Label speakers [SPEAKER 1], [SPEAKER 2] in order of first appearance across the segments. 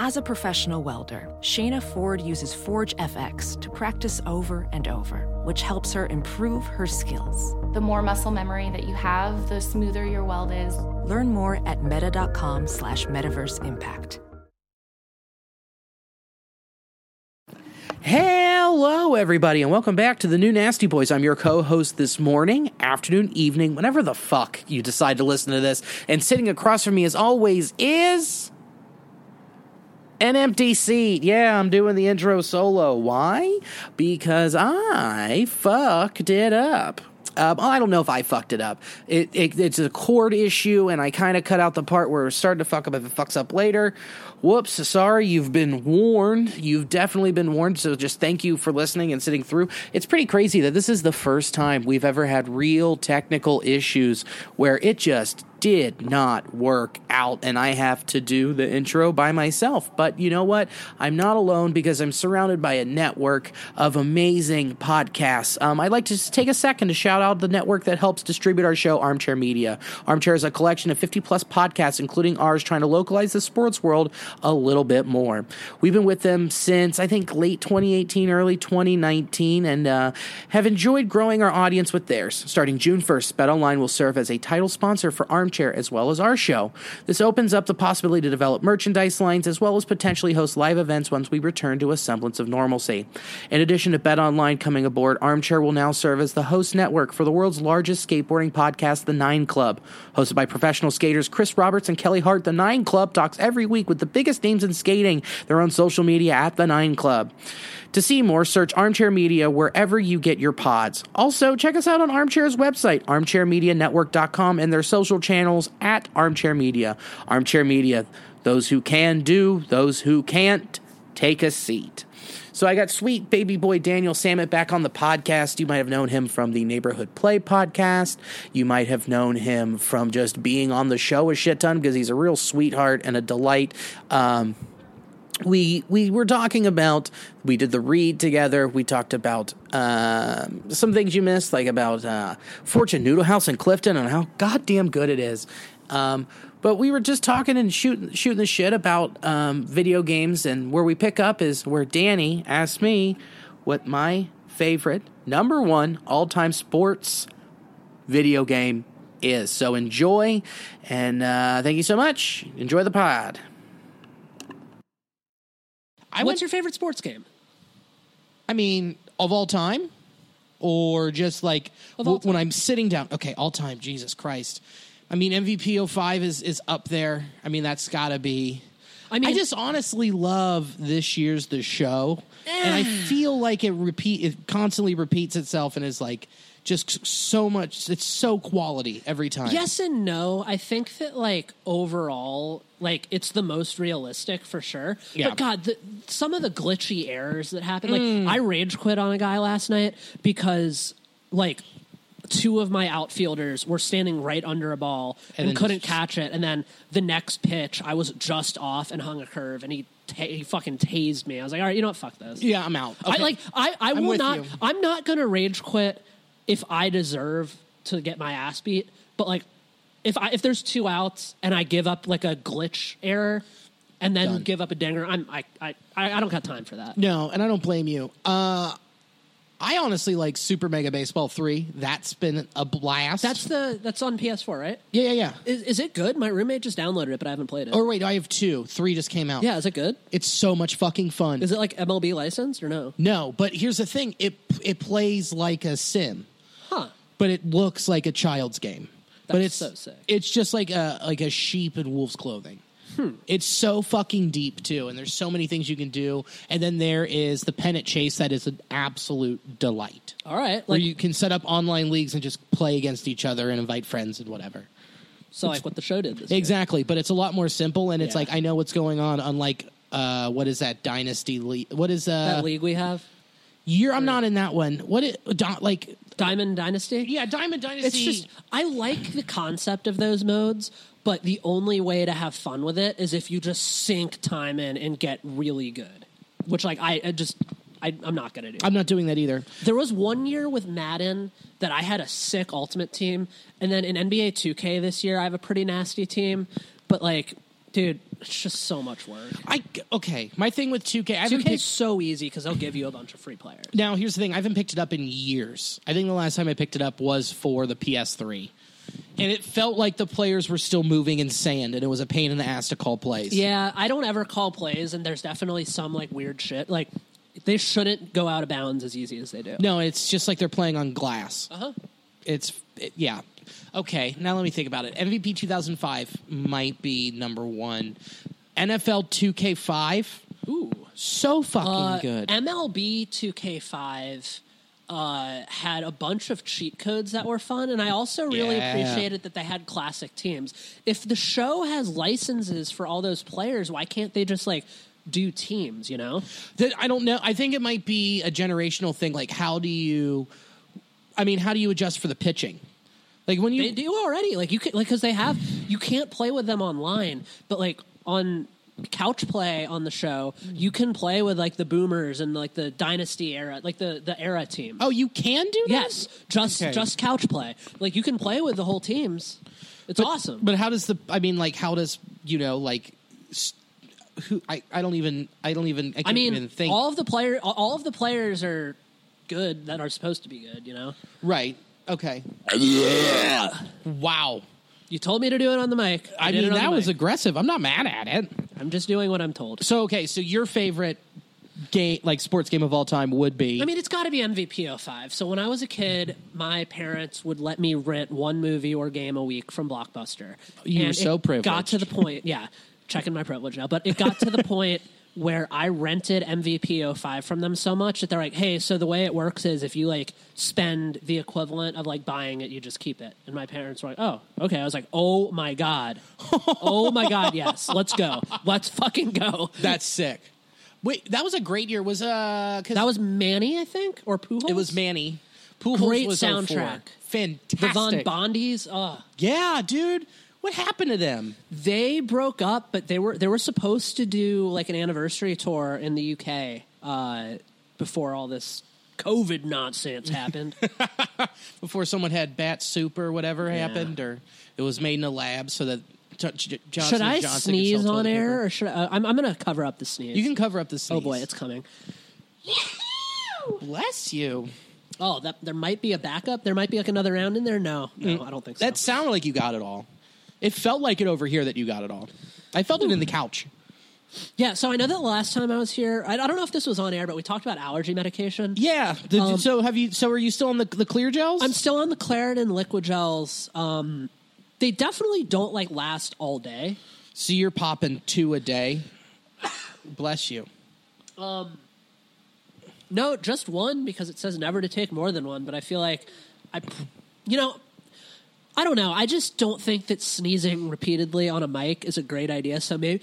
[SPEAKER 1] As a professional welder, Shayna Ford uses Forge FX to practice over and over, which helps her improve her skills.
[SPEAKER 2] The more muscle memory that you have, the smoother your weld is.
[SPEAKER 1] Learn more at meta.com slash metaverse impact.
[SPEAKER 3] Hello, everybody, and welcome back to the new Nasty Boys. I'm your co host this morning, afternoon, evening, whenever the fuck you decide to listen to this. And sitting across from me, as always, is an empty seat. Yeah, I'm doing the intro solo. Why? Because I fucked it up. Um, I don't know if I fucked it up. It, it, it's a chord issue, and I kind of cut out the part where we're starting to fuck up if it fucks up later. Whoops, sorry, you've been warned. You've definitely been warned, so just thank you for listening and sitting through. It's pretty crazy that this is the first time we've ever had real technical issues where it just did not work out and I have to do the intro by myself. But you know what? I'm not alone because I'm surrounded by a network of amazing podcasts. Um, I'd like to just take a second to shout out the network that helps distribute our show, Armchair Media. Armchair is a collection of 50 plus podcasts, including ours, trying to localize the sports world a little bit more. We've been with them since I think late 2018, early 2019, and uh, have enjoyed growing our audience with theirs. Starting June 1st, BetOnline will serve as a title sponsor for Armchair armchair as well as our show. This opens up the possibility to develop merchandise lines as well as potentially host live events once we return to a semblance of normalcy. In addition to Bet Online coming aboard, Armchair will now serve as the host network for the world's largest skateboarding podcast, The Nine Club. Hosted by professional skaters Chris Roberts and Kelly Hart, The Nine Club talks every week with the biggest names in skating, their own social media at The Nine Club. To see more, search Armchair Media wherever you get your pods. Also, check us out on Armchair's website, armchairmedianetwork.com, and their social channels at Armchair Media. Armchair Media, those who can do, those who can't, take a seat. So I got sweet baby boy Daniel Sammet back on the podcast. You might have known him from the Neighborhood Play podcast. You might have known him from just being on the show a shit ton because he's a real sweetheart and a delight. Um, we we were talking about we did the read together. We talked about um, some things you missed, like about uh, Fortune Noodle House in Clifton and how goddamn good it is. Um, but we were just talking and shooting shooting the shit about um, video games, and where we pick up is where Danny asked me what my favorite number one all time sports video game is. So enjoy, and uh, thank you so much. Enjoy the pod. I
[SPEAKER 4] What's
[SPEAKER 3] went.
[SPEAKER 4] your favorite sports game?
[SPEAKER 3] I mean, of all time, or just like
[SPEAKER 4] Of all
[SPEAKER 3] w- when I'm sitting down. Okay, all time. Jesus Christ. I mean, MVP 05 is is up there. I mean, that's got to be.
[SPEAKER 4] I mean,
[SPEAKER 3] I just honestly love this year's the show, and
[SPEAKER 4] Eh.
[SPEAKER 3] I feel like it repeat it constantly repeats itself and is like just so much. It's so quality every time.
[SPEAKER 4] yes and no. I think that like overall, like it's the most realistic for sure.
[SPEAKER 3] Yeah. Mm.
[SPEAKER 4] But God, the, some of the glitchy errors that happen. Like I rage quit on a guy last night because like two of my outfielders were standing right under a ball
[SPEAKER 3] And
[SPEAKER 4] and,
[SPEAKER 3] then
[SPEAKER 4] couldn't
[SPEAKER 3] just-
[SPEAKER 4] catch it. And then the next pitch, I was just off and hung a curve, and he ta- he fucking tased me. I was like, all right, you know what? Fuck this.
[SPEAKER 3] Yeah, I'm out.
[SPEAKER 4] I like I, I will
[SPEAKER 3] with
[SPEAKER 4] not
[SPEAKER 3] you.
[SPEAKER 4] I'm not gonna rage quit if I deserve to get my ass beat, but like if I if there's two outs and I give up like a glitch error and then
[SPEAKER 3] Done.
[SPEAKER 4] give up a dinger, I'm I, I I I don't got time for that.
[SPEAKER 3] No, and I don't blame you. Uh, I honestly like Super Mega Baseball 3. That's been a blast.
[SPEAKER 4] That's the that's on PS4, right?
[SPEAKER 3] yeah, yeah, yeah.
[SPEAKER 4] Is, is it good? My roommate just downloaded it, but I haven't played it.
[SPEAKER 3] Or wait, I have two. Three just came out.
[SPEAKER 4] yeah, is it good?
[SPEAKER 3] It's so much fucking fun.
[SPEAKER 4] Is it like MLB licensed or no?
[SPEAKER 3] no, but here's the thing. It it plays like a sim,
[SPEAKER 4] Huh.
[SPEAKER 3] but it looks like a child's game. but it's
[SPEAKER 4] That's so sick.
[SPEAKER 3] It's just like a like a sheep in wolf's clothing.
[SPEAKER 4] Hmm.
[SPEAKER 3] It's so fucking deep too, and there's so many things you can do. And then there is the pennant chase that is an absolute delight.
[SPEAKER 4] All right.
[SPEAKER 3] where
[SPEAKER 4] Like
[SPEAKER 3] you can set up online leagues and just play against each other and invite friends and whatever.
[SPEAKER 4] so like what the show did this year.
[SPEAKER 3] Exactly, but it's a lot more simple, and it's
[SPEAKER 4] Yeah.
[SPEAKER 3] like I know what's going on. Unlike uh, what is that dynasty league? What is uh,
[SPEAKER 4] that league we have.
[SPEAKER 3] You're I'm not in that one. What it Don- like?
[SPEAKER 4] Diamond Dynasty?
[SPEAKER 3] Yeah, Diamond Dynasty.
[SPEAKER 4] It's just I like the concept of those modes, but the only way to have fun with it is if you just sink time in and get really good. Which like I, I just I, I'm not gonna do.
[SPEAKER 3] I'm not doing that either.
[SPEAKER 4] there was one year with Madden that I had a sick ultimate team, and then in NBA 2K this year I have a pretty nasty team. But like, dude, it's just so much work.
[SPEAKER 3] I okay. My thing with 2K, I haven't
[SPEAKER 4] 2K
[SPEAKER 3] picked,
[SPEAKER 4] is so easy because they'll give you a bunch of free players.
[SPEAKER 3] now here's the thing. I haven't picked it up in years. I think the last time I picked it up was for the PS3, and it felt like the players were still moving in sand, and it was a pain in the ass to call plays.
[SPEAKER 4] Yeah, I don't ever call plays, and there's definitely some like weird shit. Like they shouldn't go out of bounds as easy as they do.
[SPEAKER 3] No, it's just like they're playing on glass. Uh
[SPEAKER 4] Uh-huh.
[SPEAKER 3] huh. It's it- yeah. Okay, now let me think about it. MVP 2005 might be number one. NFL 2K5,
[SPEAKER 4] Ooh,
[SPEAKER 3] so fucking
[SPEAKER 4] uh,
[SPEAKER 3] good.
[SPEAKER 4] MLB 2K5 uh, had a bunch of cheat codes that were fun, and I also really
[SPEAKER 3] Yeah.
[SPEAKER 4] appreciated that they had classic teams. If the show has licenses for all those players, why can't they just like do teams? You know?
[SPEAKER 3] That- I don't know. I think it might be a generational thing. Like, how do you? I mean, how do you adjust for the pitching? Like when you
[SPEAKER 4] They do already. Like you can, like because they have you can't play with them online, but like on couch play on the show, you can play with like the boomers and like the dynasty era, like the the era team.
[SPEAKER 3] Oh, you can do that?
[SPEAKER 4] yes, just
[SPEAKER 3] Okay.
[SPEAKER 4] just couch play. Like you can play with the whole teams. It's
[SPEAKER 3] But-
[SPEAKER 4] awesome.
[SPEAKER 3] But how does the? I mean, like, how does you know, like, s- who? I, I don't even. I don't even. I,
[SPEAKER 4] I
[SPEAKER 3] can't even
[SPEAKER 4] mean,
[SPEAKER 3] think.
[SPEAKER 4] all of the player, all- all of the players are good that are supposed to be good. You know,
[SPEAKER 3] right. Okay. Wow.
[SPEAKER 4] you told me to do it on the mic.
[SPEAKER 3] I, mean, that was aggressive. I'm not mad at it.
[SPEAKER 4] i I'm just doing what I'm told.
[SPEAKER 3] So okay. So your favorite game, like sports game of all time, would be?
[SPEAKER 4] I mean, it's got to be MVP 05. So when I was a kid, my parents would let me rent one movie or game a week from Blockbuster.
[SPEAKER 3] You were
[SPEAKER 4] And
[SPEAKER 3] so
[SPEAKER 4] it Got to
[SPEAKER 3] privileged.
[SPEAKER 4] the point, yeah, checking my privilege now, but it got to the point where I rented MVP 05 from them so much that they're like, hey, so the way it works is if you like spend the equivalent of like buying it, you just keep it. And my parents were like, oh, okay. I was like, oh my God. oh my God, yes. Let's go. Let's fucking go.
[SPEAKER 3] that's sick. Wait, that was a great year. Was uh, cause
[SPEAKER 4] That was Manny, I think, or Pujols?
[SPEAKER 3] It was Manny. Pujols
[SPEAKER 4] Great
[SPEAKER 3] was 04.
[SPEAKER 4] soundtrack.
[SPEAKER 3] Fantastic.
[SPEAKER 4] the Von Bondies. Uh,
[SPEAKER 3] Yeah, dude. What happened to them?
[SPEAKER 4] they broke up, but they were they were supposed to do like an anniversary tour in the UK uh, before all this COVID nonsense happened.
[SPEAKER 3] Before someone had bat soup or whatever happened, or it was made in a lab so that J- J- Johnson
[SPEAKER 4] should I
[SPEAKER 3] Johnson could
[SPEAKER 4] sneeze
[SPEAKER 3] sell
[SPEAKER 4] on
[SPEAKER 3] toilet
[SPEAKER 4] air,
[SPEAKER 3] paper.
[SPEAKER 4] or should I, I'm I'm gonna cover up the sneeze?
[SPEAKER 3] You can cover up the sneeze.
[SPEAKER 4] Oh boy, it's coming.
[SPEAKER 3] bless you.
[SPEAKER 4] Oh, that there might be a backup. There might be like another round in there. No,
[SPEAKER 3] Mm.
[SPEAKER 4] no, I don't think so.
[SPEAKER 3] That sounded like you got it all. It felt like it over here that you got it all. I felt it in the couch.
[SPEAKER 4] yeah. So I know that the last time I was here, I, I don't know if this was on air, but we talked about allergy medication.
[SPEAKER 3] Yeah. Um, the- so have you? So are you still on the the clear gels?
[SPEAKER 4] I'm still on the Claritin liquid gels. Um, they definitely don't like last all day.
[SPEAKER 3] so you're popping two a day. bless you.
[SPEAKER 4] No, just one because it says never to take more than one. But I feel like I, pr- you know, I don't know. I just don't think that sneezing repeatedly on a mic is a great idea. So maybe,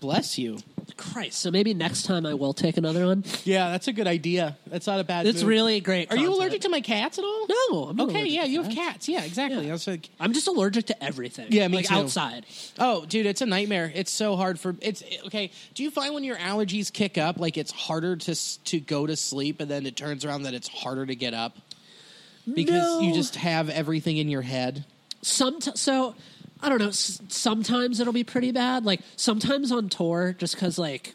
[SPEAKER 3] Bless you.
[SPEAKER 4] Christ. So maybe next time I will take another one.
[SPEAKER 3] Yeah, that's a good idea. That's not a bad.
[SPEAKER 4] It's
[SPEAKER 3] move.
[SPEAKER 4] really great.
[SPEAKER 3] Are you
[SPEAKER 4] content.
[SPEAKER 3] allergic to my cats at all?
[SPEAKER 4] No, I'm not
[SPEAKER 3] okay,
[SPEAKER 4] allergic
[SPEAKER 3] yeah,
[SPEAKER 4] to
[SPEAKER 3] you have cats. Yeah, exactly.
[SPEAKER 4] Yeah.
[SPEAKER 3] I was like,
[SPEAKER 4] I'm just allergic to everything.
[SPEAKER 3] Yeah, me
[SPEAKER 4] like
[SPEAKER 3] too.
[SPEAKER 4] outside.
[SPEAKER 3] oh, dude, it's a nightmare. It's so hard for it's okay. Do you find when your allergies kick up, like it's harder to s- to go to sleep, and then it turns around that it's harder to get up because you
[SPEAKER 4] No.
[SPEAKER 3] just have everything in your head.
[SPEAKER 4] some so I don't know. S- sometimes it'll be pretty bad. Like sometimes on tour, just because like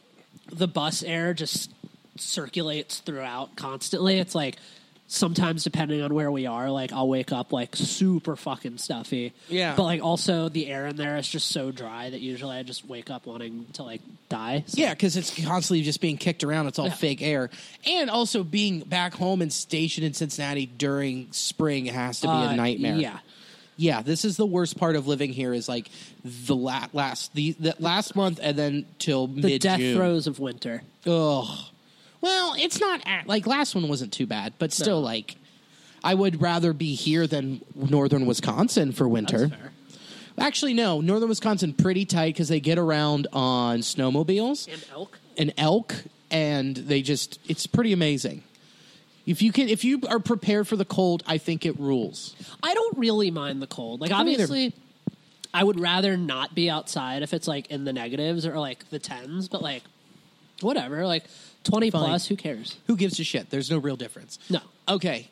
[SPEAKER 4] the bus air just circulates throughout constantly. It's like sometimes depending on where we are, like I'll wake up like super fucking stuffy.
[SPEAKER 3] Yeah.
[SPEAKER 4] But like also the air in there is just so dry that usually I just wake up wanting to like die. So-
[SPEAKER 3] Yeah, because it's constantly just being kicked around. It's all
[SPEAKER 4] Yeah.
[SPEAKER 3] fake air, and also being back home and stationed in Cincinnati during spring has to be
[SPEAKER 4] Uh,
[SPEAKER 3] a nightmare.
[SPEAKER 4] Yeah.
[SPEAKER 3] Yeah, this is the worst part of living here is like the la- last the, the last month and then till
[SPEAKER 4] The
[SPEAKER 3] mid
[SPEAKER 4] death
[SPEAKER 3] June.
[SPEAKER 4] throes of winter.
[SPEAKER 3] Ugh. Well, it's not at, like last one wasn't too bad, but still
[SPEAKER 4] No.
[SPEAKER 3] like I would rather be here than northern Wisconsin for winter.
[SPEAKER 4] fair.
[SPEAKER 3] Actually, no, northern Wisconsin pretty tight because they get around on snowmobiles
[SPEAKER 4] And elk.
[SPEAKER 3] an elk and they just it's pretty amazing if you can if you are prepared for the cold i think it rules
[SPEAKER 4] I don't really mind the cold. Like
[SPEAKER 3] don't either.
[SPEAKER 4] obviously, I would rather not be outside if it's like in the negatives or like the tens. But like, whatever. Like twenty
[SPEAKER 3] Fine.
[SPEAKER 4] plus, who cares?
[SPEAKER 3] who gives a shit there's no real difference
[SPEAKER 4] No.
[SPEAKER 3] okay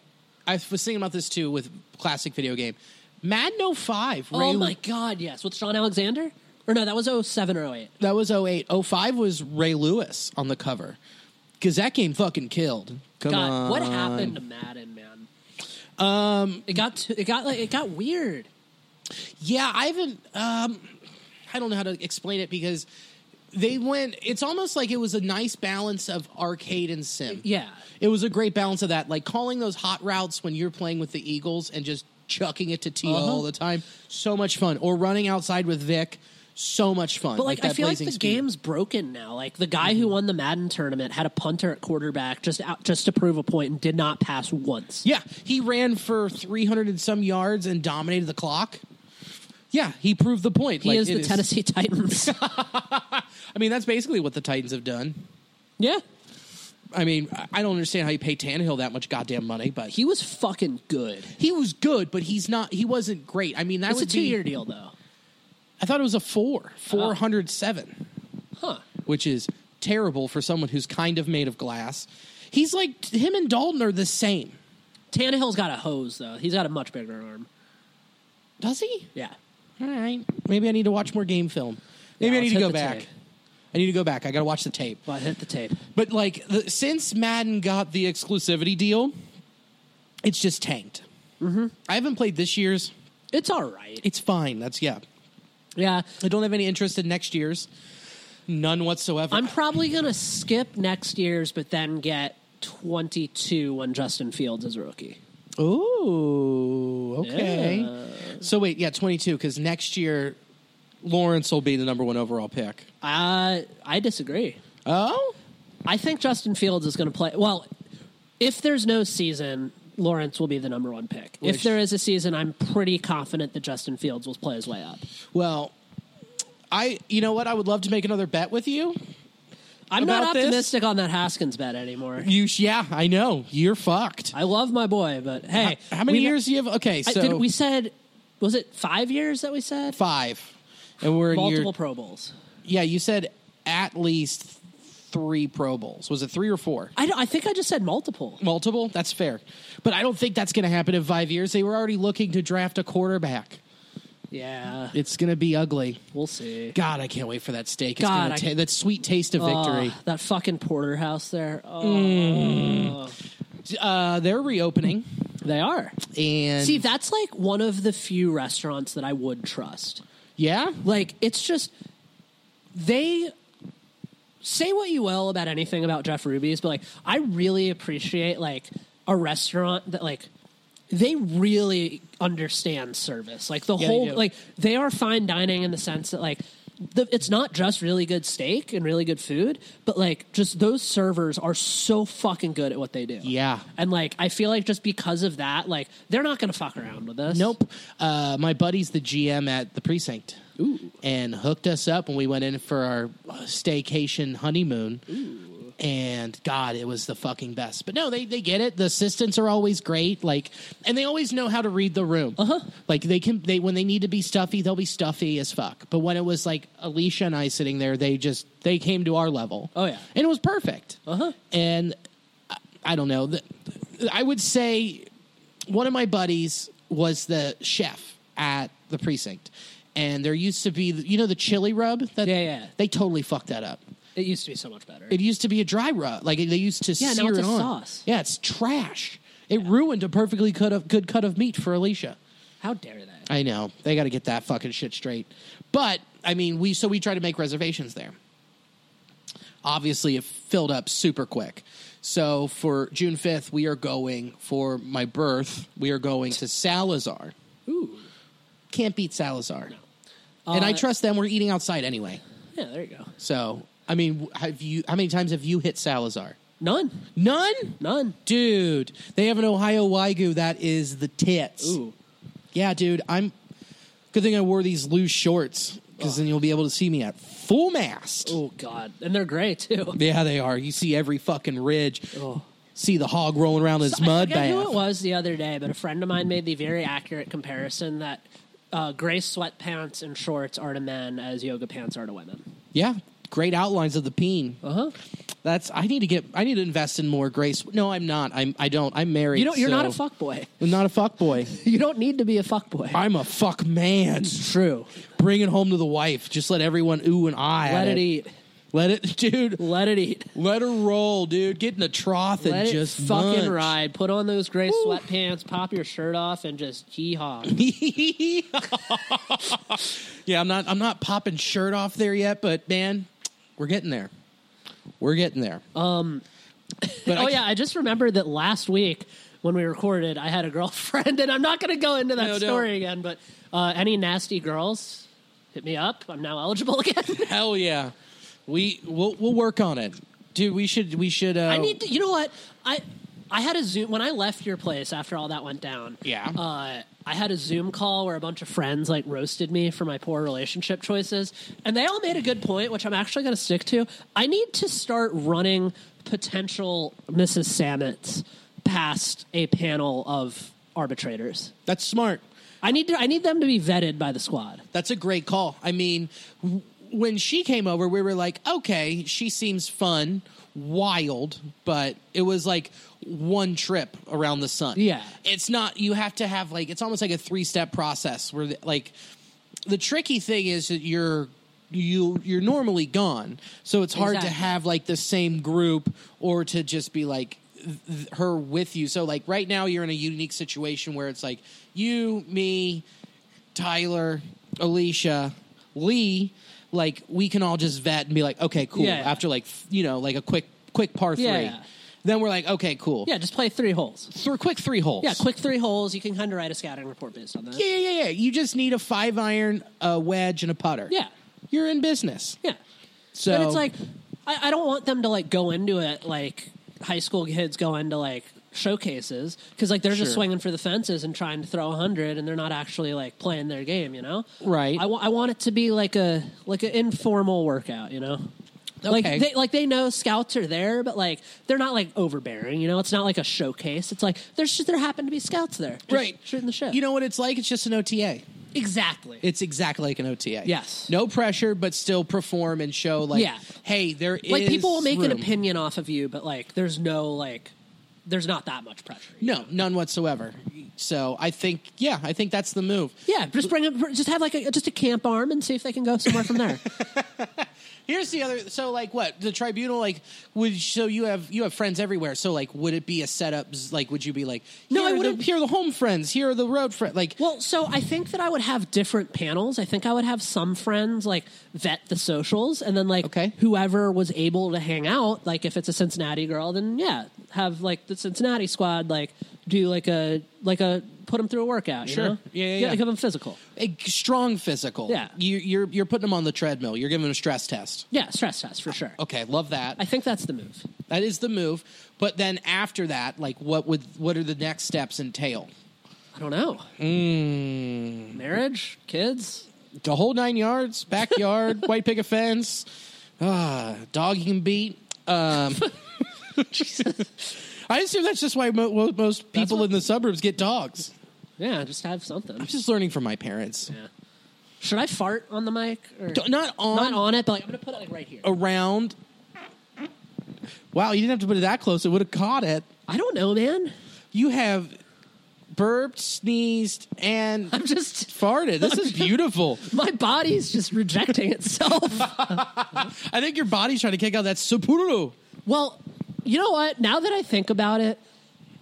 [SPEAKER 3] i was thinking about this too with classic video game mad no 5
[SPEAKER 4] oh my god, yes. With Sean Alexander, Or no, that was 07 or 08.
[SPEAKER 3] That was 08. 05 was Ray Lewis on the cover. Because that game fucking killed. Come
[SPEAKER 4] God,
[SPEAKER 3] on.
[SPEAKER 4] what happened to Madden, man? Um, it got too, it got like it got weird.
[SPEAKER 3] Yeah, I haven't. Um, I don't know how to explain it because they went. It's almost like it was a nice balance of arcade and sim.
[SPEAKER 4] Yeah.
[SPEAKER 3] it was a great balance of that. Like calling those hot routes when you're playing with the Eagles and just chucking it to T
[SPEAKER 4] Uh-huh.
[SPEAKER 3] all the time. So much fun. Or running outside with Vic. So much fun.
[SPEAKER 4] But like, I
[SPEAKER 3] that
[SPEAKER 4] feel like
[SPEAKER 3] blazing
[SPEAKER 4] the
[SPEAKER 3] speed. Mm-hmm.
[SPEAKER 4] game's broken now. Like the guy who won the Madden tournament had a punter at quarterback just out, just to prove a point and did not pass once.
[SPEAKER 3] Yeah, he ran for 300 and some yards and dominated the clock. Yeah, he proved the point.
[SPEAKER 4] He
[SPEAKER 3] Like,
[SPEAKER 4] is
[SPEAKER 3] it
[SPEAKER 4] the Tennessee Titans.
[SPEAKER 3] I mean, that's basically what the Titans have done.
[SPEAKER 4] yeah.
[SPEAKER 3] I mean, I- I don't understand how you pay Tannehill that much goddamn money, but he,
[SPEAKER 4] He was fucking good.
[SPEAKER 3] he was good, but he's not. He wasn't great. I mean, that
[SPEAKER 4] It's
[SPEAKER 3] was
[SPEAKER 4] a Uh-huh. two year deal though.
[SPEAKER 3] I thought it was a four, four hundred seven,
[SPEAKER 4] Huh.
[SPEAKER 3] which is terrible for someone who's kind of made of glass. He's like him and Dalton are the same,
[SPEAKER 4] Tannehill's got a hose though. He's got a much bigger arm.
[SPEAKER 3] does he?
[SPEAKER 4] Yeah.
[SPEAKER 3] All right, maybe I need to watch more game film. Maybe
[SPEAKER 4] Yeah,
[SPEAKER 3] I need to
[SPEAKER 4] let's hit
[SPEAKER 3] go
[SPEAKER 4] the
[SPEAKER 3] back.
[SPEAKER 4] tape.
[SPEAKER 3] I need to go back. I got to watch the tape.
[SPEAKER 4] But hit the tape.
[SPEAKER 3] But like the, since Madden got the exclusivity deal, it's just tanked. Mm-hmm. I haven't played this year's.
[SPEAKER 4] It's all right.
[SPEAKER 3] It's fine. That's yeah.
[SPEAKER 4] Yeah.
[SPEAKER 3] I don't have any interest in next year's. None whatsoever.
[SPEAKER 4] I'm probably gonna skip next year's, but then get 22 when Justin Fields is a rookie.
[SPEAKER 3] Ooh, okay.
[SPEAKER 4] Yeah.
[SPEAKER 3] So wait, yeah, 22 cuz next year Lawrence will be the number 1 overall pick.
[SPEAKER 4] Uh, I disagree.
[SPEAKER 3] Oh?
[SPEAKER 4] I think Justin Fields is going to play. Well, if there's no season, Lawrence will be the number one pick.
[SPEAKER 3] Which-
[SPEAKER 4] If there is a season, I'm pretty confident that Justin Fields will play his way up.
[SPEAKER 3] Well, I you know what? I would love to make another bet with you.
[SPEAKER 4] I'm
[SPEAKER 3] About
[SPEAKER 4] not
[SPEAKER 3] this?
[SPEAKER 4] optimistic on that Haskins bet anymore.
[SPEAKER 3] You sh- yeah, I know. You're fucked.
[SPEAKER 4] I love my boy, but hey,
[SPEAKER 3] How many
[SPEAKER 4] we-
[SPEAKER 3] years do you have? Okay,
[SPEAKER 4] I,
[SPEAKER 3] so
[SPEAKER 4] did, we said was it five years that we said
[SPEAKER 3] 5. And we're in
[SPEAKER 4] multiple
[SPEAKER 3] year
[SPEAKER 4] Pro Bowls.
[SPEAKER 3] Yeah, you said at least th- 3 Pro Bowls. Was it 3 or 4?
[SPEAKER 4] I, don't- I think I just said multiple.
[SPEAKER 3] Multiple? That's fair. But I don't think that's going to happen in 5 years. They were already looking to draft a quarterback.
[SPEAKER 4] Yeah,
[SPEAKER 3] It's going to be ugly.
[SPEAKER 4] we'll see.
[SPEAKER 3] God, I can't wait for that steak. It's
[SPEAKER 4] God,
[SPEAKER 3] gonna
[SPEAKER 4] I-
[SPEAKER 3] ta- that sweet taste of victory. Mm.
[SPEAKER 4] Oh, that fucking porterhouse there. Oh,
[SPEAKER 3] Uh, they're reopening,
[SPEAKER 4] they are.
[SPEAKER 3] and
[SPEAKER 4] See, that's like one of the few restaurants that I would trust.
[SPEAKER 3] yeah,
[SPEAKER 4] Like, it's just they say what you will about anything about Jeff Ruby's, but like, I really appreciate like a restaurant that like they really understand service. Like the
[SPEAKER 3] Yeah, they
[SPEAKER 4] whole
[SPEAKER 3] do.
[SPEAKER 4] like they are fine dining in the sense that like. The, it's not just really good steak and really good food, but like just those servers are so fucking good at what they do.
[SPEAKER 3] Yeah.
[SPEAKER 4] And like I feel like just because of that, like they're not gonna fuck around with us.
[SPEAKER 3] nope. Uh, my buddy's the GM at the precinct, and hooked us up when we went in for our staycation honeymoon. And God, it was the fucking best. But no, they they get it. The assistants are always great, like, and they always know how to read the room. Uh
[SPEAKER 4] Uh-huh.
[SPEAKER 3] huh. Like they can they when they need to be stuffy, they'll be stuffy as fuck. But when it was like Alicia and I sitting there, they just they came to our level.
[SPEAKER 4] Oh, yeah.
[SPEAKER 3] and it was perfect. Uh
[SPEAKER 4] Uh-huh.
[SPEAKER 3] And I, I don't know. The- I would say one of my buddies was the chef at the precinct, and there used to be you know the chili rub that
[SPEAKER 4] Yeah, yeah.
[SPEAKER 3] they totally fucked that up.
[SPEAKER 4] It used to be so much better.
[SPEAKER 3] It used to be a dry rub, like they used to
[SPEAKER 4] Yeah,
[SPEAKER 3] sear
[SPEAKER 4] now it's
[SPEAKER 3] it
[SPEAKER 4] a
[SPEAKER 3] on.
[SPEAKER 4] sauce.
[SPEAKER 3] Yeah, it's trash. It ruined a perfectly cut of, good cut of meat for Alicia.
[SPEAKER 4] How dare they?
[SPEAKER 3] I know they got to get that fucking shit straight. But I mean, we so we try to make reservations there. Obviously, it filled up super quick. So for June fifth, we are going for my birth. We are going to Salazar.
[SPEAKER 4] Ooh.
[SPEAKER 3] Can't beat Salazar. and I trust them. We're eating outside anyway.
[SPEAKER 4] Yeah, there you go.
[SPEAKER 3] So I mean, have you? How many times have you hit Salazar?
[SPEAKER 4] None.
[SPEAKER 3] None,
[SPEAKER 4] None.
[SPEAKER 3] dude. They have an Ohio Wagyu that is the tits.
[SPEAKER 4] Ooh.
[SPEAKER 3] Yeah, dude. I'm. Good thing I wore these loose shorts because then you'll be able to see me at full mast.
[SPEAKER 4] Oh god. And they're gray too.
[SPEAKER 3] Yeah, they are. You see every fucking ridge. See the hog rolling around in his mud
[SPEAKER 4] Oh. I forget who it
[SPEAKER 3] bath.
[SPEAKER 4] was the other day, but a friend of mine made the very accurate comparison that uh, gray sweatpants and shorts are to men as yoga pants are to women.
[SPEAKER 3] Yeah, great outlines of the peen.
[SPEAKER 4] Uh huh.
[SPEAKER 3] That's I need to get I need to invest in more grace. No, I'm not. I'm I don't. I'm married.
[SPEAKER 4] You don't. You're not a
[SPEAKER 3] so-
[SPEAKER 4] fuck boy.
[SPEAKER 3] I'm not a fuck boy.
[SPEAKER 4] You don't need to be a fuck boy.
[SPEAKER 3] I'm a fuck man.
[SPEAKER 4] True.
[SPEAKER 3] Bring it home to the wife. Just let everyone ooh and I.
[SPEAKER 4] Let it eat.
[SPEAKER 3] Let it, dude.
[SPEAKER 4] Let it eat.
[SPEAKER 3] Let her roll, dude. Get in a trough and
[SPEAKER 4] Let it
[SPEAKER 3] just
[SPEAKER 4] fucking
[SPEAKER 3] munch.
[SPEAKER 4] ride. Put on those gray sweatpants. Pop your shirt off and just hee haw.
[SPEAKER 3] yeah, I'm not. I'm not popping shirt off there yet, but man, we're getting there. We're getting there. Um, but
[SPEAKER 4] oh
[SPEAKER 3] I,
[SPEAKER 4] yeah, I just remembered that last week when we recorded, I had a girlfriend, and I'm not going to go into that
[SPEAKER 3] No, don't.
[SPEAKER 4] story again. But uh, any nasty girls, hit me up. I'm now eligible again.
[SPEAKER 3] hell yeah. We we'll we'll work on it, dude. We should we should. Uh,
[SPEAKER 4] I need to. You know what? I I had a Zoom when I left your place after all that went down.
[SPEAKER 3] Yeah.
[SPEAKER 4] Uh, I had a Zoom call where a bunch of friends like roasted me for my poor relationship choices, and they all made a good point, which I'm actually going to stick to. I need to start running potential Mrs. Sammets past a panel of arbitrators.
[SPEAKER 3] That's smart.
[SPEAKER 4] I need to, I need them to be vetted by the squad.
[SPEAKER 3] That's a great call. I mean, w- when she came over, we were like, okay, she seems fun, wild, but it was like one trip around the sun.
[SPEAKER 4] Yeah.
[SPEAKER 3] It's not, you have to have like, it's almost like a three step process where the- like the tricky thing is that you're, you you're normally gone so it's hard to
[SPEAKER 4] Exactly.
[SPEAKER 3] have like the same group or to just be like th- th- her with you so like right now you're in a unique situation where it's like you me Tyler, Alicia, Lee, like we can all just vet and be like, okay, cool.
[SPEAKER 4] Yeah.
[SPEAKER 3] After like th- you know, like a quick quick par three,
[SPEAKER 4] Yeah.
[SPEAKER 3] then we're like, okay, cool.
[SPEAKER 4] Yeah, just play three holes.
[SPEAKER 3] so we're quick three holes.
[SPEAKER 4] Yeah, quick three holes. You can kind of write a scouting report based on that.
[SPEAKER 3] Yeah, yeah, yeah. yeah. You just need a five iron, a wedge, and a putter.
[SPEAKER 4] Yeah.
[SPEAKER 3] you're in business.
[SPEAKER 4] yeah.
[SPEAKER 3] So
[SPEAKER 4] but it's like I, I don't want them to like go into it like high school kids go into like showcases because like they're just
[SPEAKER 3] Sure.
[SPEAKER 4] swinging for the fences and trying to throw a hundred and they're not actually like playing their game, you know?
[SPEAKER 3] Right.
[SPEAKER 4] I, wa- I want it to be like a like an informal workout, you know. Like
[SPEAKER 3] Okay.
[SPEAKER 4] they like they know scouts are there, but like they're not like overbearing, you know. It's not like a showcase. It's like there's just, there happen to be scouts there, just
[SPEAKER 3] right
[SPEAKER 4] shooting the shit.
[SPEAKER 3] You know what it's like? It's just an OTA.
[SPEAKER 4] exactly.
[SPEAKER 3] It's exactly like an OTA.
[SPEAKER 4] Yes.
[SPEAKER 3] no pressure, but still perform and show. Like,
[SPEAKER 4] Yeah.
[SPEAKER 3] hey, there is
[SPEAKER 4] like people will make an
[SPEAKER 3] room.
[SPEAKER 4] opinion off of you, but like there's no like there's not that much pressure.
[SPEAKER 3] No, none whatsoever. So I think, yeah, I think that's the move.
[SPEAKER 4] Yeah, just bring up, just have like a, just a camp arm and see if they can go somewhere from there.
[SPEAKER 3] Here's the other. So like, what the tribunal like? Would so you have you have friends everywhere. So like, would it be a setup? s- Like, would you be like,
[SPEAKER 4] No,
[SPEAKER 3] here are
[SPEAKER 4] I
[SPEAKER 3] the-
[SPEAKER 4] wouldn't-
[SPEAKER 3] Here are the home friends. Here are the road friends. Like,
[SPEAKER 4] well, so I think that I would have different panels. I think I would have some friends like vet the socials, and then like
[SPEAKER 3] Okay.
[SPEAKER 4] whoever was able to hang out. Like if it's a Cincinnati girl, then yeah, have like the Cincinnati squad like do like a like a put them through a workout. You
[SPEAKER 3] Sure.
[SPEAKER 4] know?
[SPEAKER 3] Yeah, yeah,
[SPEAKER 4] Get-
[SPEAKER 3] yeah.
[SPEAKER 4] give them physical.
[SPEAKER 3] a g- strong physical.
[SPEAKER 4] Yeah.
[SPEAKER 3] you, you're you're putting them on the treadmill. You're giving them a stress test.
[SPEAKER 4] Yeah, stress test for sure.
[SPEAKER 3] Okay, love that.
[SPEAKER 4] I think that's the move.
[SPEAKER 3] that is the move. But then after that, like, what would what are the next steps entail?
[SPEAKER 4] I don't know.
[SPEAKER 3] Hmm.
[SPEAKER 4] Marriage, kids.
[SPEAKER 3] the whole nine yards, backyard, white picket fence, ah, dog you can beat. Um, I assume that's just why mo- mo- most people
[SPEAKER 4] what-
[SPEAKER 3] in the suburbs get dogs.
[SPEAKER 4] Yeah, just have something.
[SPEAKER 3] I'm just learning from my parents.
[SPEAKER 4] Should I fart on the mic? Or?
[SPEAKER 3] D- Not on,
[SPEAKER 4] not on it, but like, I'm gonna put it like right here.
[SPEAKER 3] around. Wow, you didn't have to put it that close. It would have caught it.
[SPEAKER 4] I don't know, man.
[SPEAKER 3] You have burped, sneezed, and
[SPEAKER 4] I'm just
[SPEAKER 3] farted. This is beautiful.
[SPEAKER 4] my body's just rejecting itself.
[SPEAKER 3] I think your body's trying to kick out that sapuru.
[SPEAKER 4] well, you know what? Now that I think about it,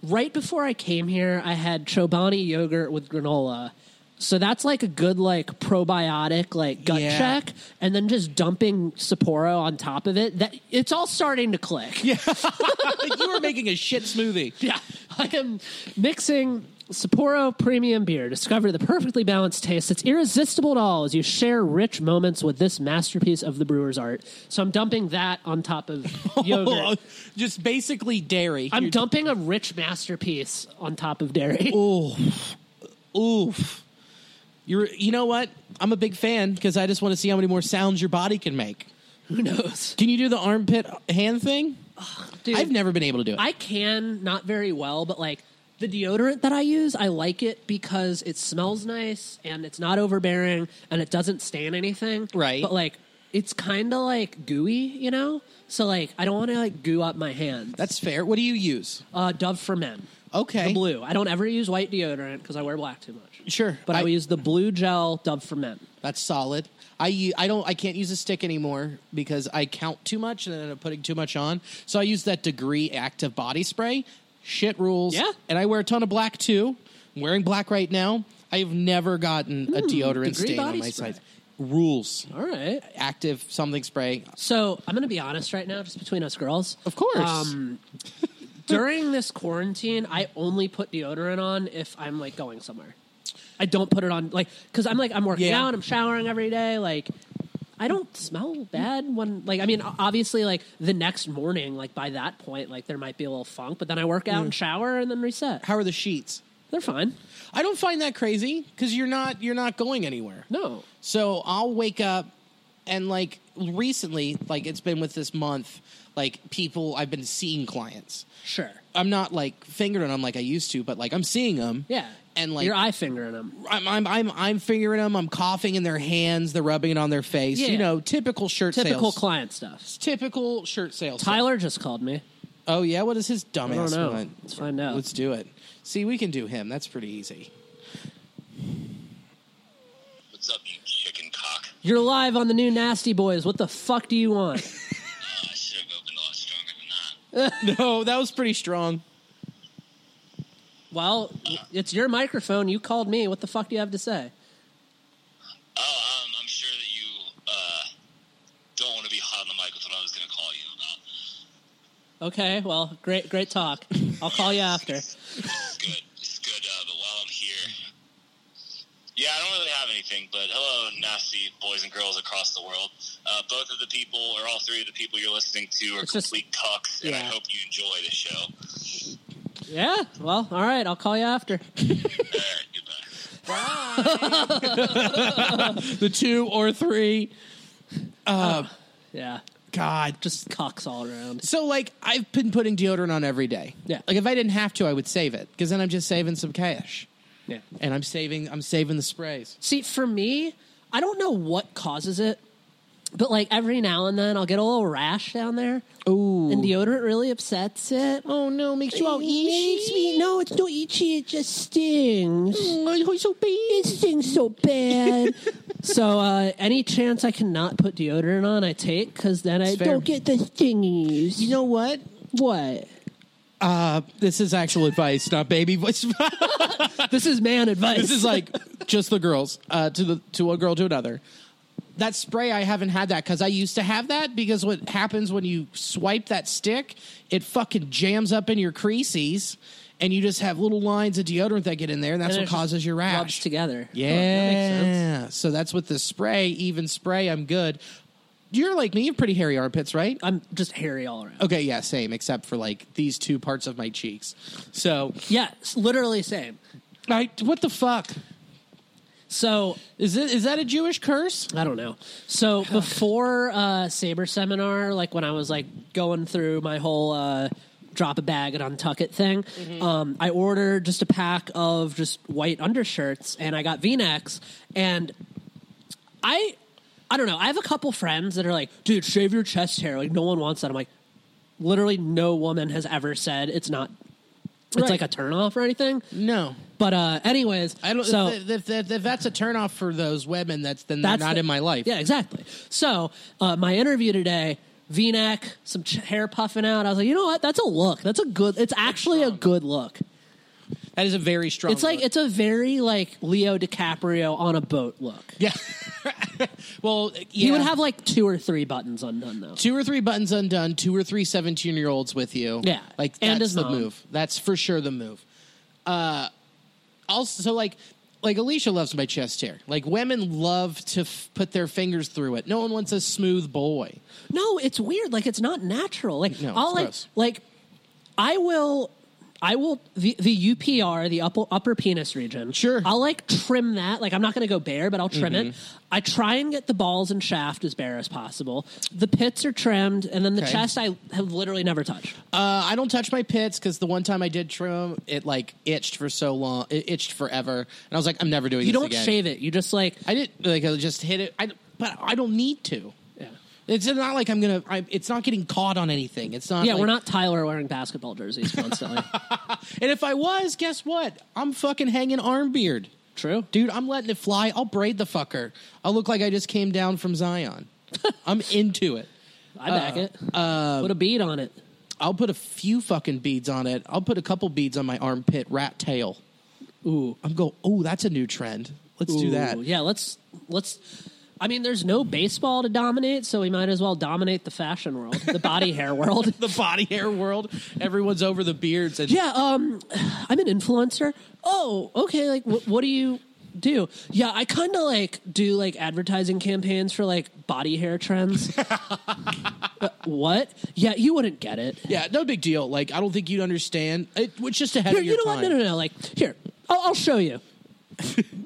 [SPEAKER 4] right before I came here, I had Chobani yogurt with granola. So that's like a good like probiotic like gut
[SPEAKER 3] Yeah.
[SPEAKER 4] check, and then just dumping Sapporo on top of it. That it's all starting to click. Yeah,
[SPEAKER 3] Like you were making a shit smoothie.
[SPEAKER 4] Yeah, I am mixing Sapporo Premium Beer. Discover the perfectly balanced taste that's irresistible to all as you share rich moments with this masterpiece of the brewer's art. So I'm dumping that on top of
[SPEAKER 3] oh,
[SPEAKER 4] yogurt.
[SPEAKER 3] just basically dairy.
[SPEAKER 4] I'm
[SPEAKER 3] You're-
[SPEAKER 4] dumping a rich masterpiece on top of dairy.
[SPEAKER 3] Oof. You're, you know what? I'm a big fan because I just want to see how many more sounds your body can make.
[SPEAKER 4] Who knows?
[SPEAKER 3] Can you do the armpit hand thing?
[SPEAKER 4] Dude,
[SPEAKER 3] I've never been able to do it.
[SPEAKER 4] I can not very well, but like the deodorant that I use, I like it because it smells nice and it's not overbearing and it doesn't stain anything.
[SPEAKER 3] Right.
[SPEAKER 4] But like it's kind of like gooey, you know. So like, I don't want to like goo up my hands.
[SPEAKER 3] That's fair. What do you use?
[SPEAKER 4] uh, Dove for Men.
[SPEAKER 3] Okay.
[SPEAKER 4] The blue. I don't ever use white deodorant because I wear black too much.
[SPEAKER 3] Sure.
[SPEAKER 4] But I,
[SPEAKER 3] I-
[SPEAKER 4] use the blue gel Dove for Men.
[SPEAKER 3] That's solid. I u- I don't I can't use a stick anymore because I count too much and then I end up putting too much on. So I use that degree active body spray. Shit rules.
[SPEAKER 4] Yeah.
[SPEAKER 3] And I wear a ton of black too. I'm wearing black right now. I've never gotten a deodorant
[SPEAKER 4] Hmm. degree
[SPEAKER 3] stain on
[SPEAKER 4] body
[SPEAKER 3] my
[SPEAKER 4] spray.
[SPEAKER 3] side. Rules.
[SPEAKER 4] All right.
[SPEAKER 3] Active something spray.
[SPEAKER 4] So I'm going to be honest right now, just between us girls. Um,
[SPEAKER 3] Of course.
[SPEAKER 4] during this quarantine, I only put deodorant on if I'm like going somewhere. I don't put it on like because I'm like I'm working
[SPEAKER 3] Yeah.
[SPEAKER 4] out, I'm showering every day. Like I don't smell bad when like I mean o- obviously like the next morning like by that point like there might be a little funk, but then I work
[SPEAKER 3] Mm.
[SPEAKER 4] out and shower and then reset.
[SPEAKER 3] How are the sheets?
[SPEAKER 4] They're fine.
[SPEAKER 3] I don't find that crazy because you're not you're not going anywhere.
[SPEAKER 4] No,
[SPEAKER 3] So I'll wake up and like recently, like it's been with this month, like people I've been seeing clients.
[SPEAKER 4] sure,
[SPEAKER 3] I'm not like fingering them like I used to, but like I'm seeing them.
[SPEAKER 4] yeah,
[SPEAKER 3] And like
[SPEAKER 4] your eye fingering them.
[SPEAKER 3] I'm, I'm I'm I'm fingering them. I'm coughing in their hands. They're rubbing it on their face.
[SPEAKER 4] Yeah.
[SPEAKER 3] You know, typical shirt
[SPEAKER 4] Typical
[SPEAKER 3] sales.
[SPEAKER 4] client stuff.
[SPEAKER 3] typical shirt sales.
[SPEAKER 4] Tyler just called me.
[SPEAKER 3] Oh yeah, what is his dumbass
[SPEAKER 4] don't know.
[SPEAKER 3] want?
[SPEAKER 4] Let's find out.
[SPEAKER 3] Let's do it. See, we can do him. That's pretty easy.
[SPEAKER 5] What's up, you chicken cock?
[SPEAKER 4] You're live on the new Nasty Boys. What the fuck do you want?
[SPEAKER 5] Uh, I should have opened a lot stronger than that.
[SPEAKER 3] no, that was pretty strong.
[SPEAKER 4] Well, it's your microphone. You called me. What the fuck do you have to say?
[SPEAKER 5] Oh, um, I'm sure that you uh, don't want to be hot on the mic with what I was going to call you about.
[SPEAKER 4] Okay, well, great, great talk. I'll call you after.
[SPEAKER 5] It's good. It's good. Uh, but while I'm here, yeah, I don't really have anything. But hello, nasty boys and girls across the world. Uh, both of the people, or all three of the people you're listening to, are
[SPEAKER 4] It's just-
[SPEAKER 5] complete cucks, and I
[SPEAKER 4] yeah.
[SPEAKER 5] hope you enjoy the show.
[SPEAKER 4] Yeah. Well, all right. I'll call you after.
[SPEAKER 5] All right, goodbye.
[SPEAKER 3] The two or three.
[SPEAKER 4] Yeah.
[SPEAKER 3] God,
[SPEAKER 4] Just cocks all around.
[SPEAKER 3] So like I've been putting deodorant on every day.
[SPEAKER 4] Yeah.
[SPEAKER 3] Like if I didn't have to, I would save it because then I'm just saving some cash,
[SPEAKER 4] Yeah.
[SPEAKER 3] and I'm saving I'm saving the sprays.
[SPEAKER 4] See, for me, I don't know what causes it, but like every now and then, I'll get a little rash down there.
[SPEAKER 3] Ooh.
[SPEAKER 4] And deodorant really upsets it.
[SPEAKER 3] Oh no, makes you all
[SPEAKER 4] Makes me no, it's not itchy. It just stings.
[SPEAKER 3] Mm,
[SPEAKER 4] so bad. It stings so bad. so uh, any chance I can not put deodorant on, I take because then I
[SPEAKER 3] fair.
[SPEAKER 4] don't get the stingies.
[SPEAKER 3] You know what?
[SPEAKER 4] what?
[SPEAKER 3] This is actual advice, not baby voice.
[SPEAKER 4] This is man advice.
[SPEAKER 3] this is like just the girls uh, to the to a girl to another. That spray, I haven't had that because I used to have that. Because what happens when you swipe that stick, it fucking jams up in your creases, and you just have little lines of deodorant that get in there, and that's
[SPEAKER 4] And
[SPEAKER 3] what
[SPEAKER 4] it just
[SPEAKER 3] causes your rash.
[SPEAKER 4] rubbed together.
[SPEAKER 3] Yeah. So that's with the spray, even spray, I'm good. You're like me, you have pretty hairy armpits, right?
[SPEAKER 4] I'm just hairy all around.
[SPEAKER 3] Okay, yeah, same, except for like these two parts of my cheeks. So
[SPEAKER 4] Yeah, s- literally same.
[SPEAKER 3] I what the fuck?
[SPEAKER 4] So
[SPEAKER 3] Is it is that a Jewish curse?
[SPEAKER 4] I don't know. So before uh, Saber seminar, like when I was like going through my whole uh, drop a bag and untuck it thing,
[SPEAKER 3] Mm-hmm.
[SPEAKER 4] um, I ordered just a pack of just white undershirts and I got V necks and I. I don't know. I have a couple friends that are like, dude, shave your chest hair. Like, no one wants that. I'm like, literally, no woman has ever said it's not, it's
[SPEAKER 3] Right.
[SPEAKER 4] like a turnoff or anything.
[SPEAKER 3] No.
[SPEAKER 4] But, uh, anyways,
[SPEAKER 3] I don't
[SPEAKER 4] so,
[SPEAKER 3] if, if, if, if that's a turnoff for those women, that's then they're not
[SPEAKER 4] the-
[SPEAKER 3] in my life.
[SPEAKER 4] Yeah, exactly. So uh, my interview today, V neck, some ch- hair puffing out. I was like, you know what? That's a look. That's a good. It's actually a good look.
[SPEAKER 3] That is a very strong
[SPEAKER 4] It's like
[SPEAKER 3] look.
[SPEAKER 4] it's a very like Leo DiCaprio on a boat look.
[SPEAKER 3] Yeah. well yeah.
[SPEAKER 4] He would have like two or three buttons undone though.
[SPEAKER 3] two or three buttons undone, two or three 17 year olds with you.
[SPEAKER 4] Yeah.
[SPEAKER 3] Like that's
[SPEAKER 4] And his
[SPEAKER 3] the
[SPEAKER 4] mom.
[SPEAKER 3] move. That's for sure the move. Uh also so like like Alicia loves my chest hair. Like women love to f- put their fingers through it. No one wants a smooth boy.
[SPEAKER 4] No, it's weird. Like it's not natural. Like
[SPEAKER 3] No,
[SPEAKER 4] I'll
[SPEAKER 3] it's
[SPEAKER 4] like
[SPEAKER 3] gross.
[SPEAKER 4] like I will I will the the UPR, the upper upper penis region.
[SPEAKER 3] Sure. Mm-hmm.
[SPEAKER 4] I'll like trim that. Like I'm not gonna go bare, but I'll trim it. I try and get the balls and shaft as bare as possible. The pits are trimmed, and then the
[SPEAKER 3] Okay.
[SPEAKER 4] chest I have literally never touched.
[SPEAKER 3] Uh, I don't touch my pits because the one time I did trim, it like itched for so long, it itched forever, and I was like, I'm never doing.
[SPEAKER 4] you
[SPEAKER 3] this
[SPEAKER 4] don't
[SPEAKER 3] again.
[SPEAKER 4] shave it. You just like
[SPEAKER 3] I didn't like. I just hit it. I but I don't need to.
[SPEAKER 4] yeah.
[SPEAKER 3] It's not like I'm gonna. I, it's not getting caught on anything. It's not.
[SPEAKER 4] yeah,
[SPEAKER 3] like-
[SPEAKER 4] we're not Tyler wearing basketball jerseys constantly.
[SPEAKER 3] And if I was, guess what? I'm fucking hanging arm beard,
[SPEAKER 4] True.
[SPEAKER 3] dude. I'm letting it fly. I'll braid the fucker. I'll look like I just came down from Zion. I'm into it.
[SPEAKER 4] I
[SPEAKER 3] Uh,
[SPEAKER 4] back it. Put a bead on it.
[SPEAKER 3] I'll put a few fucking beads on it. I'll put a couple beads on my armpit rat tail. Ooh, I'm go. Ooh, that's a new trend. Let's do
[SPEAKER 4] Ooh,
[SPEAKER 3] that.
[SPEAKER 4] Yeah, let's let's. I mean, there's no baseball to dominate, so we might as well dominate the fashion world, the body hair world.
[SPEAKER 3] The body hair world. Everyone's over the beards and
[SPEAKER 4] yeah, um, I'm an influencer. Oh, okay. Like, wh- what do you do? Yeah, I kind of like do like advertising campaigns for like body hair trends. Uh, what? Yeah, you wouldn't get it.
[SPEAKER 3] Yeah, no big deal. Like I don't think you'd understand. It, it's just ahead
[SPEAKER 4] Here,
[SPEAKER 3] of your
[SPEAKER 4] you know
[SPEAKER 3] time.
[SPEAKER 4] what? No, no, no. Like, here, I'll, I'll show you.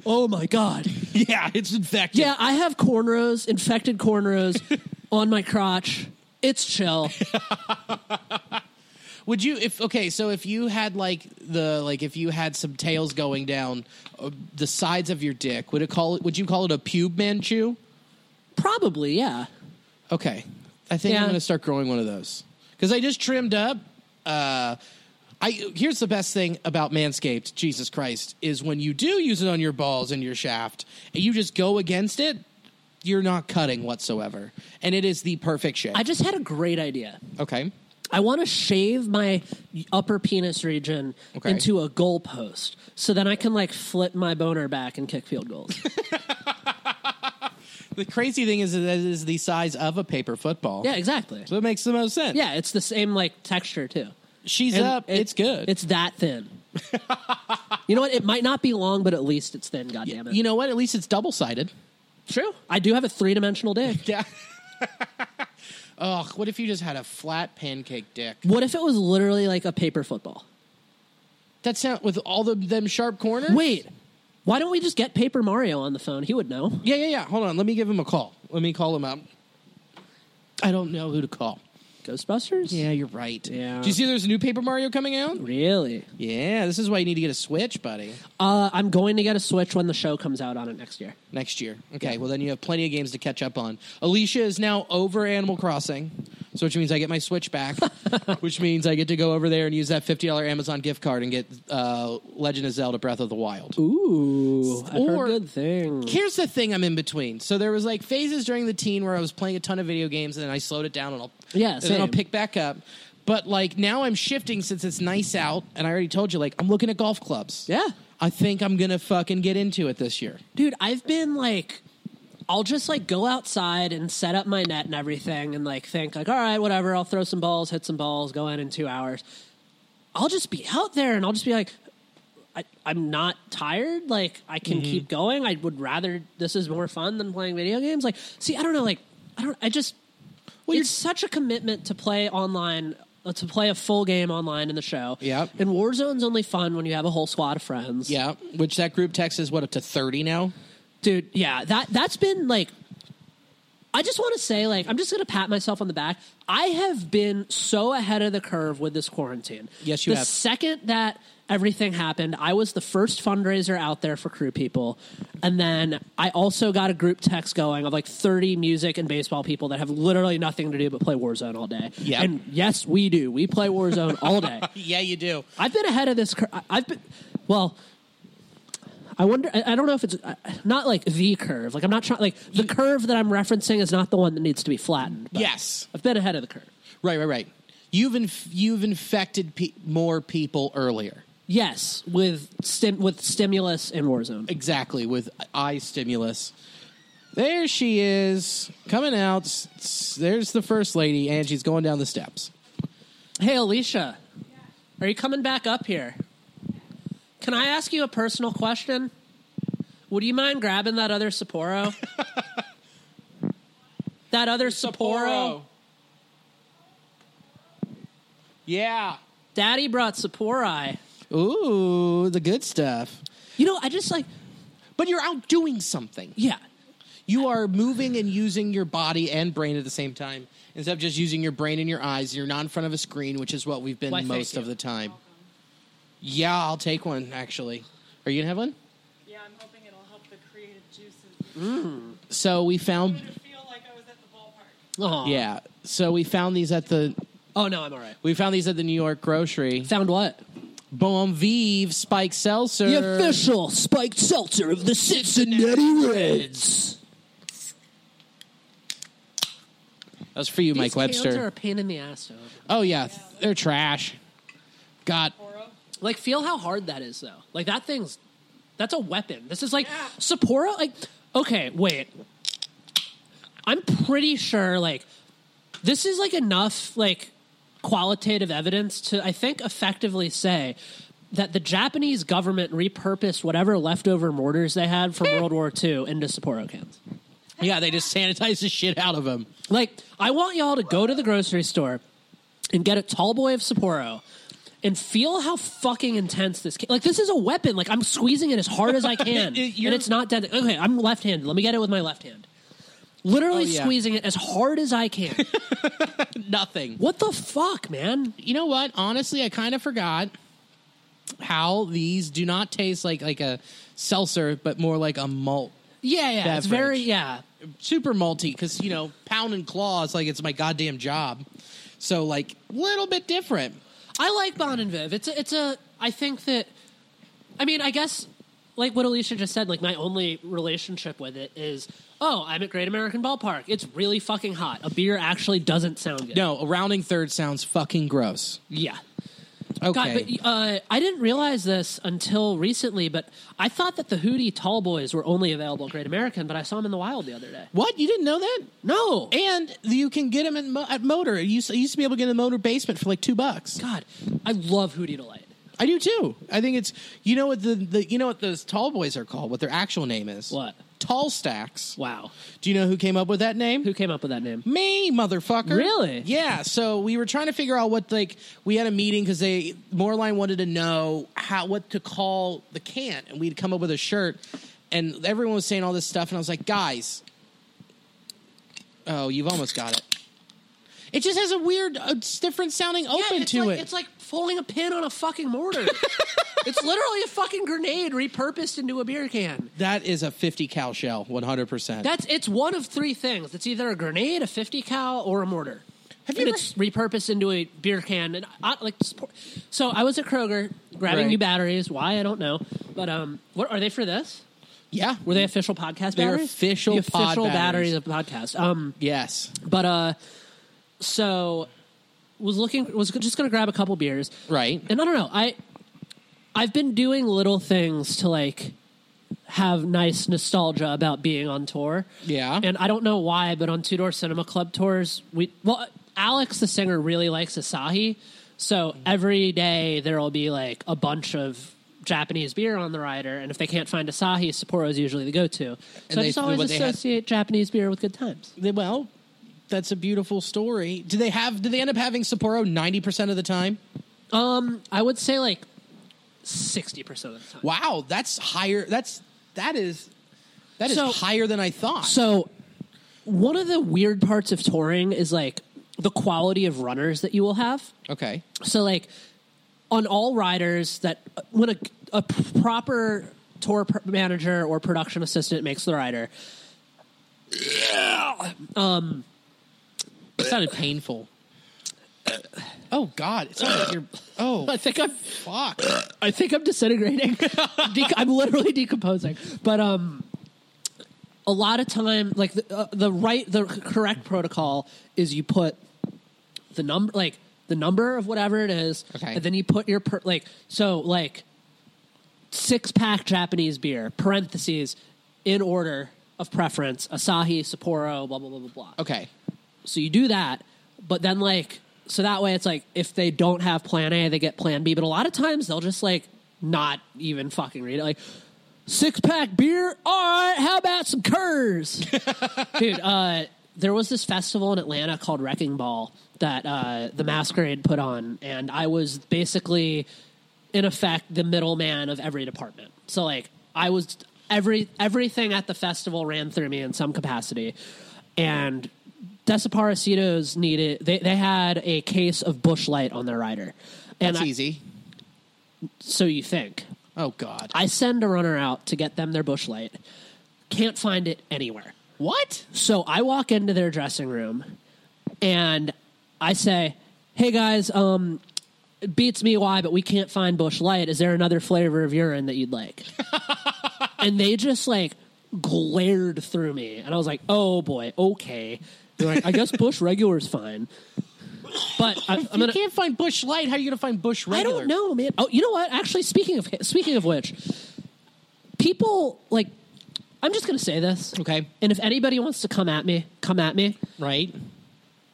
[SPEAKER 4] oh my god.
[SPEAKER 3] Yeah, it's infected.
[SPEAKER 4] Yeah, I have cornrows, infected cornrows on my crotch. It's chill.
[SPEAKER 3] Would you if okay? So if you had like the like if you had some tails going down uh, the sides of your dick, would it call it? Would you call it a pube Manchu?
[SPEAKER 4] Probably, yeah.
[SPEAKER 3] Okay, I think I'm
[SPEAKER 4] Yeah.
[SPEAKER 3] going to start growing one of those because I just trimmed up. Uh, I here's the best thing about Manscaped. Jesus Christ is when you do use it on your balls and your shaft, and you just go against it. You're not cutting whatsoever, and it is the perfect shape.
[SPEAKER 4] I just had a great idea.
[SPEAKER 3] okay.
[SPEAKER 4] I want to shave my upper penis region
[SPEAKER 3] Okay.
[SPEAKER 4] into a goal post so then I can like flip my boner back and kick field goals.
[SPEAKER 3] The crazy thing is that it is the size of a paper football.
[SPEAKER 4] yeah, exactly.
[SPEAKER 3] So it makes the most sense.
[SPEAKER 4] Yeah, it's the same like texture too.
[SPEAKER 3] She's
[SPEAKER 4] And
[SPEAKER 3] up.
[SPEAKER 4] it-
[SPEAKER 3] it's good.
[SPEAKER 4] It's that thin. you know what? It might not be long, but at least it's thin, goddammit.
[SPEAKER 3] you know what? At least it's double sided.
[SPEAKER 4] true. I do have a three dimensional dick.
[SPEAKER 3] Yeah. Ugh, what if you just had a flat pancake dick?
[SPEAKER 4] What if it was literally like a paper football?
[SPEAKER 3] That sound with all the them sharp corners?
[SPEAKER 4] Wait, why don't we just get Paper Mario on the phone? He would know.
[SPEAKER 3] Yeah, yeah, yeah. Hold on. Let me give him a call. Let me call him up. I don't know who to call.
[SPEAKER 4] Ghostbusters?
[SPEAKER 3] Yeah, you're right.
[SPEAKER 4] Yeah.
[SPEAKER 3] Do you see there's a new Paper Mario coming out?
[SPEAKER 4] Really?
[SPEAKER 3] Yeah, this is why you need to get a Switch, buddy.
[SPEAKER 4] Uh, I'm going to get a Switch when the show comes out on it next year.
[SPEAKER 3] next year. Okay, well then you have plenty of games to catch up on. Alicia is now over Animal Crossing, so which means I get my Switch back, which means I get to go over there and use that fifty dollar Amazon gift card and get uh, Legend of Zelda: Breath of the Wild.
[SPEAKER 4] Ooh, I
[SPEAKER 3] Or-
[SPEAKER 4] heard good things.
[SPEAKER 3] Here's the thing: I'm in between. So there was like phases during the teen where I was playing a ton of video games, and then I slowed it down, and I'll
[SPEAKER 4] Yeah,
[SPEAKER 3] and then I'll
[SPEAKER 4] same.
[SPEAKER 3] pick back up. But like now, I'm shifting since it's nice out, and I already told you, like I'm looking at golf clubs.
[SPEAKER 4] Yeah.
[SPEAKER 3] I think I'm gonna fucking get into it this year.
[SPEAKER 4] Dude, I've been like, I'll just like go outside and set up my net and everything and like think, like, all right, whatever, I'll throw some balls, hit some balls, go in in two hours. I'll just be out there and I'll just be like, I, I'm not tired. Like I can keep going. I would rather this is more fun than playing video games. Like, see, I don't know. Like, I don't. I just. Well, it's such a commitment to play online, uh, to play a full game online in the show.
[SPEAKER 3] Yep.
[SPEAKER 4] And Warzone's only fun when you have a whole squad of friends.
[SPEAKER 3] Yeah, which that group text is what up to thirty now.
[SPEAKER 4] Dude, yeah. That that's been like. I just want to say, like, I'm just going to pat myself on the back. I have been so ahead of the curve with this quarantine.
[SPEAKER 3] Yes, you
[SPEAKER 4] the
[SPEAKER 3] have.
[SPEAKER 4] second that everything happened, I was the first fundraiser out there for crew people. And then I also got a group text going of like 30 music and baseball people that have literally nothing to do but play Warzone all day.
[SPEAKER 3] Yep.
[SPEAKER 4] And yes, we do. We play Warzone all day.
[SPEAKER 3] Yeah, you do.
[SPEAKER 4] I've been ahead of this. Cur- I- I've been, well, I wonder. I I don't know if it's I- not like the curve. Like I'm not trying. Like the curve that I'm referencing is not the one that needs to be flattened. but
[SPEAKER 3] Yes.
[SPEAKER 4] I've been ahead of the curve.
[SPEAKER 3] Right, right, right. You've inf- you've infected pe- more people earlier.
[SPEAKER 4] Yes, with stim- with stimulus and Warzone.
[SPEAKER 3] Exactly with eye stimulus. There she is coming out. S- There's the first lady, and she's going down the steps.
[SPEAKER 4] Hey, Alicia, are you coming back up here? Can I ask you a personal question? Would you mind grabbing that other Sapporo? that other Sapporo.
[SPEAKER 3] Yeah.
[SPEAKER 4] Daddy brought Sapporo.
[SPEAKER 3] Ooh, the good stuff.
[SPEAKER 4] You know, I just like,
[SPEAKER 3] But you're out doing something.
[SPEAKER 4] yeah.
[SPEAKER 3] You are moving and using your body and brain at the same time instead of just using your brain and your eyes. You're not in front of a screen, which is what we've been
[SPEAKER 4] Why, thank
[SPEAKER 3] most of
[SPEAKER 4] you.
[SPEAKER 3] the time. Yeah, I'll take one, actually. Are you going to have one?
[SPEAKER 6] Yeah, I'm hoping it'll help the creative juices.
[SPEAKER 3] So we
[SPEAKER 6] I'm
[SPEAKER 3] found.
[SPEAKER 6] gonna feel like I was at the ballpark.
[SPEAKER 4] Aw.
[SPEAKER 3] Yeah. So we found these at the
[SPEAKER 4] Uh-huh. Oh no, I'm all right.
[SPEAKER 3] we found these at the New York grocery.
[SPEAKER 4] Found what?
[SPEAKER 3] Bon Vive Spike Seltzer.
[SPEAKER 4] The official spiked seltzer of the Cincinnati Reds.
[SPEAKER 3] That's for you, Mike
[SPEAKER 4] These cans are
[SPEAKER 3] Webster.
[SPEAKER 4] a pain in the ass. Though.
[SPEAKER 3] Oh yeah, th- they're trash. Got
[SPEAKER 4] Like, feel how hard that is, though. Like that thing's that's a weapon. This is like Sapporo. Like, okay, wait. I'm pretty sure. Like, this is like enough like qualitative evidence to I think effectively say that the Japanese government repurposed whatever leftover mortars they had from World War II into Sapporo cans.
[SPEAKER 3] yeah. They just sanitize the shit out of them.
[SPEAKER 4] Like, I want y'all to go to the grocery store and get a tall boy of Sapporo and feel how fucking intense this can. Like, this is a weapon. Like, I'm squeezing it as hard as I can.
[SPEAKER 3] It-
[SPEAKER 4] and
[SPEAKER 3] you're-
[SPEAKER 4] it's not dead. Okay, I'm left handed. Let me get it with my left hand. Literally
[SPEAKER 3] Oh, yeah.
[SPEAKER 4] squeezing it as hard as I can.
[SPEAKER 3] Nothing.
[SPEAKER 4] what the fuck, man?
[SPEAKER 3] you know what? Honestly, I kind of forgot how these do not taste like like a seltzer, but more like a malt,
[SPEAKER 4] Yeah, yeah. It's
[SPEAKER 3] Beverage.
[SPEAKER 4] very, yeah.
[SPEAKER 3] super malty. Because you know, pound and claw is like it's my goddamn job. So like, little bit different.
[SPEAKER 4] I like Bon and Viv. It's a, it's a. I think that. I mean, I guess like what Alicia just said. Like my only relationship with it is, oh, I'm at Great American Ballpark. It's really fucking hot. A beer actually doesn't sound good.
[SPEAKER 3] No, a rounding third sounds fucking gross.
[SPEAKER 4] Yeah.
[SPEAKER 3] Okay,
[SPEAKER 4] God, but uh, I didn't realize this until recently, but I thought that the Hootie Tall Boys were only available at Great American, but I saw them in the wild the other day.
[SPEAKER 3] what? You didn't know that?
[SPEAKER 4] No.
[SPEAKER 3] And you can get them in, Mo- at Motor. You used, I used to be able to get in the Motor basement for like two bucks.
[SPEAKER 4] God, I love Hootie Delight.
[SPEAKER 3] I do too. I think it's you know what the, the you know what those tall boys are called. What their actual name is?
[SPEAKER 4] What?
[SPEAKER 3] Tall stacks.
[SPEAKER 4] Wow.
[SPEAKER 3] Do you know who came up with that name?
[SPEAKER 4] Who came up with that name?
[SPEAKER 3] me, motherfucker.
[SPEAKER 4] Really?
[SPEAKER 3] Yeah. So we were trying to figure out what like we had a meeting because they Moreline wanted to know how what to call the can, and we'd come up with a shirt, and everyone was saying all this stuff, and I was like, guys, oh, you've almost got it. It just has a weird, uh, different sounding open
[SPEAKER 4] it's
[SPEAKER 3] to
[SPEAKER 4] like,
[SPEAKER 3] it.
[SPEAKER 4] It's like folding a pin on a fucking mortar. it's literally a fucking grenade repurposed into a beer can.
[SPEAKER 3] that is a fifty cal shell, one hundred percent.
[SPEAKER 4] That's it's one of three things. It's either a grenade, a fifty cal, or a mortar.
[SPEAKER 3] Have
[SPEAKER 4] and
[SPEAKER 3] you ever-
[SPEAKER 4] it's repurposed into a beer can and I, like support- so I was at Kroger grabbing
[SPEAKER 3] Right.
[SPEAKER 4] new batteries. Why I don't know, but um, what are they for this?
[SPEAKER 3] Yeah.
[SPEAKER 4] Were they official podcast
[SPEAKER 3] Mm. They're
[SPEAKER 4] batteries?
[SPEAKER 3] official
[SPEAKER 4] the
[SPEAKER 3] pod
[SPEAKER 4] official batteries
[SPEAKER 3] batteries.
[SPEAKER 4] of podcast. Um,
[SPEAKER 3] Yes.
[SPEAKER 4] but uh, so was looking was just gonna grab a couple beers,
[SPEAKER 3] Right.
[SPEAKER 4] and I don't know. I I've been doing little things to like have nice nostalgia about being on tour.
[SPEAKER 3] Yeah.
[SPEAKER 4] And I don't know why, but on Two Door Cinema Club tours, we well Alex the singer really likes Asahi. So every day there'll be like a bunch of Japanese beer on the rider, and if they can't find Asahi, Sapporo is usually the go-to. So I
[SPEAKER 3] they-
[SPEAKER 4] just always
[SPEAKER 3] what they had-
[SPEAKER 4] associate Japanese beer with good times.
[SPEAKER 3] They- well, that's a beautiful story. Do they have? Do they end up having Sapporo ninety percent of the time?
[SPEAKER 4] I would say like sixty percent of the time.
[SPEAKER 3] Wow, that's higher. That's that is that is
[SPEAKER 4] So-
[SPEAKER 3] higher than I thought.
[SPEAKER 4] So, one of the weird parts of touring is like the quality of runners that you will have.
[SPEAKER 3] okay,
[SPEAKER 4] So, like on all riders, that when a, a proper tour pr- manager or production assistant makes the rider, um,
[SPEAKER 3] it sounded painful. Oh God, it sounded like you're. Oh,
[SPEAKER 4] I think I'm
[SPEAKER 3] fuck.
[SPEAKER 4] I think I'm disintegrating. De- I'm literally decomposing. But um, a lot of time, like the, uh, the right, the correct protocol is you put the number, like the number of whatever it is,
[SPEAKER 3] Okay.
[SPEAKER 4] and then you put your per- like so like six pack Japanese beer parentheses in order of preference Asahi Sapporo blah blah blah blah blah.
[SPEAKER 3] Okay,
[SPEAKER 4] So you do that, but then like so that way it's like if they don't have plan A, they get plan B. But a lot of times they'll just like not even fucking read it. Like six pack beer, all right, how about some curs? Dude, uh there was this festival in Atlanta called Wrecking Ball that uh the masquerade put on, and I was basically in effect the middleman of every department. So like I was every everything at the festival ran through me in some capacity. And Desaparecidos needed they, they had a case of bush light on their rider. And
[SPEAKER 3] that's
[SPEAKER 4] I-
[SPEAKER 3] easy.
[SPEAKER 4] so you think.
[SPEAKER 3] Oh God,
[SPEAKER 4] I send a runner out to get them their bush light. Can't find it anywhere.
[SPEAKER 3] what?
[SPEAKER 4] So I walk into their dressing room and I say, "Hey guys, um, it beats me why, but we can't find Bush Light. Is there another flavor of urine that you'd like?" and they just like glared through me, and I was like, "Oh boy, okay." They're like, "I guess Bush regular is fine." But I, I'm
[SPEAKER 3] you
[SPEAKER 4] gonna.
[SPEAKER 3] can't find Bush Light. How are you going to find Bush Regular?
[SPEAKER 4] I don't know, man. Oh, you know what? Actually, speaking of speaking of which, people like I'm just gonna say this.
[SPEAKER 3] Okay.
[SPEAKER 4] And if anybody wants to come at me, come at me.
[SPEAKER 3] Right?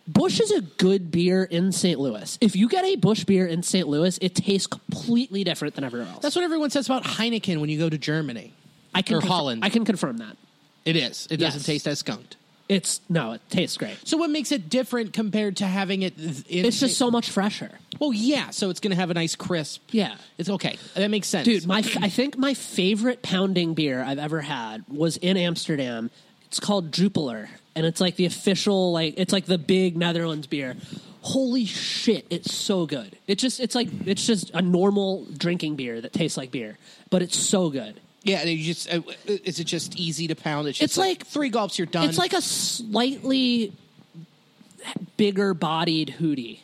[SPEAKER 4] Bush is a good beer in St. Louis. If you get a Bush beer in St. Louis, it tastes completely different than everywhere else.
[SPEAKER 3] That's what everyone says about Heineken when you go to Germany.
[SPEAKER 4] I can
[SPEAKER 3] or
[SPEAKER 4] confir-
[SPEAKER 3] Holland.
[SPEAKER 4] I can confirm that.
[SPEAKER 3] It is. It doesn't
[SPEAKER 4] Yes.
[SPEAKER 3] taste as skunked.
[SPEAKER 4] It's no, it tastes great.
[SPEAKER 3] So what makes it different compared to having it th- in
[SPEAKER 4] It's just so much fresher.
[SPEAKER 3] Well, yeah, so it's going to have a nice crisp.
[SPEAKER 4] Yeah.
[SPEAKER 3] It's okay. That makes sense.
[SPEAKER 4] Dude, my I think my favorite pounding beer I've ever had was in Amsterdam. It's called Drupeler, and it's like the official like it's like the big Netherlands beer. Holy shit, it's so good. It just it's like it's just a normal drinking beer that tastes like beer, but it's so good.
[SPEAKER 3] yeah, you just uh, is it just easy to pound? It's, just
[SPEAKER 4] It's like-
[SPEAKER 3] three gulps you're done.
[SPEAKER 4] It's like a slightly bigger bodied hootie.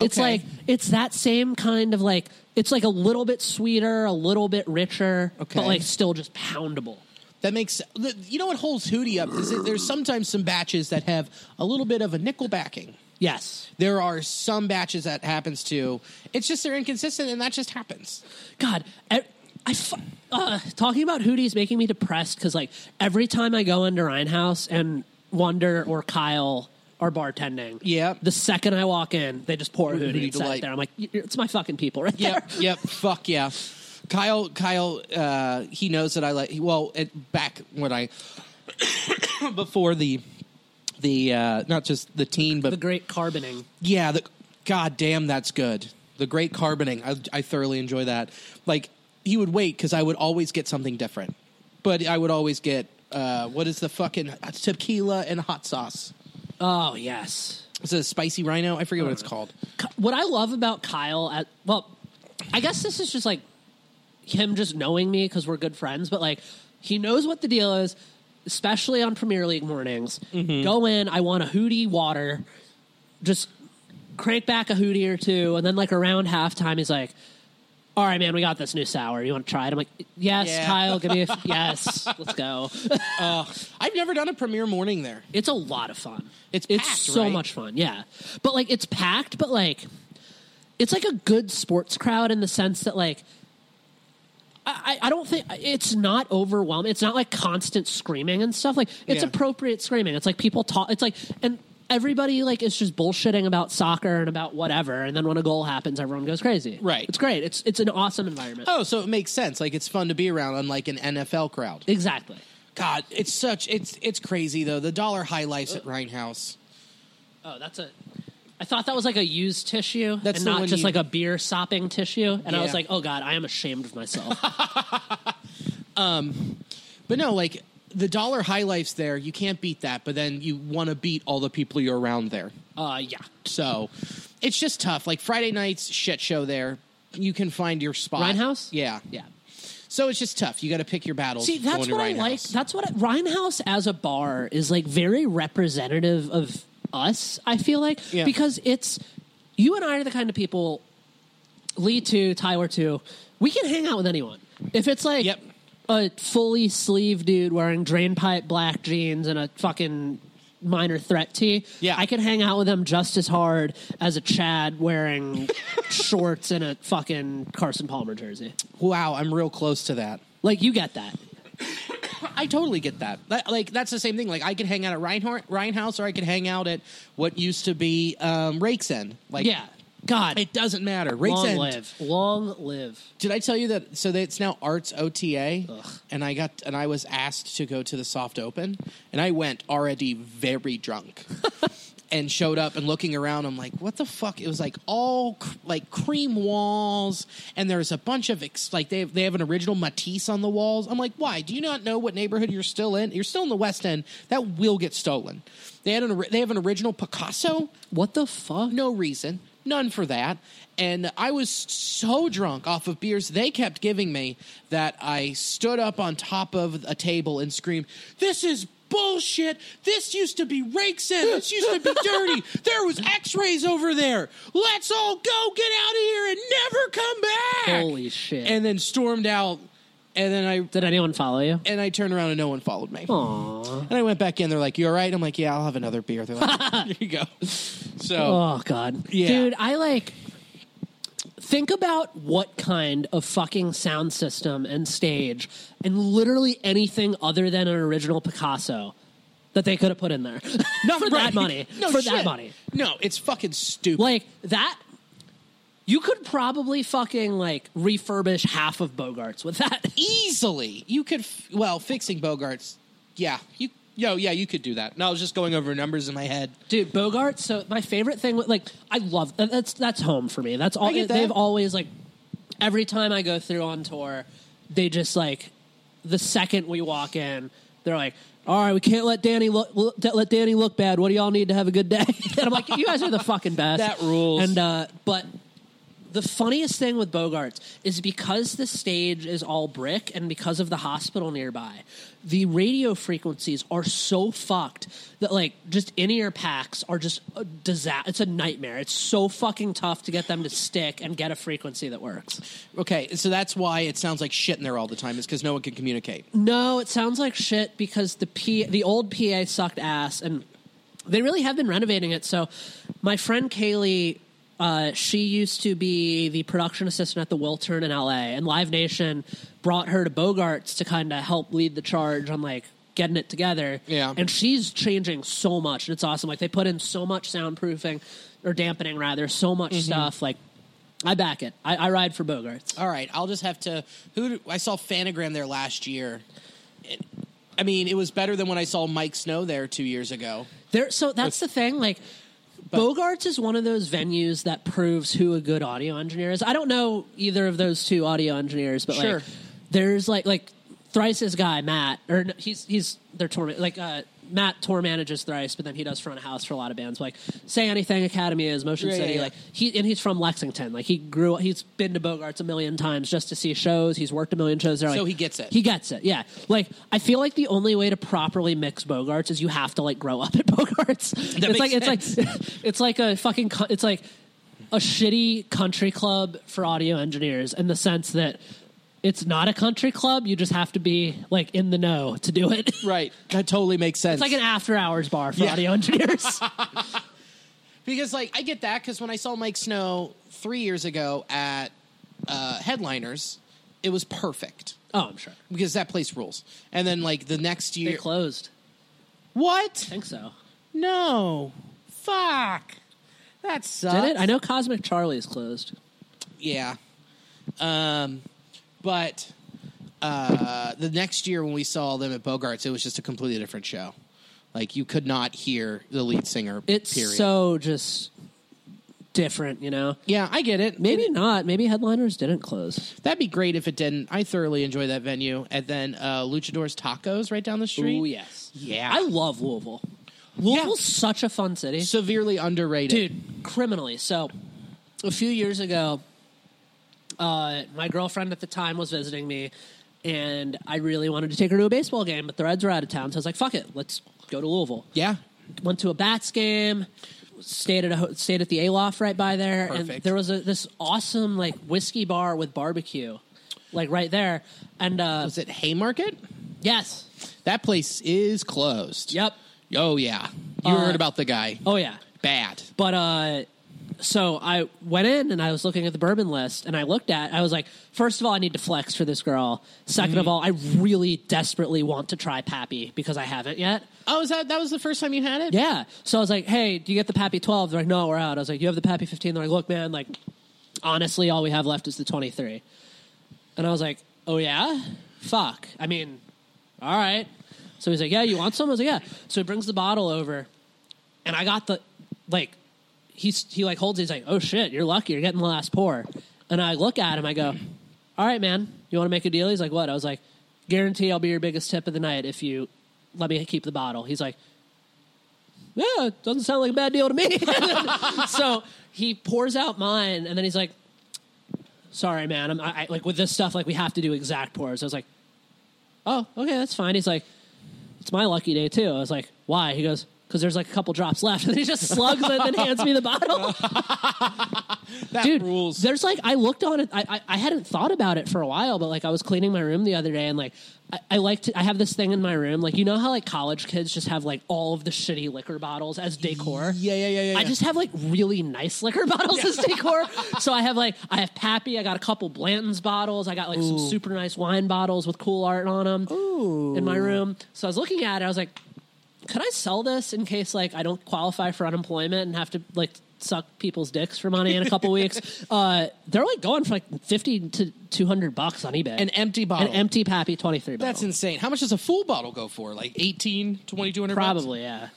[SPEAKER 4] It's
[SPEAKER 3] Okay.
[SPEAKER 4] like it's that same kind of like it's like a little bit sweeter, a little bit richer,
[SPEAKER 3] Okay.
[SPEAKER 4] but like still just poundable.
[SPEAKER 3] that makes the- you know what holds Hootie up is that there's sometimes some batches that have a little bit of a nickel backing.
[SPEAKER 4] Yes.
[SPEAKER 3] There are some batches that happens to. It's just they're inconsistent and that just happens.
[SPEAKER 4] God, I, I fu- uh, talking about Hootie is making me depressed because like every time I go into Rhinehouse and Wonder or Kyle are bartending,
[SPEAKER 3] Yeah.
[SPEAKER 4] the second I walk in, they just pour a Hootie,
[SPEAKER 3] Hootie
[SPEAKER 4] and set it
[SPEAKER 3] Delight.
[SPEAKER 4] there. I'm like, "Y- it's my fucking people right
[SPEAKER 3] Yep,
[SPEAKER 4] there.
[SPEAKER 3] yep. Fuck yeah. Kyle, Kyle, uh, he knows that I like. Well, it, back when I before the the uh, not just the teen, but
[SPEAKER 4] The great carboning.
[SPEAKER 3] yeah, the god damn, that's good. The great carboning, I, I thoroughly enjoy that. Like he would wait because I would always get something different, but I would always get uh, what is the fucking uh, tequila and hot sauce?
[SPEAKER 4] Oh yes.
[SPEAKER 3] Is it a spicy rhino? I forget what it's called.
[SPEAKER 4] Ki- What I love about Kyle, at, well, I guess this is just like him just knowing me because we're good friends, but like he knows what the deal is, especially on Premier League mornings. Go in, I want a hootie water, just crank back a hootie or two, and then like around halftime, he's like, all right, man, we got this new sour. You want to try it? I'm like, yes,
[SPEAKER 3] Yeah.
[SPEAKER 4] Kyle, give me a f- yes. Let's go.
[SPEAKER 3] I've never done a premiere morning there.
[SPEAKER 4] It's a lot of fun.
[SPEAKER 3] It's
[SPEAKER 4] it's
[SPEAKER 3] packed,
[SPEAKER 4] so
[SPEAKER 3] right?
[SPEAKER 4] much fun. Yeah, but like it's packed, but like it's like a good sports crowd in the sense that like I, I I don't think it's not overwhelming. It's not like constant screaming and stuff. Like it's
[SPEAKER 3] Yeah.
[SPEAKER 4] appropriate screaming. It's like people talk. It's like and everybody like is just bullshitting about soccer and about whatever. And then when a goal happens, everyone goes crazy.
[SPEAKER 3] Right.
[SPEAKER 4] It's great. It's it's an awesome environment.
[SPEAKER 3] Oh, so it makes sense. Like it's fun to be around, unlike an NFL crowd.
[SPEAKER 4] Exactly.
[SPEAKER 3] God, it's such it's it's crazy though. The dollar high life's at Rhinehouse.
[SPEAKER 4] Oh, that's a. I thought that was like a used tissue
[SPEAKER 3] That's
[SPEAKER 4] and
[SPEAKER 3] the
[SPEAKER 4] not
[SPEAKER 3] one
[SPEAKER 4] just
[SPEAKER 3] you-
[SPEAKER 4] like a beer sopping tissue. And I was
[SPEAKER 3] Yeah.
[SPEAKER 4] like, oh God, I am ashamed of myself.
[SPEAKER 3] But no, like the dollar high life's there. You can't beat that. But then you want to beat all the people you're around there.
[SPEAKER 4] uh, yeah.
[SPEAKER 3] So it's just tough. Like Friday nights shit show there. You can find your spot.
[SPEAKER 4] Rhinehouse?
[SPEAKER 3] Yeah.
[SPEAKER 4] Yeah.
[SPEAKER 3] So it's just tough. You got to pick your battles.
[SPEAKER 4] See, that's
[SPEAKER 3] going to
[SPEAKER 4] what I like.
[SPEAKER 3] Rhinehouse.
[SPEAKER 4] That's what I, Rhinehouse as a bar is like very representative of us, I feel like.
[SPEAKER 3] Yeah.
[SPEAKER 4] Because it's. You and I are the kind of people, Lee too, Tyler too, we can hang out with anyone. If it's like.
[SPEAKER 3] Yep.
[SPEAKER 4] A fully sleeved dude wearing drain pipe black jeans and a fucking minor threat tee.
[SPEAKER 3] Yeah.
[SPEAKER 4] I can hang out with him just as hard as a Chad wearing shorts and a fucking Carson Palmer jersey.
[SPEAKER 3] Wow, I'm real close to that.
[SPEAKER 4] Like you get that.
[SPEAKER 3] I totally get that. That- Like that's the same thing. Like I could hang out at Reinhart, Rhinehouse, or I could hang out at what used to be um, Rakes End. Like
[SPEAKER 4] Yeah. God.
[SPEAKER 3] it doesn't matter. Rakes
[SPEAKER 4] long
[SPEAKER 3] End.
[SPEAKER 4] live. Long live.
[SPEAKER 3] Did I tell you that? So that it's now Arts OTA, and I got and I was asked to go to the soft open, and I went already very drunk, and showed up and looking around. I'm like, what the fuck? It was like all cr- like cream walls, and there's a bunch of ex- like they have, they have an original Matisse on the walls. I'm like, why? Do you not know what neighborhood you're still in? You're still in the West End. That will get stolen. They had an ori- they have an original Picasso
[SPEAKER 4] What the fuck?
[SPEAKER 3] no reason, none for that. And I was so drunk off of beers they kept giving me that I stood up on top of a table and screamed, This is bullshit. This used to be rakes in. This used to be dirty. There was X-rays over there. Let's all go get out of here and never come back.
[SPEAKER 4] Holy shit.
[SPEAKER 3] And then stormed out. And then I
[SPEAKER 4] Did anyone follow you?
[SPEAKER 3] and I turned around and no one followed me.
[SPEAKER 4] Aww.
[SPEAKER 3] And I went back in. They're like, "You all right?" I'm like, "Yeah, I'll have another beer." They're like, "Here you go." So
[SPEAKER 4] Oh god.
[SPEAKER 3] Yeah.
[SPEAKER 4] Dude, I like think about what kind of fucking sound system and stage and literally anything other than an original Picasso that they could have put in there. for
[SPEAKER 3] right.
[SPEAKER 4] that money.
[SPEAKER 3] No
[SPEAKER 4] for
[SPEAKER 3] shit.
[SPEAKER 4] that money.
[SPEAKER 3] No, it's fucking stupid.
[SPEAKER 4] Like that you could probably fucking like refurbish half of Bogarts with that.
[SPEAKER 3] easily you could f- well fixing bogarts yeah you yo yeah you could do that and i was just going over numbers in my head
[SPEAKER 4] Dude, Bogart. So my favorite thing, with- like, I love that- that's that's home for me. That's all
[SPEAKER 3] I get that.
[SPEAKER 4] they've always like. Every time I go through on tour, they just like the second we walk in, they're like, "All right, we can't let Danny look look- let Danny look bad. What do y'all need to have a good day?" and I'm like, "You guys are the fucking best."
[SPEAKER 3] That rules.
[SPEAKER 4] And uh, but the funniest thing with Bogarts is because the stage is all brick and because of the hospital nearby, the radio frequencies are so fucked that like just in ear packs are just a disaster. It's a nightmare. It's so fucking tough to get them to stick and get a frequency that works.
[SPEAKER 3] okay so that's why it sounds like shit in there all the time is because no one can communicate
[SPEAKER 4] No, it sounds like shit because the P- the old PA sucked ass and they really have been renovating it. So my friend Kaylee, uh, she used to be the production assistant at the Wiltern in LA, and Live Nation brought her to Bogarts to kind of help lead the charge on like getting it together.
[SPEAKER 3] Yeah.
[SPEAKER 4] and she's changing so much, and it's awesome. Like they put in so much soundproofing or dampening rather, so much stuff. Like I back it. I, I ride for Bogarts.
[SPEAKER 3] all right i'll just have to who do, i saw fanagram there last year It- i mean it was better than when i saw mike snow there two years ago
[SPEAKER 4] There, so that's the thing. Like, Bogarts is one of those venues that proves who a good audio engineer is. I don't know either of those two audio engineers, but
[SPEAKER 3] Sure.
[SPEAKER 4] like, there's like like Thrice's guy Matt, or no, he's he's their tour ma- like uh, Matt tour manages Thrice, but then he does front of house for a lot of bands. Like, say anything Academy is Motion
[SPEAKER 3] Yeah, yeah,
[SPEAKER 4] City,
[SPEAKER 3] yeah.
[SPEAKER 4] like he and he's from Lexington. Like he grew, he's been to Bogarts a million times just to see shows. He's worked a million shows there.
[SPEAKER 3] So
[SPEAKER 4] like,
[SPEAKER 3] he gets it.
[SPEAKER 4] He gets it. Yeah. Like I feel like the only way to properly mix Bogarts is you have to like grow up at Bogarts.
[SPEAKER 3] That
[SPEAKER 4] it's
[SPEAKER 3] makes
[SPEAKER 4] like it's like it's like a fucking co- it's like a shitty country club for audio engineers in the sense that it's not a country club. You just have to be like in the know to do it. It's
[SPEAKER 3] right that totally makes sense
[SPEAKER 4] like an after hours bar for
[SPEAKER 3] Yeah.
[SPEAKER 4] audio engineers.
[SPEAKER 3] Because like I get that because when I saw Mike Snow three years ago at uh, Headliners, it was perfect
[SPEAKER 4] oh, I'm sure
[SPEAKER 3] because that place rules. And then like the next
[SPEAKER 4] they
[SPEAKER 3] year,
[SPEAKER 4] closed.
[SPEAKER 3] what?
[SPEAKER 4] I think so.
[SPEAKER 3] No, fuck, that sucks.
[SPEAKER 4] Did it? I know Cosmic Charlie's closed.
[SPEAKER 3] Yeah. Um, but uh, the next year when we saw them at Bogarts, it was just a completely different show. Like you could not hear the lead singer.
[SPEAKER 4] It's
[SPEAKER 3] period.
[SPEAKER 4] so just different, you know.
[SPEAKER 3] yeah, I get it.
[SPEAKER 4] Maybe
[SPEAKER 3] It-
[SPEAKER 4] not. Maybe headliners didn't close.
[SPEAKER 3] That'd be great if it didn't. I thoroughly enjoy that venue. And then uh, Luchador's Tacos right down the street.
[SPEAKER 4] yes,
[SPEAKER 3] Yeah.
[SPEAKER 4] I love Louisville. Louisville's such a fun city,
[SPEAKER 3] Severely underrated.
[SPEAKER 4] dude. Criminally. So, a few years ago, uh, my girlfriend at the time was visiting me, and I really wanted to take her to a baseball game, but the Reds were out of town, so I was like, "Fuck it, let's go to Louisville."
[SPEAKER 3] Yeah.
[SPEAKER 4] went to a bats game stayed at a ho- stayed at the aloft right by there and
[SPEAKER 3] Perfect.
[SPEAKER 4] there was a, this awesome like whiskey bar with barbecue like right there and uh
[SPEAKER 3] Was it Haymarket?
[SPEAKER 4] yes
[SPEAKER 3] That place is closed.
[SPEAKER 4] yep
[SPEAKER 3] Oh, yeah. You
[SPEAKER 4] Uh,
[SPEAKER 3] heard about the guy.
[SPEAKER 4] oh yeah
[SPEAKER 3] Bad.
[SPEAKER 4] but uh so I went in and I was looking at the bourbon list and I looked at I was like first of all I need to flex for this girl 2nd of all I really desperately want to try Pappy because I haven't yet
[SPEAKER 3] Oh, is that that was the first time you had it?
[SPEAKER 4] Yeah. So I was like, hey, do you get the Pappy 12? They're like, no, we're out. I was like, you have the Pappy 15? They're like, look, man, like, honestly, all we have left is the 23. And I was like, oh, yeah? Fuck. I mean, all right. So he's like, yeah, you want some? I was like, yeah. So he brings the bottle over, and I got the, like, he's, he like holds it. He's like, oh, shit, you're lucky. You're getting the last pour. And I look at him. I go, all right, man, you want to make a deal? He's like, what? I was like, guarantee I'll be your biggest tip of the night if you let me keep the bottle. He's like, yeah, it doesn't sound like a bad deal to me. so he pours out mine, and then he's like, "Sorry, man, I'm I, I- like with this stuff, like we have to do exact pours." I was like, "Oh, okay, that's fine." He's like, it's my lucky day too. I was like, why? He goes, because there's like a couple drops left. And he just slugs it and then hands me the bottle.
[SPEAKER 3] That
[SPEAKER 4] Dude,
[SPEAKER 3] rules.
[SPEAKER 4] there's like, I looked on it. I, I, I hadn't thought about it for a while, but like I was cleaning my room the other day and like, I, I like to, I have this thing in my room. Like, you know how like college kids just have like all of the shitty liquor bottles as decor?
[SPEAKER 3] yeah, yeah, yeah, yeah.
[SPEAKER 4] I
[SPEAKER 3] yeah.
[SPEAKER 4] just have like really nice liquor bottles as decor. so I have like I have Pappy, I got a couple Blanton's bottles, I got like some super nice wine bottles with cool art on them
[SPEAKER 3] Oh,
[SPEAKER 4] in my room. So I was looking at it, I was like, could I sell this in case like I don't qualify for unemployment and have to like suck people's dicks for money in a couple weeks? Uh, they're like going for like fifty to two hundred bucks on eBay.
[SPEAKER 3] An empty
[SPEAKER 4] an
[SPEAKER 3] bottle.
[SPEAKER 4] empty Pappy twenty three.
[SPEAKER 3] That's insane. How much does a full bottle go for? Like 18, 2200 bucks?
[SPEAKER 4] Probably yeah.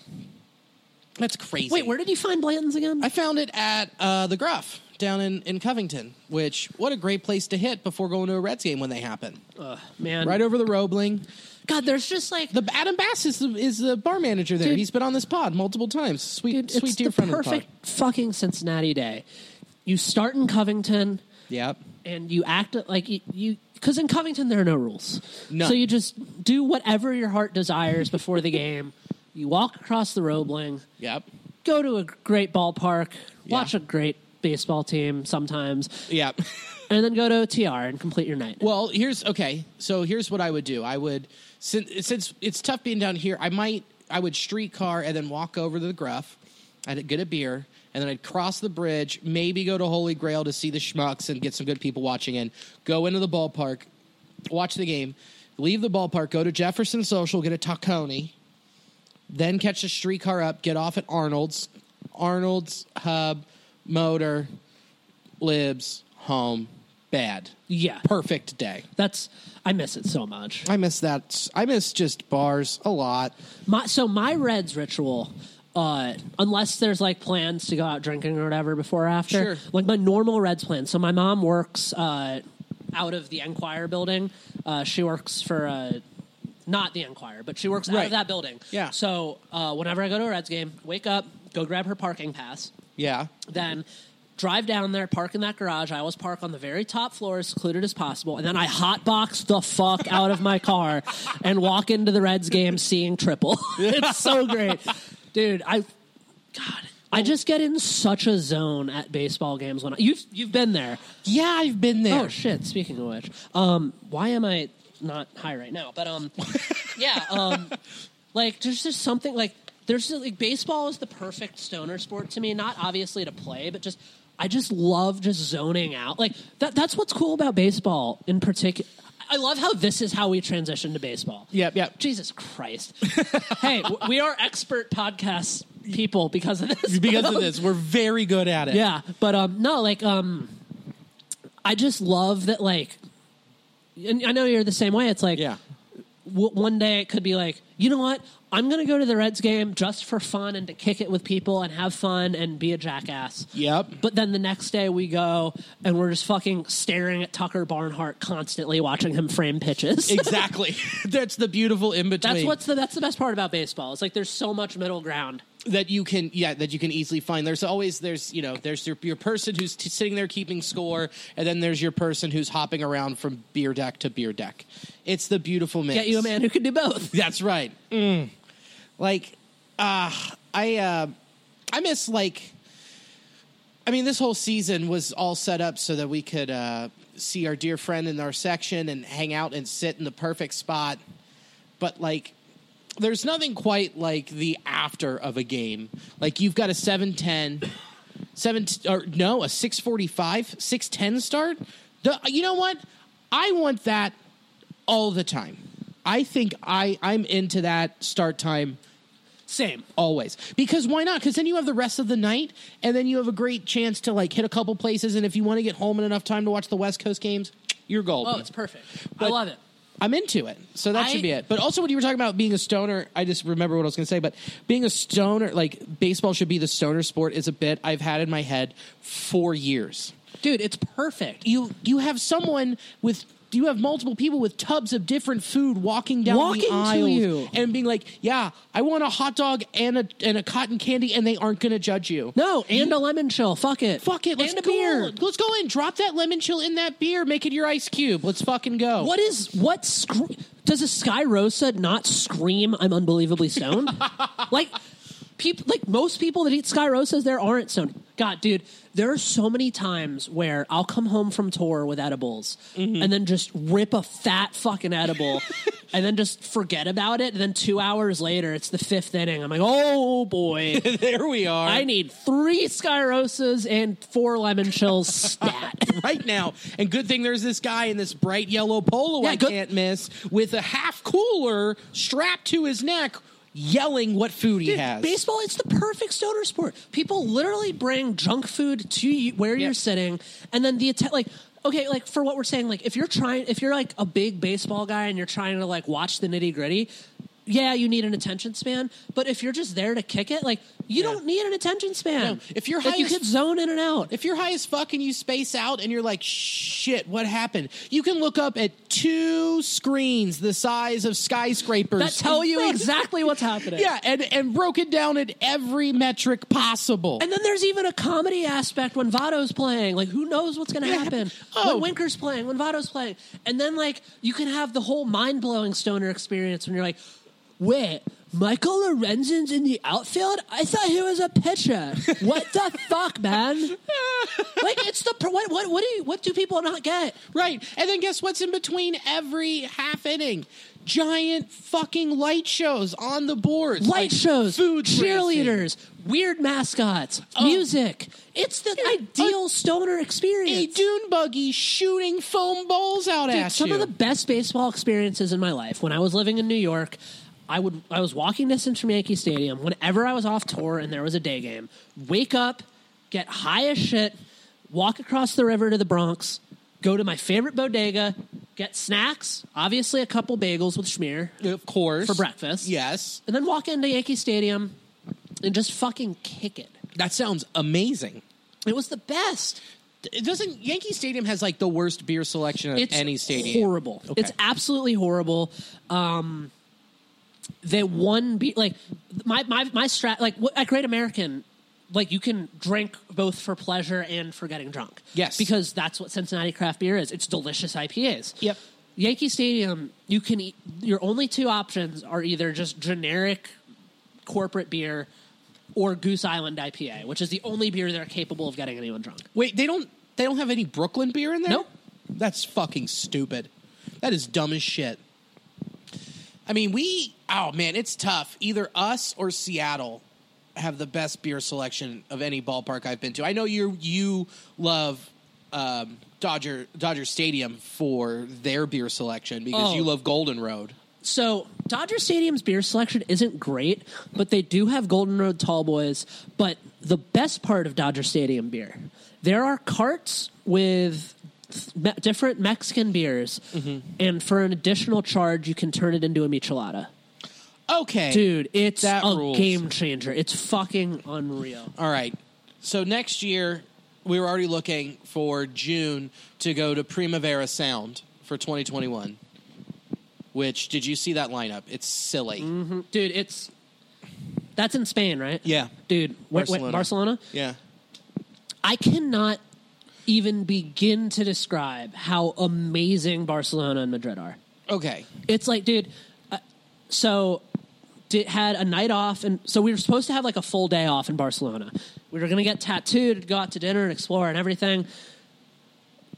[SPEAKER 3] That's crazy.
[SPEAKER 4] Wait, where did you find Blanton's again?
[SPEAKER 3] I found it at uh, the Gruff down in, in Covington, which what a great place to hit before going to a Reds game when they happen.
[SPEAKER 4] Man,
[SPEAKER 3] right over the Roebling.
[SPEAKER 4] God, there's just like
[SPEAKER 3] The Adam Bass is the, is the bar manager there.
[SPEAKER 4] Dude.
[SPEAKER 3] He's been on this pod multiple times. Sweet,
[SPEAKER 4] Dude,
[SPEAKER 3] sweet
[SPEAKER 4] it's
[SPEAKER 3] dear
[SPEAKER 4] the
[SPEAKER 3] friend
[SPEAKER 4] perfect
[SPEAKER 3] of the pod.
[SPEAKER 4] fucking Cincinnati day. You start in Covington
[SPEAKER 3] Yep.
[SPEAKER 4] and you act like you- you because in Covington there are no rules.
[SPEAKER 3] None.
[SPEAKER 4] So you just do whatever your heart desires before the game. You walk across the Roebling,
[SPEAKER 3] Yep.
[SPEAKER 4] go to a great ballpark,
[SPEAKER 3] Yeah.
[SPEAKER 4] watch a great baseball team sometimes,
[SPEAKER 3] Yep.
[SPEAKER 4] and then go to OTR and complete your night.
[SPEAKER 3] Well, here's okay. So here's what I would do. I would since, since it's tough being down here. I might I would streetcar and then walk over to the Gruff. I'd get a beer and then I'd cross the bridge. Maybe go to Holy Grail to see the schmucks and get some good people watching. In go into the ballpark, watch the game, leave the ballpark, go to Jefferson Social, get a Tacony, then catch the streetcar up, get off at Arnold's, Arnold's Hub, Motor, Libs, home, bad.
[SPEAKER 4] yeah.
[SPEAKER 3] Perfect day.
[SPEAKER 4] That's I miss it so much.
[SPEAKER 3] I miss that. I miss just bars a lot.
[SPEAKER 4] My, so my Reds ritual, uh, unless there's like plans to go out drinking or whatever before or after,
[SPEAKER 3] Sure.
[SPEAKER 4] like my normal Reds plan. So my mom works uh, out of the Enquirer building. Uh, she works for uh, not the Enquirer, but she works out
[SPEAKER 3] Right.
[SPEAKER 4] of that building.
[SPEAKER 3] Yeah.
[SPEAKER 4] So uh, whenever I go to a Reds game, wake up, go grab her parking pass,
[SPEAKER 3] Yeah.
[SPEAKER 4] then. Drive down there, park in that garage. I always park on the very top floor, as secluded as possible, and then I hotbox the fuck out of my car and walk into the Reds game seeing triple. it's so great, dude. I, God, I just get in such a zone at baseball games when I, you've you've been there.
[SPEAKER 3] Yeah, I've been there.
[SPEAKER 4] Oh shit! Speaking of which, um, why am I not high right now? But um, yeah, um, like there's just something like there's just, like baseball is the perfect stoner sport to me. Not obviously to play, but just I just love just zoning out. Like that. That's what's cool about baseball in particular. I love how this is how we transition to baseball.
[SPEAKER 3] Yep, yep.
[SPEAKER 4] Jesus Christ. hey, w- we are expert podcast people because of this.
[SPEAKER 3] because of this, we're very good at it.
[SPEAKER 4] Yeah, but um, no, like um, I just love that. Like, and I know you're the same way. It's like,
[SPEAKER 3] Yeah.
[SPEAKER 4] w- one day it could be like, you know what? I'm gonna go to the Reds game just for fun and to kick it with people and have fun and be a jackass.
[SPEAKER 3] Yep.
[SPEAKER 4] But then the next day we go and we're just fucking staring at Tucker Barnhart constantly, watching him frame pitches.
[SPEAKER 3] Exactly. That's the beautiful in between.
[SPEAKER 4] That's what's the that's the best part about baseball. It's like there's so much middle ground.
[SPEAKER 3] that you can yeah that you can easily find. There's always there's you know there's your, your person who's t- sitting there keeping score, and then there's your person who's hopping around from beer deck to beer deck. It's the beautiful mix.
[SPEAKER 4] Get you a man who can do both.
[SPEAKER 3] That's right. Mm. Like, uh, I uh, I miss like. I mean, this whole season was all set up so that we could uh, see our dear friend in our section and hang out and sit in the perfect spot. But like, there's nothing quite like the after of a game. Like you've got a 7-10, 7 or no, a 645, 610 start. The, you know what? I want that all the time. I think I I'm into that start time
[SPEAKER 4] Same.
[SPEAKER 3] always because why not? Because then you have the rest of the night, and then you have a great chance to like hit a couple places. And if you want to get home in enough time to watch the West Coast games, you're golden.
[SPEAKER 4] Oh, it's perfect. I
[SPEAKER 3] But-
[SPEAKER 4] love it.
[SPEAKER 3] I'm into it. So that
[SPEAKER 4] I-
[SPEAKER 3] should be it. But also, when you were talking about being a stoner, I just remember what I was going to say. But being a stoner, like baseball should be the stoner sport, is a bit I've had in my head for years.
[SPEAKER 4] Dude, it's perfect.
[SPEAKER 3] You you have someone with you have multiple people with tubs of different food walking down
[SPEAKER 4] Walking
[SPEAKER 3] the
[SPEAKER 4] to
[SPEAKER 3] aisles
[SPEAKER 4] you.
[SPEAKER 3] and being like, "Yeah, I want a hot dog and a and a cotton candy," and they aren't going to judge you.
[SPEAKER 4] No, and a lemon chill. Fuck it.
[SPEAKER 3] Fuck it, let's
[SPEAKER 4] and a
[SPEAKER 3] go.
[SPEAKER 4] beer.
[SPEAKER 3] Let's go in. Drop that lemon chill in that beer. Make it your ice cube. Let's fucking go.
[SPEAKER 4] What is what? Scre- does a Sky Rosa not scream, I'm unbelievably stoned? like, people, like most people that eat Sky Rosas, there aren't stoned. God, dude, there are so many times where I'll come home from tour with edibles
[SPEAKER 3] Mm-hmm.
[SPEAKER 4] and then just rip a fat fucking edible and then just forget about it. And then two hours later, it's the fifth inning. I'm like, oh boy.
[SPEAKER 7] there we are.
[SPEAKER 4] I need three Sky Rosas and four lemon chills stat.
[SPEAKER 3] right now. And good thing there's this guy in this bright yellow polo
[SPEAKER 4] Yeah,
[SPEAKER 3] I
[SPEAKER 4] good-
[SPEAKER 3] can't miss with a half cooler strapped to his neck yelling what food he
[SPEAKER 4] Dude,
[SPEAKER 3] has.
[SPEAKER 4] Baseball, it's the perfect stoner sport. People literally bring junk food to you where
[SPEAKER 3] Yeah.
[SPEAKER 4] you're sitting, and then the atta- like. Okay, like for what we're saying, like if you're trying, if you're like a big baseball guy and you're trying to like watch the nitty gritty, yeah, you need an attention span. But if you're just there to kick it, like you don't need an attention span.
[SPEAKER 3] No, if you're
[SPEAKER 4] like, you
[SPEAKER 3] highest-
[SPEAKER 4] could zone in and out.
[SPEAKER 3] If you're high as fuck and you space out and you're like, shit, what happened? You can look up at two screens the size of skyscrapers.
[SPEAKER 4] that tell you
[SPEAKER 3] Right.
[SPEAKER 4] exactly what's happening.
[SPEAKER 3] Yeah, and, and broken down at every metric possible.
[SPEAKER 4] And then there's even a comedy aspect when Vado's playing. Like, who knows what's going to happen?
[SPEAKER 3] Oh.
[SPEAKER 4] When Winker's playing, when Vado's playing. And then, like, you can have the whole mind blowing stoner experience when you're like, wait, Michael Lorenzen's in the outfield? I thought he was a pitcher. What the fuck, man? like, it's the. pr- What, what, what, do you, what do people not get?
[SPEAKER 3] Right. And then guess what's in between every half inning? Giant fucking light shows on the boards. Like
[SPEAKER 4] Light shows,
[SPEAKER 3] food Oh. racing.
[SPEAKER 4] cheerleaders, weird mascots, music. It's the ideal stoner experience.
[SPEAKER 3] A dune buggy shooting foam balls out
[SPEAKER 4] Dude,
[SPEAKER 3] at
[SPEAKER 4] some
[SPEAKER 3] you.
[SPEAKER 4] of the best baseball experiences in my life. When I was living in New York, I would I was walking distance from Yankee Stadium. Whenever I was off tour and there was a day game, wake up, get high as shit, walk across the river to the Bronx, go to my favorite bodega, get snacks, obviously a couple bagels with schmear,
[SPEAKER 3] of course.
[SPEAKER 4] For breakfast.
[SPEAKER 3] Yes.
[SPEAKER 4] and then walk into Yankee Stadium and just fucking kick it.
[SPEAKER 3] That sounds amazing.
[SPEAKER 4] It was the best.
[SPEAKER 3] It doesn't Yankee Stadium has like the worst beer selection of
[SPEAKER 4] it's
[SPEAKER 3] any stadium.
[SPEAKER 4] Horrible.
[SPEAKER 3] Okay.
[SPEAKER 4] It's absolutely horrible. Um, that one beer, like my my my strat, like what, at Great American, like you can drink both for pleasure and for getting drunk.
[SPEAKER 3] Yes.
[SPEAKER 4] because that's what Cincinnati craft beer is. It's delicious IPAs.
[SPEAKER 3] Yep.
[SPEAKER 4] Yankee Stadium, you can eat, your only two options are either just generic corporate beer or Goose Island IPA, which is the only beer they're capable of getting anyone drunk.
[SPEAKER 3] Wait, they don't they don't have any Brooklyn beer in there?
[SPEAKER 4] Nope.
[SPEAKER 3] That's fucking stupid. That is dumb as shit. I mean, we oh man, it's tough. Either us or Seattle have the best beer selection of any ballpark I've been to. I know you you love um, Dodger Dodger Stadium for their beer selection because
[SPEAKER 4] Oh.
[SPEAKER 3] you love Golden Road.
[SPEAKER 4] So Dodger Stadium's beer selection isn't great, but they do have Golden Road Tall Boys. But the best part of Dodger Stadium beer, there are carts with me- different Mexican beers,
[SPEAKER 3] Mm-hmm.
[SPEAKER 4] and for an additional charge, you can turn it into a michelada.
[SPEAKER 3] Okay,
[SPEAKER 4] Dude, it's
[SPEAKER 3] That
[SPEAKER 4] a
[SPEAKER 3] rules.
[SPEAKER 4] game changer. It's fucking unreal.
[SPEAKER 3] All right. So next year, we were already looking for June to go to Primavera Sound for 2021. Which did you see that lineup? It's silly.
[SPEAKER 4] Dude, it's that's in Spain, right?
[SPEAKER 3] Yeah.
[SPEAKER 4] Dude, wait,
[SPEAKER 3] Barcelona.
[SPEAKER 4] Barcelona. Barcelona?
[SPEAKER 3] Yeah.
[SPEAKER 4] I cannot even begin to describe how amazing Barcelona and Madrid are.
[SPEAKER 3] Okay.
[SPEAKER 4] It's like, dude, uh, so did, had a night off, and so we were supposed to have like a full day off in Barcelona. We were gonna get tattooed, go out to dinner and explore and everything.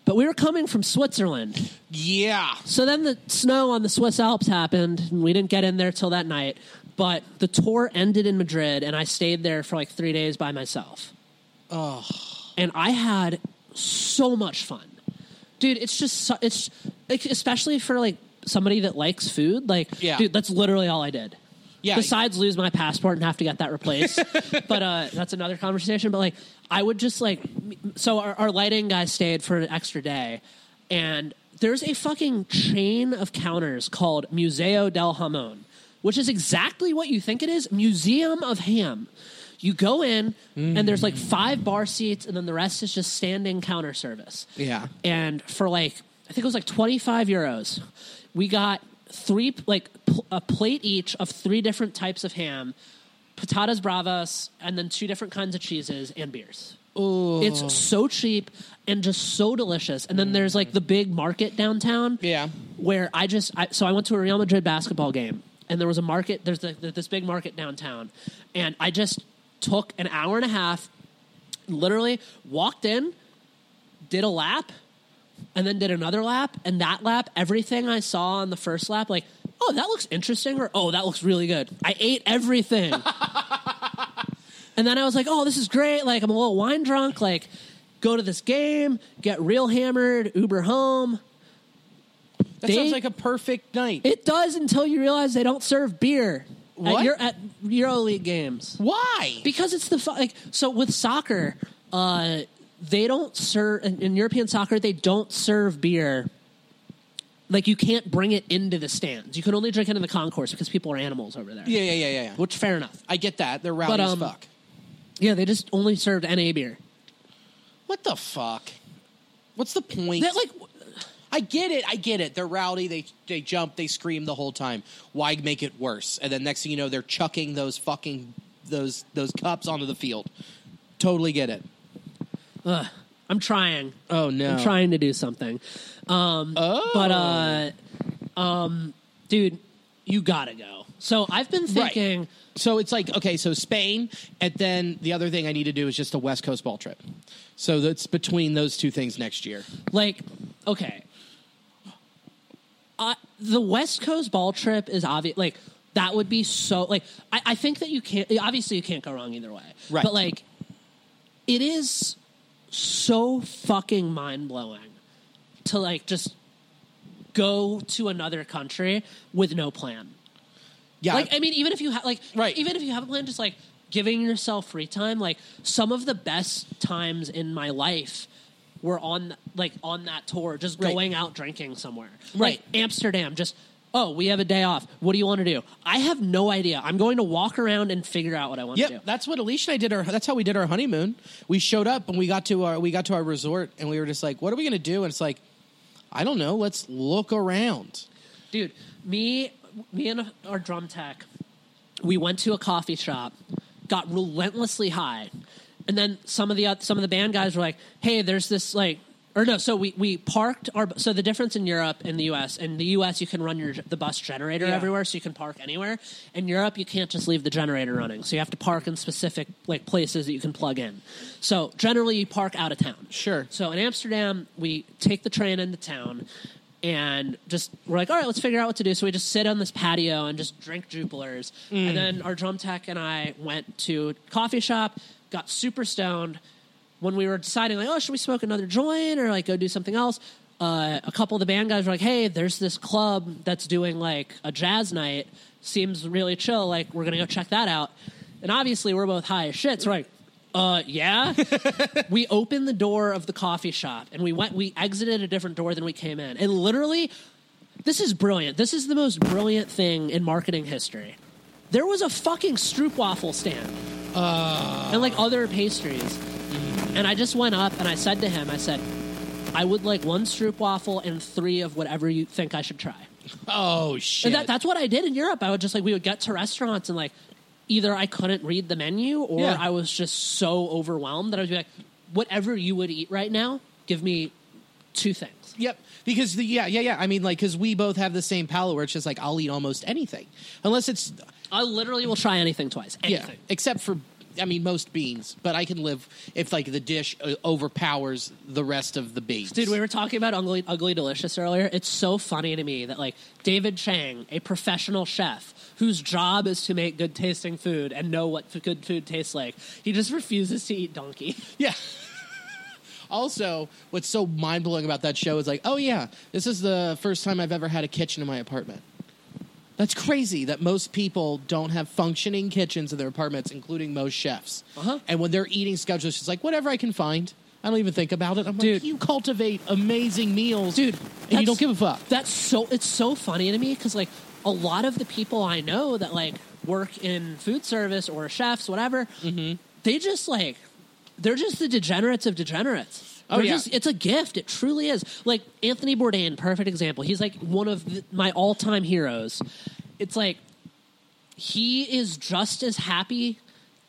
[SPEAKER 4] But we were coming from Switzerland.
[SPEAKER 3] Yeah.
[SPEAKER 4] So then the snow on the Swiss Alps happened, and we didn't get in there till that night. But the tour ended in Madrid, and I stayed there for like three days by myself. Oh. And I had so much fun, dude. It's just so, it's like, especially for like somebody that likes food. Like,
[SPEAKER 3] Yeah.
[SPEAKER 4] dude, that's literally all I did.
[SPEAKER 3] Yeah.
[SPEAKER 4] Besides lose my passport and have to get that replaced, but uh, that's another conversation. But like, I would just like, m- so our, our lighting guy stayed for an extra day, and there's a fucking chain of counters called Museo del Hamon, which is exactly what you think it is, Museum of Ham. You go in, and there's like five bar seats, and then the rest is just standing counter service.
[SPEAKER 3] Yeah.
[SPEAKER 4] And for like, I think it was like 25 euros, we got three, like pl- a plate each of three different types of ham, patatas bravas, and then two different kinds of cheeses and beers. It's so cheap and just so delicious. And then there's like the big market downtown.
[SPEAKER 3] Yeah.
[SPEAKER 4] Where I just I, so I went to a Real Madrid basketball game and there was a market. There's the, the, this big market downtown, and I just took an hour and a half, literally walked in, did a lap, and then did another lap. And that lap, everything I saw on the first lap, like. Oh, that looks interesting, or oh, that looks really good. I ate everything. And then I was like, oh, this is great. Like, I'm a little wine drunk. Like, go to this game, get real hammered, Uber home.
[SPEAKER 3] That
[SPEAKER 4] They-
[SPEAKER 3] sounds like a perfect night.
[SPEAKER 4] It does until you realize they don't serve beer
[SPEAKER 3] What?
[SPEAKER 4] at, Euro, at EuroLeague games.
[SPEAKER 3] Why?
[SPEAKER 4] Because it's the, fu- like, so with soccer, uh, they don't serve, in, in European soccer, they don't serve beer. Like, you can't bring it into the stands. You can only drink it in the concourse because people are animals over there.
[SPEAKER 3] yeah, yeah, yeah, yeah, yeah.
[SPEAKER 4] Which, fair enough.
[SPEAKER 3] I get that. They're rowdy
[SPEAKER 4] But,
[SPEAKER 3] as
[SPEAKER 4] um,
[SPEAKER 3] fuck.
[SPEAKER 4] Yeah, they just only served NA beer.
[SPEAKER 3] What the fuck? What's the point?
[SPEAKER 4] That, like,
[SPEAKER 3] I get it. I get it. They're rowdy. They they jump. They scream the whole time. Why make it worse? And then next thing you know, they're chucking those fucking those those cups onto the field. Totally get it.
[SPEAKER 4] I'm trying.
[SPEAKER 3] Oh, no.
[SPEAKER 4] I'm trying to do something. Um, But, uh, um, dude, you gotta go. So I've been thinking.
[SPEAKER 3] Right. So it's like okay, so Spain, and then the other thing I need to do is just a West Coast ball trip. So that's between those two things next year.
[SPEAKER 4] like okay uh, the west coast ball trip is obvious like that would be so like I, I think that you can't obviously you can't go wrong either way
[SPEAKER 3] Right.
[SPEAKER 4] but like it is so fucking mind-blowing to like just go to another country with no plan
[SPEAKER 3] Yeah,
[SPEAKER 4] like I mean, even if you have like,
[SPEAKER 3] Right.
[SPEAKER 4] Even if you have a plan, just like giving yourself free time. Like some of the best times in my life were on like on that tour, just
[SPEAKER 3] Right.
[SPEAKER 4] going out drinking somewhere.
[SPEAKER 3] Right.
[SPEAKER 4] like, Amsterdam. Just oh, we have a day off. What do you want to do? I have no idea. I'm going to walk around and figure out what I want
[SPEAKER 3] Yep,
[SPEAKER 4] to do.
[SPEAKER 3] that's what Alicia and I did. Our that's how we did our honeymoon. We showed up and we got to our we got to our resort and we were just like, what are we gonna do? And it's like, I don't know. Let's look around.
[SPEAKER 4] dude me me and our drum tech we went to a coffee shop got relentlessly high and then some of the oth- some of the band guys were like hey there's this like or no so we we parked our so the difference in europe and the us in the us you can run your the bus generator everywhere so you can park anywhere in europe you can't just leave the generator running so you have to park in specific like places that you can plug in so generally you park out of town
[SPEAKER 3] Sure.
[SPEAKER 4] so in Amsterdam, we take the train into town and just we're like, all right, let's figure out what to do. So we just sit on this patio and just drink Jupilers. And then our drum tech and I went to a coffee shop, got super stoned. When we were deciding, like, oh, should we smoke another joint or like go do something else? Uh, a couple of the band guys were like, hey, there's this club that's doing like a jazz night. Seems really chill. Like, we're going to go check that out. And obviously, we're both high as shit. So we're like, uh, yeah. we opened the door of the coffee shop and we went. We exited a different door than we came in. And literally, this is brilliant. This is the most brilliant thing in marketing history. There was a fucking stroopwafel stand and like other pastries. And I just went up and I said to him, I said, I would like one stroopwafel and three of whatever you think I should try.
[SPEAKER 3] Oh shit!
[SPEAKER 4] And that, that's what I did in Europe. I would just like we would get to restaurants and like either I couldn't read the menu or
[SPEAKER 3] Yeah.
[SPEAKER 4] I was just so overwhelmed that I would be like, whatever you would eat right now, give me two things.
[SPEAKER 3] Yep. Because the yeah yeah yeah. I mean like because we both have the same palate where it's just like I'll eat almost anything unless it's
[SPEAKER 4] I literally will try anything twice.
[SPEAKER 3] yeah
[SPEAKER 4] Anything.
[SPEAKER 3] except for I mean most beans. But I can live if like the dish uh, overpowers the rest of the beans.
[SPEAKER 4] Dude, we were talking about Ugly, Ugly Delicious earlier. It's so funny to me that, like, David Chang, a professional chef whose job is to make good tasting food and know what f- good food tastes like, he just refuses to eat donkey.
[SPEAKER 3] Yeah. also, what's so mind blowing about that show is like, oh yeah, this is the first time I've ever had a kitchen in my apartment. That's crazy that most people don't have functioning kitchens in their apartments, including most chefs.
[SPEAKER 4] Uh-huh.
[SPEAKER 3] And when they're eating schedules, it's like whatever I can find. I don't even think about it. I'm
[SPEAKER 4] Dude.
[SPEAKER 3] like, you cultivate amazing meals,
[SPEAKER 4] dude
[SPEAKER 3] and
[SPEAKER 4] that's-
[SPEAKER 3] you don't give a fuck.
[SPEAKER 4] that's so it's so funny to me because like a lot of the people i know that like work in food service or chefs whatever
[SPEAKER 3] Mm-hmm.
[SPEAKER 4] they just like they're just the degenerates of degenerates
[SPEAKER 3] Oh,
[SPEAKER 4] They're
[SPEAKER 3] yeah.
[SPEAKER 4] just- it's a gift. It truly is. Like Anthony Bourdain, perfect example. He's like one of the, my all-time heroes. It's like he is just as happy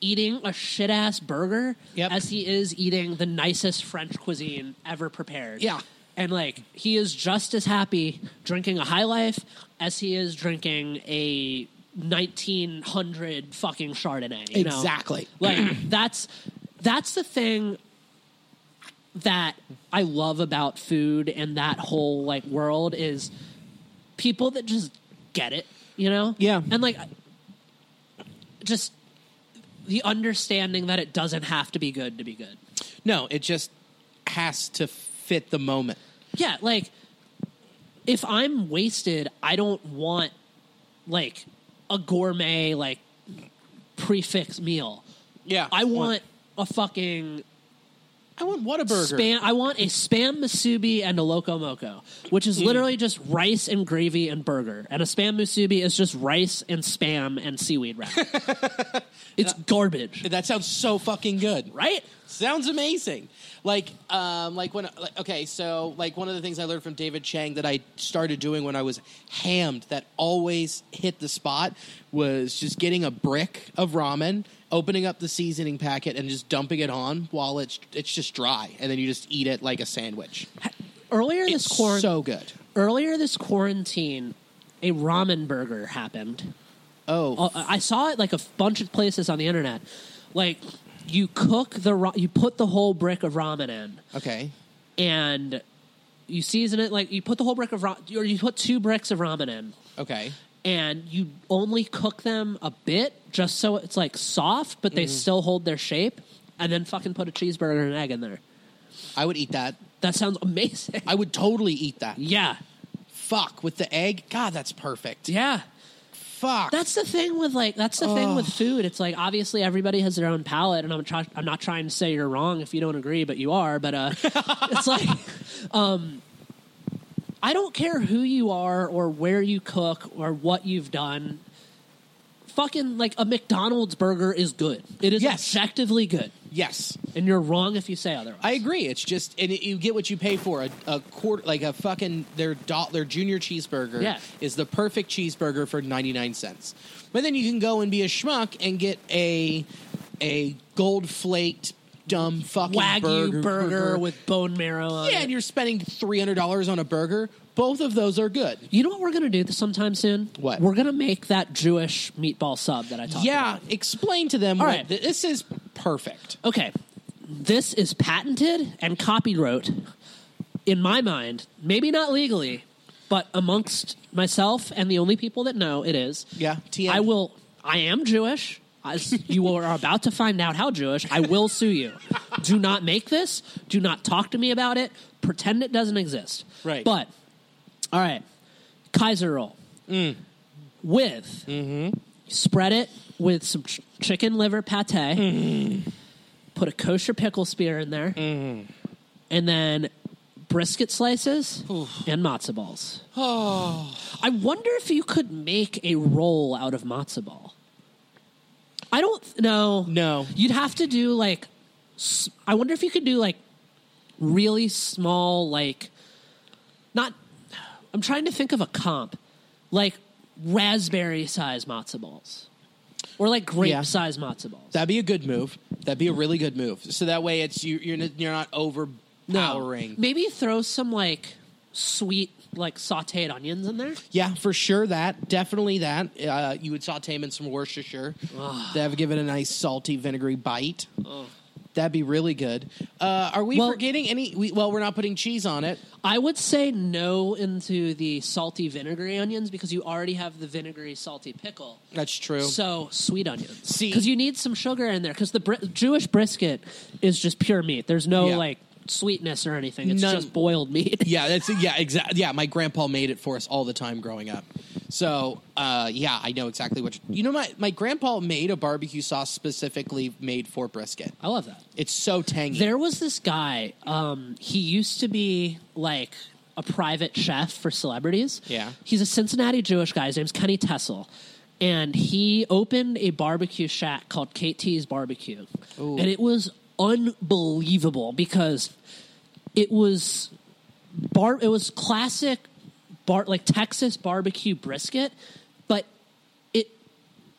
[SPEAKER 4] eating a shit ass burger
[SPEAKER 3] Yep.
[SPEAKER 4] as he is eating the nicest French cuisine ever prepared.
[SPEAKER 3] Yeah.
[SPEAKER 4] And like he is just as happy drinking a high life as he is drinking a 1900 fucking Chardonnay. You know?
[SPEAKER 3] Exactly.
[SPEAKER 4] Like that's that's the thing that I love about food and that whole like world is people that just get it, you know?
[SPEAKER 7] Yeah.
[SPEAKER 4] And like just the understanding that it doesn't have to be good to be good.
[SPEAKER 3] No, it just has to fit the moment.
[SPEAKER 4] Yeah, like if I'm wasted, I don't want like a gourmet like prefix meal.
[SPEAKER 3] Yeah,
[SPEAKER 4] I
[SPEAKER 3] I
[SPEAKER 4] want a fucking
[SPEAKER 3] I want Whataburger.
[SPEAKER 4] Spam, I want a spam musubi and a loco moco, which is literally just rice and gravy and burger. And a spam musubi is just rice and spam and seaweed wrap. it's garbage,
[SPEAKER 3] that sounds so fucking good.
[SPEAKER 4] right?
[SPEAKER 3] Sounds amazing. Like, um, like when, like, okay, so like one of the things I learned from David Chang that I started doing when I was hammed that always hit the spot was just getting a brick of ramen, opening up the seasoning packet, and just dumping it on while it's it's just dry, and then you just eat it like a sandwich.
[SPEAKER 4] Earlier this quarantine,
[SPEAKER 3] so good.
[SPEAKER 4] earlier this quarantine, a ramen burger happened.
[SPEAKER 3] Oh,
[SPEAKER 4] Uh, I saw it like a bunch of places on the internet. Like you cook the ra- you put the whole brick of ramen in.
[SPEAKER 3] okay.
[SPEAKER 4] and you season it like you put the whole brick of ra- or you put two bricks of ramen in
[SPEAKER 3] Okay.
[SPEAKER 4] and you only cook them a bit just so it's like soft but they still hold their shape and then fucking put a cheeseburger and an egg in there
[SPEAKER 3] I would eat that.
[SPEAKER 4] that sounds amazing
[SPEAKER 3] I would totally eat that.
[SPEAKER 4] yeah
[SPEAKER 3] Fuck with the egg. God, that's perfect.
[SPEAKER 4] yeah
[SPEAKER 3] Fuck.
[SPEAKER 4] that's the thing with like that's the thing with food it's like obviously everybody has their own palate and i'm, try- I'm not trying to say you're wrong if you don't agree but you are but uh it's like um i don't care who you are or where you cook or what you've done fucking like a mcdonald's burger is good it is
[SPEAKER 3] Yes.
[SPEAKER 4] objectively good
[SPEAKER 3] yes.
[SPEAKER 4] and you're wrong if you say otherwise
[SPEAKER 3] I agree. It's just and it, you get what you pay for. A, a quarter, like a fucking their do, their junior cheeseburger
[SPEAKER 4] Yeah.
[SPEAKER 3] is the perfect cheeseburger for ninety nine cents. But then you can go and be a schmuck and get a a gold flaked dumb fucking
[SPEAKER 4] wagyu burger,
[SPEAKER 3] burger,
[SPEAKER 4] with bone marrow on
[SPEAKER 3] yeah,
[SPEAKER 4] it.
[SPEAKER 3] and you're spending three hundred dollars on a burger. Both of those are good.
[SPEAKER 4] you know what we're gonna do this sometime soon?
[SPEAKER 3] What?
[SPEAKER 4] We're gonna make that Jewish meatball sub that I talked about.
[SPEAKER 3] yeah, explain to them.
[SPEAKER 4] All
[SPEAKER 3] what,
[SPEAKER 4] right.
[SPEAKER 3] th- this is perfect.
[SPEAKER 4] okay, this is patented and copyright in my mind, maybe not legally, but amongst myself and the only people that know it is.
[SPEAKER 3] Yeah, TM.
[SPEAKER 4] I will. I am Jewish. As you are about to find out how Jewish, I will sue you. Do not make this. Do not talk to me about it. Pretend it doesn't exist.
[SPEAKER 3] Right.
[SPEAKER 4] But all right, Kaiser roll
[SPEAKER 3] Mm.
[SPEAKER 4] with
[SPEAKER 3] Mm-hmm.
[SPEAKER 4] spread it with some ch- chicken liver pate.
[SPEAKER 3] Mm.
[SPEAKER 4] Put a kosher pickle spear in there,
[SPEAKER 3] Mm.
[SPEAKER 4] and then brisket slices and matzo balls. Oh, I wonder if you could make a roll out of matzo ball. I don't th- know.
[SPEAKER 3] No.
[SPEAKER 4] you'd have to do like. s- I wonder if you could do like really small, like not. I'm trying to think of a comp, like raspberry size matzo balls, or like grape
[SPEAKER 3] Yeah.
[SPEAKER 4] size matzo balls.
[SPEAKER 3] That'd be a good move. That'd be a really good move. So that way, it's you, you're n- you're not overpowering.
[SPEAKER 4] Maybe throw some like sweet, like sautéed onions in there.
[SPEAKER 3] Yeah, for sure. That definitely that. Uh, you would saute them in some Worcestershire. That would give it a nice salty, vinegary bite. That'd be really good. Uh, are we
[SPEAKER 4] Well-
[SPEAKER 3] forgetting any? We, well, we're not putting cheese on it.
[SPEAKER 4] I would say no into the salty vinegary onions because you already have the vinegary salty pickle.
[SPEAKER 3] That's true.
[SPEAKER 4] So sweet onions.
[SPEAKER 3] See-
[SPEAKER 4] because you need some sugar in there because the br- Jewish brisket is just pure meat. There's no
[SPEAKER 3] Yeah.
[SPEAKER 4] like sweetness or anything. It's
[SPEAKER 3] None-
[SPEAKER 4] just boiled meat.
[SPEAKER 3] yeah, that's yeah, exactly. Yeah, my grandpa made it for us all the time growing up. So uh, yeah, I know exactly what you you know. My my grandpa made a barbecue sauce specifically made for brisket.
[SPEAKER 4] I love that.
[SPEAKER 3] It's so tangy.
[SPEAKER 4] There was this guy. Um, he used to be like a private chef for celebrities.
[SPEAKER 3] Yeah.
[SPEAKER 4] He's a Cincinnati Jewish guy. His name's Kenny Tessel. And he opened a barbecue shack called KT's Barbecue. And it was unbelievable because it was bar it was classic bar like Texas barbecue brisket, but it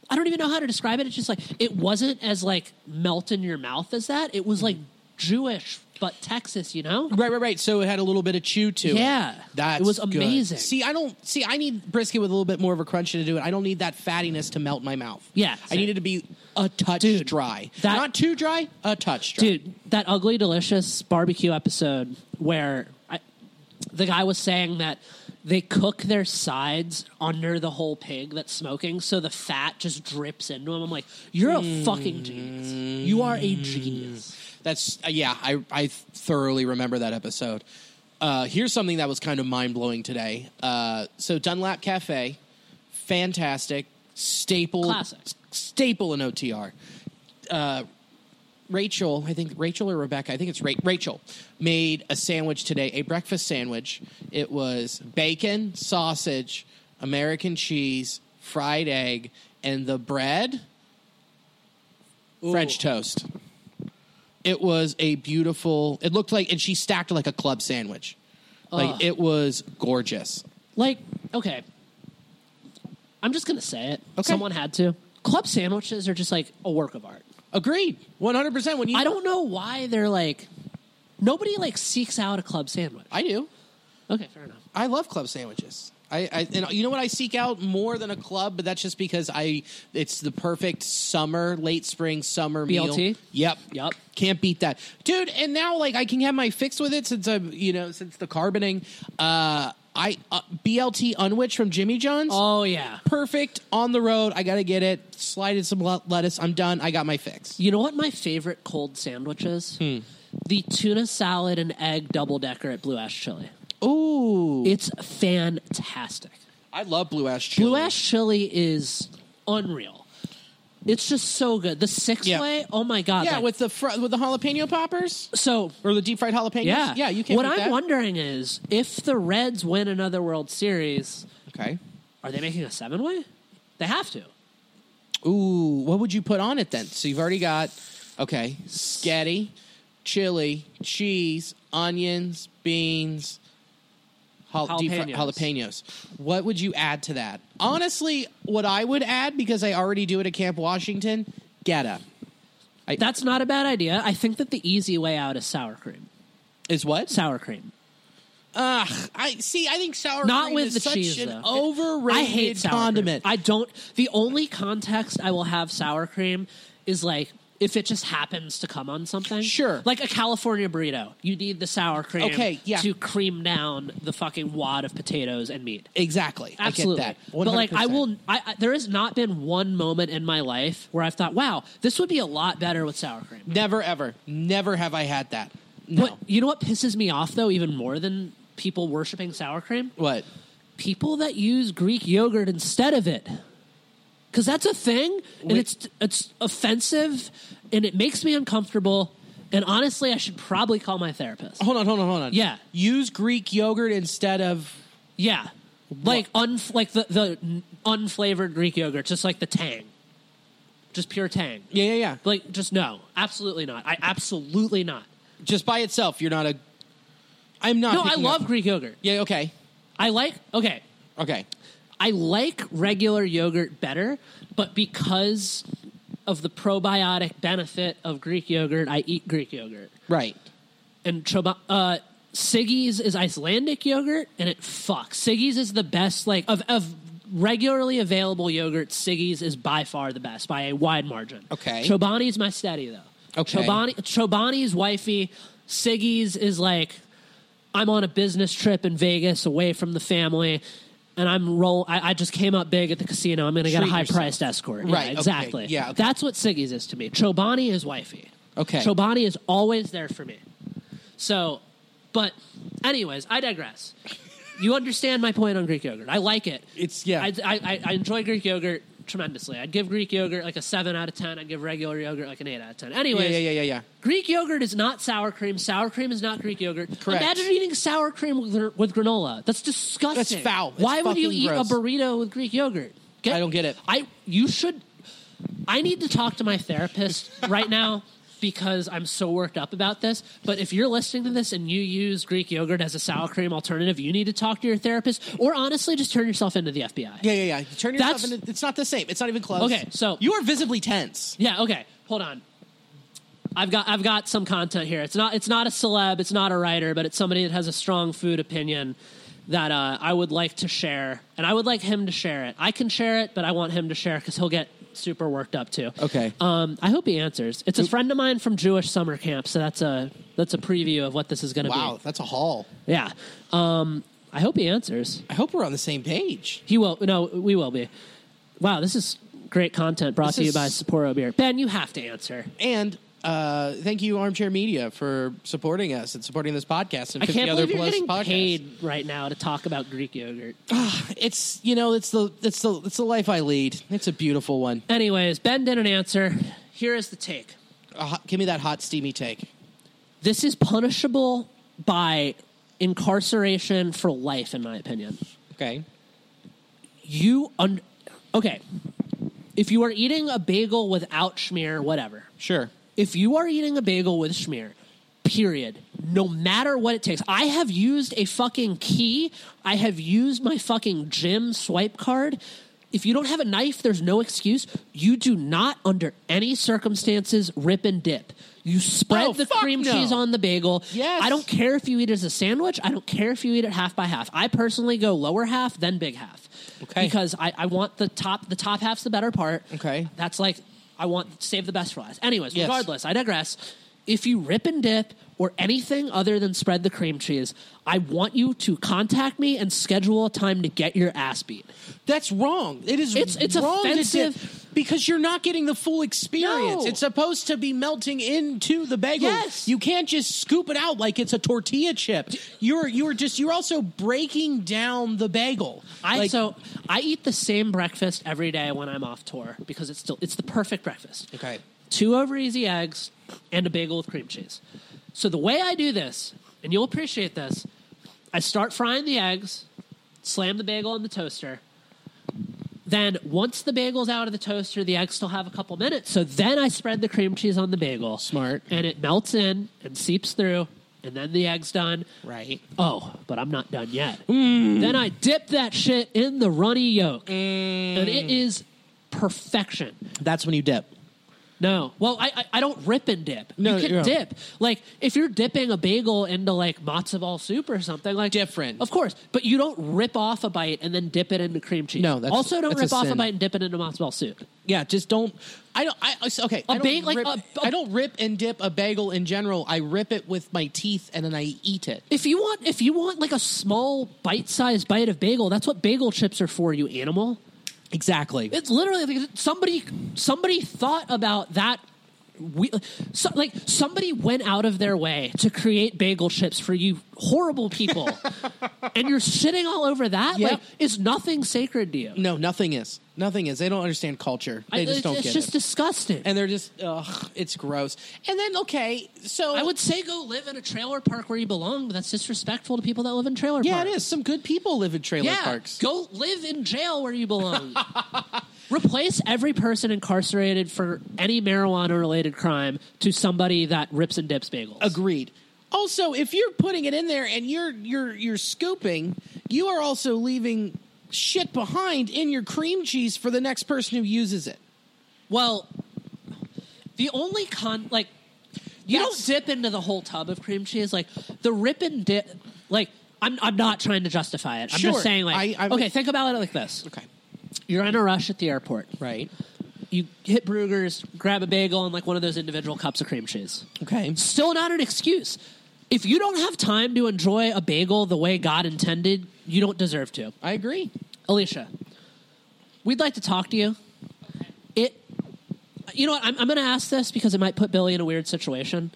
[SPEAKER 4] I don't even know how to describe it. It's just like it wasn't as like melt in your mouth as that. It was like Jewish but Texas, you know?
[SPEAKER 3] Right, right, right. So it had a little bit of chew to it.
[SPEAKER 4] Yeah.
[SPEAKER 3] That's
[SPEAKER 4] It was
[SPEAKER 3] good.
[SPEAKER 4] amazing.
[SPEAKER 3] See, I don't see I need brisket with a little bit more of a crunch to do it. I don't need that fattiness to melt my mouth.
[SPEAKER 4] Yeah,
[SPEAKER 3] I
[SPEAKER 4] same.
[SPEAKER 3] need it to be a touch
[SPEAKER 4] Dude,
[SPEAKER 3] dry.
[SPEAKER 4] that-
[SPEAKER 3] Not too dry, a touch dry.
[SPEAKER 4] Dude, that ugly delicious barbecue episode where I, the guy was saying that they cook their sides under the whole pig that's smoking, so the fat just drips into them. I'm like, you're a fucking genius. You are a genius.
[SPEAKER 3] That's uh, yeah. I I thoroughly remember that episode. Uh, here's something that was kind of mind blowing today. Uh, so Dunlap Cafe, fantastic staple,
[SPEAKER 4] Classic.
[SPEAKER 3] s- staple in OTR. Uh, Rachel, I think Rachel or Rebecca, I think it's Ra- Rachel, made a sandwich today, a breakfast sandwich. It was bacon, sausage, American cheese, fried egg, and the bread, French toast. It was a beautiful. It looked like, and she stacked like a club sandwich. Like
[SPEAKER 4] Ugh.
[SPEAKER 3] it was gorgeous.
[SPEAKER 4] Like, okay. I'm just going to say it.
[SPEAKER 3] Okay.
[SPEAKER 4] Someone had to. Club sandwiches are just like a work of art.
[SPEAKER 3] Agreed, one hundred percent. When you,
[SPEAKER 4] I don't know why they're like, nobody like seeks out a club sandwich.
[SPEAKER 3] I do.
[SPEAKER 4] Okay, fair enough.
[SPEAKER 3] I love club sandwiches. I, I and you know what I seek out more than a club, but that's just because I. It's the perfect summer, late spring, summer meal.
[SPEAKER 4] BLT?
[SPEAKER 3] Yep,
[SPEAKER 4] Yep.
[SPEAKER 3] Can't beat that, dude. And now, like, I can have my fix with it since I'm, you know, since the carboning. Uh, I uh, BLT unwich from Jimmy John's.
[SPEAKER 4] Oh, yeah.
[SPEAKER 3] perfect on the road. I gotta get it. Slide in some le- lettuce. I'm done. I got my fix.
[SPEAKER 4] You know what my favorite cold sandwich is?
[SPEAKER 3] Hmm.
[SPEAKER 4] The tuna salad and egg double decker at Blue Ash Chili.
[SPEAKER 3] Ooh,
[SPEAKER 4] It's fantastic.
[SPEAKER 3] I love blue ash chili.
[SPEAKER 4] Blue Ash Chili is unreal. It's just so good. The six
[SPEAKER 3] Yeah.
[SPEAKER 4] way, oh my god!
[SPEAKER 3] Yeah,
[SPEAKER 4] like-
[SPEAKER 3] with the fr- with the jalapeno poppers
[SPEAKER 4] so
[SPEAKER 3] or the deep fried jalapenos.
[SPEAKER 4] yeah,
[SPEAKER 3] yeah, you can't.
[SPEAKER 4] What
[SPEAKER 3] beat
[SPEAKER 4] I'm
[SPEAKER 3] that.
[SPEAKER 4] wondering is if the Reds win another World Series,
[SPEAKER 3] Okay.
[SPEAKER 4] are they making a seven way? They have to.
[SPEAKER 3] Ooh, what would you put on it then? So you've already got okay, sketty, chili, cheese, onions, beans, jal- deep fri-
[SPEAKER 4] Jalapenos.
[SPEAKER 3] jalapenos. What would you add to that? Honestly, what I would add because I already do it at Camp Washington, geta
[SPEAKER 4] That's not a bad idea. I think that the easy way out is sour cream.
[SPEAKER 3] is what?
[SPEAKER 4] Sour cream.
[SPEAKER 3] Ugh, I see. I think sour
[SPEAKER 4] Not
[SPEAKER 3] cream
[SPEAKER 4] with
[SPEAKER 3] is
[SPEAKER 4] the
[SPEAKER 3] such
[SPEAKER 4] cheese.
[SPEAKER 3] an
[SPEAKER 4] though.
[SPEAKER 3] overrated
[SPEAKER 4] I hate sour
[SPEAKER 3] condiment.
[SPEAKER 4] Cream. I don't. The only context I will have sour cream is like if it just happens to come on something.
[SPEAKER 3] Sure.
[SPEAKER 4] Like a California burrito, you need the sour cream.
[SPEAKER 3] Okay, yeah.
[SPEAKER 4] To cream down the fucking wad of potatoes and meat.
[SPEAKER 3] exactly.
[SPEAKER 4] Absolutely.
[SPEAKER 3] I get that.
[SPEAKER 4] But like, I
[SPEAKER 3] 100%.
[SPEAKER 4] will. I, I, there has not been one moment in my life where I've thought, "Wow, this would be a lot better with sour cream."
[SPEAKER 3] never ever, never have I had that. No.
[SPEAKER 4] But you know what pisses me off though, even more than people worshiping sour cream,
[SPEAKER 3] what?
[SPEAKER 4] people that use Greek yogurt instead of it. Because that's a thing, and
[SPEAKER 3] Wait.
[SPEAKER 4] it's it's offensive, and it makes me uncomfortable. And honestly, I should probably call my therapist.
[SPEAKER 3] Hold on, hold on, hold on.
[SPEAKER 4] Yeah.
[SPEAKER 3] Use Greek yogurt instead of.
[SPEAKER 4] Yeah, like un like the the n- unflavored Greek yogurt, just like the tang, just pure tang.
[SPEAKER 3] Yeah, yeah, yeah.
[SPEAKER 4] Like, just no, absolutely not. I absolutely not.
[SPEAKER 3] Just by itself, you're not a. I'm not.
[SPEAKER 4] No, I
[SPEAKER 3] picking
[SPEAKER 4] love
[SPEAKER 3] up-
[SPEAKER 4] Greek yogurt.
[SPEAKER 3] Yeah. Okay.
[SPEAKER 4] I like okay.
[SPEAKER 3] Okay.
[SPEAKER 4] I like regular yogurt better, but because of the probiotic benefit of Greek yogurt, I eat Greek yogurt.
[SPEAKER 3] Right.
[SPEAKER 4] And choba- uh, Siggy's is Icelandic yogurt, and it fucks. Siggy's is the best, like, of, of regularly available yogurt, Siggy's is by far the best by a wide margin.
[SPEAKER 3] Okay.
[SPEAKER 4] Chobani's my steady, though.
[SPEAKER 3] Okay.
[SPEAKER 4] Chobani, Chobani's wifey, Siggy's is like, I'm on a business trip in Vegas away from the family. And I'm roll. I, I just came up big at the casino. I'm going to get a
[SPEAKER 3] Treat
[SPEAKER 4] high
[SPEAKER 3] yourself.
[SPEAKER 4] priced escort. Yeah,
[SPEAKER 3] Right, okay.
[SPEAKER 4] exactly.
[SPEAKER 3] Yeah, okay.
[SPEAKER 4] That's what Siggy's is to me. Chobani is wifey.
[SPEAKER 3] Okay.
[SPEAKER 4] Chobani is always there for me. So, but, anyways, I digress. You understand my point on Greek yogurt. I like it.
[SPEAKER 3] It's- yeah.
[SPEAKER 4] I, I, I- I enjoy Greek yogurt tremendously. I'd give Greek yogurt like a seven out of ten. I'd give regular yogurt like an eight out of ten.
[SPEAKER 3] Yeah,
[SPEAKER 4] Anyways,
[SPEAKER 3] yeah, yeah, yeah, yeah.
[SPEAKER 4] Greek yogurt is not sour cream. Sour cream is not Greek yogurt.
[SPEAKER 3] Correct.
[SPEAKER 4] Imagine eating sour cream with, gr- with granola. That's disgusting.
[SPEAKER 3] That's foul. It's
[SPEAKER 4] Why would you
[SPEAKER 3] fucking
[SPEAKER 4] eat
[SPEAKER 3] gross.
[SPEAKER 4] a burrito with Greek yogurt?
[SPEAKER 3] I don't get it.
[SPEAKER 4] I you should. I need to talk to my therapist right now because I'm so worked up about this. But if you're listening to this and you use Greek yogurt as a sour cream alternative, you need to talk to your therapist or honestly just turn yourself into the FBI.
[SPEAKER 3] Yeah, yeah, yeah. You turn yourself
[SPEAKER 4] That's-
[SPEAKER 3] into. It's not the same. It's not even close.
[SPEAKER 4] Okay, so-
[SPEAKER 3] you are visibly tense.
[SPEAKER 4] Yeah, okay. Hold on. I've got I've got some content here. It's not it's not a celeb, it's not a writer, but it's somebody that has a strong food opinion that uh, I would like to share, and I would like him to share it. I can share it, but I want him to share because he'll get super worked up too.
[SPEAKER 3] Okay.
[SPEAKER 4] Um, I hope he answers. It's a friend of mine from Jewish summer camp, so that's a that's a preview of what this is going to
[SPEAKER 3] Wow, that's a haul.
[SPEAKER 4] be. Yeah. Um, I hope he answers.
[SPEAKER 3] I hope we're on the same page.
[SPEAKER 4] He will. No, we will be. Wow, this is great content brought
[SPEAKER 3] This
[SPEAKER 4] to you
[SPEAKER 3] is-
[SPEAKER 4] by Sapporo Beer. Ben, you have to answer.
[SPEAKER 3] And uh, thank you, Armchair Media, for supporting us and supporting this podcast and
[SPEAKER 4] I
[SPEAKER 3] 50
[SPEAKER 4] can't
[SPEAKER 3] other
[SPEAKER 4] believe you're
[SPEAKER 3] plus
[SPEAKER 4] getting
[SPEAKER 3] podcasts.
[SPEAKER 4] paid right now to talk about Greek yogurt.
[SPEAKER 3] It's you know, it's the it's the it's the life I lead. It's a beautiful one.
[SPEAKER 4] Anyways, Ben didn't answer. Here is the take.
[SPEAKER 3] A hot, give me that hot steamy take.
[SPEAKER 4] This is punishable by incarceration for life, in my opinion.
[SPEAKER 3] Okay.
[SPEAKER 4] You un- okay? If you are eating a bagel without schmear, whatever.
[SPEAKER 3] Sure.
[SPEAKER 4] If you are eating a bagel with schmear, period, no matter what it takes. I have used a fucking key. I have used my fucking gym swipe card. If you don't have a knife, there's no excuse. You do not, under any circumstances, rip and dip. You spread
[SPEAKER 3] Oh,
[SPEAKER 4] the
[SPEAKER 3] fuck
[SPEAKER 4] cream
[SPEAKER 3] no.
[SPEAKER 4] cheese on the bagel.
[SPEAKER 3] Yes.
[SPEAKER 4] I don't care if you eat it as a sandwich. I don't care if you eat it half by half. I personally go lower half, then big half.
[SPEAKER 3] Okay.
[SPEAKER 4] Because I, I want the top the top half's the better part.
[SPEAKER 3] Okay.
[SPEAKER 4] That's like I want save the best for last. Anyways,
[SPEAKER 3] Yes.
[SPEAKER 4] regardless, I digress. If you rip and dip or anything other than spread the cream cheese, I want you to contact me and schedule a time to get your ass beat.
[SPEAKER 3] That's wrong. It is
[SPEAKER 4] It's- it's
[SPEAKER 3] wrong to dip
[SPEAKER 4] offensive.
[SPEAKER 3] because you're not getting the full experience.
[SPEAKER 4] No.
[SPEAKER 3] It's supposed to be melting into the bagel.
[SPEAKER 4] Yes.
[SPEAKER 3] You can't just scoop it out like it's a tortilla chip. You're you're just you're also breaking down the bagel.
[SPEAKER 4] I
[SPEAKER 3] Like-
[SPEAKER 4] so I eat the same breakfast every day when I'm off tour because it's still it's the perfect breakfast.
[SPEAKER 3] Okay.
[SPEAKER 4] two over easy eggs and a bagel with cream cheese. So the way I do this, and you'll appreciate this, I start frying the eggs, slam the bagel in the toaster. Then once the bagel's out of the toaster, the eggs still have a couple minutes. So then I spread the cream cheese on the bagel.
[SPEAKER 3] Smart.
[SPEAKER 4] And it melts in and seeps through, and then the egg's done.
[SPEAKER 3] Right. Mm.
[SPEAKER 4] Oh, but I'm not done yet. Then I dip that shit in the runny yolk.
[SPEAKER 3] Mm.
[SPEAKER 4] And it is perfection.
[SPEAKER 3] That's when you dip.
[SPEAKER 4] No. Well, I I, I don't rip and dip.
[SPEAKER 3] No,
[SPEAKER 4] you can
[SPEAKER 3] you're-
[SPEAKER 4] dip. Like if you're dipping a bagel into like matzo ball soup or something like
[SPEAKER 3] Different.
[SPEAKER 4] Of course, but you don't rip off a bite and then dip it into cream cheese.
[SPEAKER 3] No, that's-
[SPEAKER 4] also don't
[SPEAKER 3] that's a
[SPEAKER 4] rip off a
[SPEAKER 3] sin.
[SPEAKER 4] bite and dip it into matzo ball soup.
[SPEAKER 3] Yeah, just don't. I don't. I I- okay. I
[SPEAKER 4] A
[SPEAKER 3] don't
[SPEAKER 4] bag- like
[SPEAKER 3] rip,
[SPEAKER 4] a- a-
[SPEAKER 3] I don't rip and dip a bagel in general. I rip it with my teeth and then I eat it.
[SPEAKER 4] If you want if you want like a small bite-sized bite of bagel, that's what bagel chips are for, you animal.
[SPEAKER 3] Exactly.
[SPEAKER 4] It's literally like somebody somebody thought about that. We, so, like somebody went out of their way to create bagel chips for you horrible people, and you're shitting all over that.
[SPEAKER 3] Yeah.
[SPEAKER 4] Like, is nothing sacred to you?
[SPEAKER 3] no, nothing is. Nothing is. They don't understand culture. They
[SPEAKER 4] I-
[SPEAKER 3] just
[SPEAKER 4] it's,
[SPEAKER 3] don't
[SPEAKER 4] it's
[SPEAKER 3] get
[SPEAKER 4] just
[SPEAKER 3] it.
[SPEAKER 4] disgusting.
[SPEAKER 3] and they're just. Ugh, it's gross. And then okay, so
[SPEAKER 4] I would say go live in a trailer park where you belong, but that's disrespectful to people that live in trailer
[SPEAKER 3] Yeah,
[SPEAKER 4] parks.
[SPEAKER 3] it is. Some good people live in trailer
[SPEAKER 4] Yeah,
[SPEAKER 3] parks.
[SPEAKER 4] go live in jail where you belong. Replace every person incarcerated for any marijuana-related crime to somebody that rips and dips bagels.
[SPEAKER 3] Agreed. Also, if you're putting it in there and you're you're you're scooping, you are also leaving shit behind in your cream cheese for the next person who uses it.
[SPEAKER 4] Well, the only con like you
[SPEAKER 3] That's-
[SPEAKER 4] don't dip into the whole tub of cream cheese. Like the rip and dip. Like I'm I'm not trying to justify it. I'm
[SPEAKER 3] Sure.
[SPEAKER 4] just saying like
[SPEAKER 3] I- I-
[SPEAKER 4] okay, think about it like this.
[SPEAKER 3] Okay.
[SPEAKER 4] You're in a rush at the airport.
[SPEAKER 3] Right.
[SPEAKER 4] You hit Brugger's, grab a bagel and like one of those individual cups of cream cheese.
[SPEAKER 3] Okay.
[SPEAKER 4] Still not an excuse. If you don't have time to enjoy a bagel the way God intended, you don't deserve to.
[SPEAKER 3] I agree.
[SPEAKER 4] Alicia, we'd like to talk to you. It, you know what? I'm, I'm going to ask this because it might put Billy in a weird situation.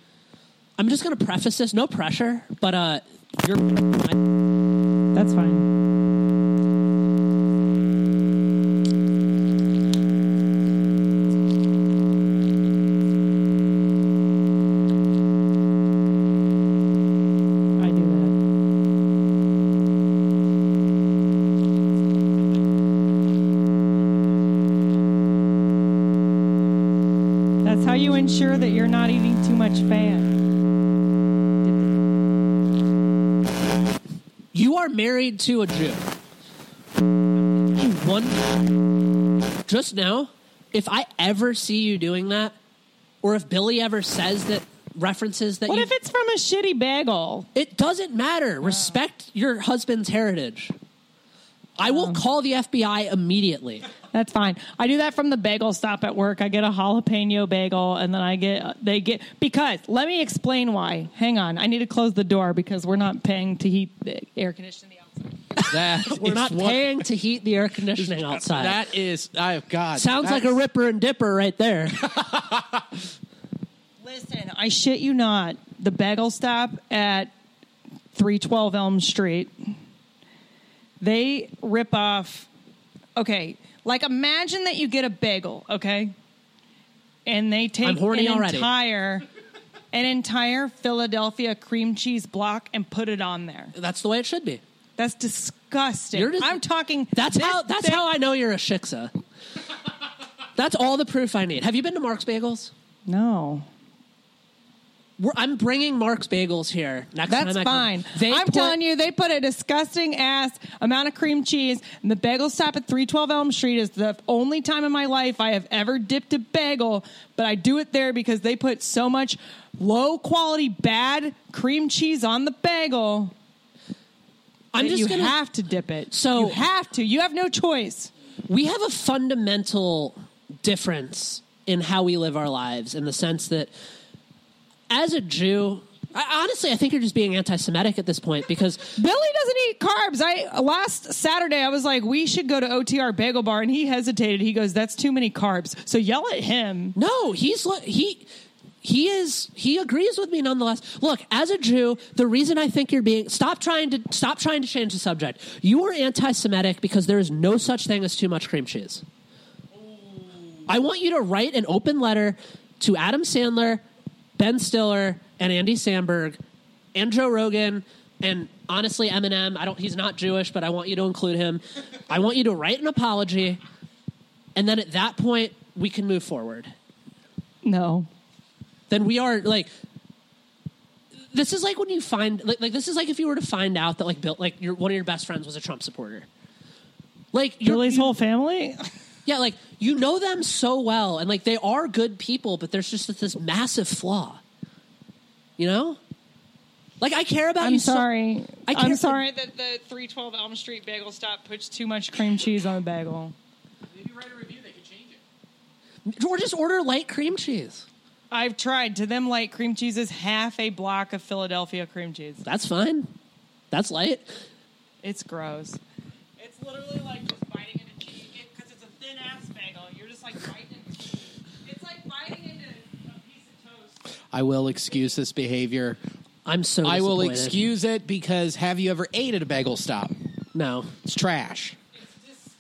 [SPEAKER 4] I'm just going to preface this, no pressure, but uh, you're.
[SPEAKER 6] That's fine. I do that. That's how you ensure sure that you're not eating too much fat.
[SPEAKER 4] You are married to a Jew. I wonder, just now, if I ever see you doing that, or if Billy ever says that references that
[SPEAKER 6] What
[SPEAKER 4] you,
[SPEAKER 6] if it's from a shitty bagel?
[SPEAKER 4] It doesn't matter. Respect your husband's heritage. I will call the FBI immediately.
[SPEAKER 6] That's fine. I do that from the bagel stop at work. I get a jalapeno bagel, and then I get they get because let me explain why. Hang on, I need to close the door because we're not paying to heat the air conditioning the outside.
[SPEAKER 3] That
[SPEAKER 4] We're
[SPEAKER 3] is
[SPEAKER 4] not
[SPEAKER 3] what-
[SPEAKER 4] paying to heat the air conditioning outside.
[SPEAKER 3] That is, oh God,
[SPEAKER 4] Sounds like a
[SPEAKER 3] that's-
[SPEAKER 4] ripper and dipper right there.
[SPEAKER 6] Listen, I shit you not. The bagel stop at 312 Elm Street. They rip off Okay, like imagine that you get a bagel, okay? And they take
[SPEAKER 4] I'm horny
[SPEAKER 6] an
[SPEAKER 4] already.
[SPEAKER 6] entire an entire Philadelphia cream cheese block and put it on there.
[SPEAKER 4] That's the way it should be.
[SPEAKER 6] That's disgusting.
[SPEAKER 4] You're just-
[SPEAKER 6] I'm talking
[SPEAKER 4] That's
[SPEAKER 6] this
[SPEAKER 4] how. That's
[SPEAKER 6] thing-
[SPEAKER 4] how I know you're a shiksa. that's all the proof I need. Have you been to Mark's Bagels?
[SPEAKER 6] No.
[SPEAKER 4] We're, I'm bringing Mark's Bagels here next time.
[SPEAKER 6] That's
[SPEAKER 4] I come.
[SPEAKER 6] fine.
[SPEAKER 4] They
[SPEAKER 6] I'm
[SPEAKER 4] put-
[SPEAKER 6] telling you, they put a disgusting ass amount of cream cheese. And the bagel stop at 312 Elm Street is the only time in my life I have ever dipped a bagel, but I do it there because they put so much low quality, bad cream cheese on the bagel.
[SPEAKER 4] I'm
[SPEAKER 6] that
[SPEAKER 4] just
[SPEAKER 6] you
[SPEAKER 4] gonna.
[SPEAKER 6] have to dip it.
[SPEAKER 4] So-
[SPEAKER 6] you have to. You have no choice.
[SPEAKER 4] we have a fundamental difference in how we live our lives in the sense that as a Jew, I, honestly, I think you're just being anti-Semitic at this point because
[SPEAKER 6] Billy doesn't eat carbs. I last Saturday I was like, we should go to OTR Bagel Bar, and he hesitated. He goes, "That's too many carbs." So yell at him.
[SPEAKER 4] No, he's li- he he is he agrees with me nonetheless. Look, as a Jew, the reason I think you're being stop trying to stop trying to change the subject. You are anti-Semitic because there is no such thing as too much cream cheese. I want you to write an open letter to Adam Sandler, Ben Stiller, and Andy Samberg, and Joe Rogan, and honestly Eminem. I don't. He's not Jewish, but I want you to include him. I want you to write an apology, and then at that point we can move forward
[SPEAKER 6] No.
[SPEAKER 4] then we are like this is like when you find like, like this is like if you were to find out that like Bill like your one of your best friends was a Trump supporter. Like you're-
[SPEAKER 6] Billy's
[SPEAKER 4] you-
[SPEAKER 6] whole family?
[SPEAKER 4] yeah, like you know them so well and like they are good people, but there's just this massive flaw. You know? Like I care about
[SPEAKER 6] I'm
[SPEAKER 4] you
[SPEAKER 6] sorry.
[SPEAKER 4] I
[SPEAKER 6] I'm
[SPEAKER 4] can't-
[SPEAKER 6] sorry that the 312 Elm Street bagel stop puts too much cream cheese on a bagel.
[SPEAKER 4] so or just order light cream cheese.
[SPEAKER 6] I've tried. To them, light cream cheese is half a block of Philadelphia cream cheese.
[SPEAKER 4] That's fine. That's light.
[SPEAKER 6] It's gross. It's literally like just biting into cheese because it's a thin ass bagel. You're just like biting into cheese. It's like biting into a piece of toast.
[SPEAKER 3] I will excuse this behavior.
[SPEAKER 4] I'm so
[SPEAKER 3] I will
[SPEAKER 4] disappointed.
[SPEAKER 3] excuse it because have you ever ate at a bagel stop?
[SPEAKER 4] No.
[SPEAKER 3] It's trash.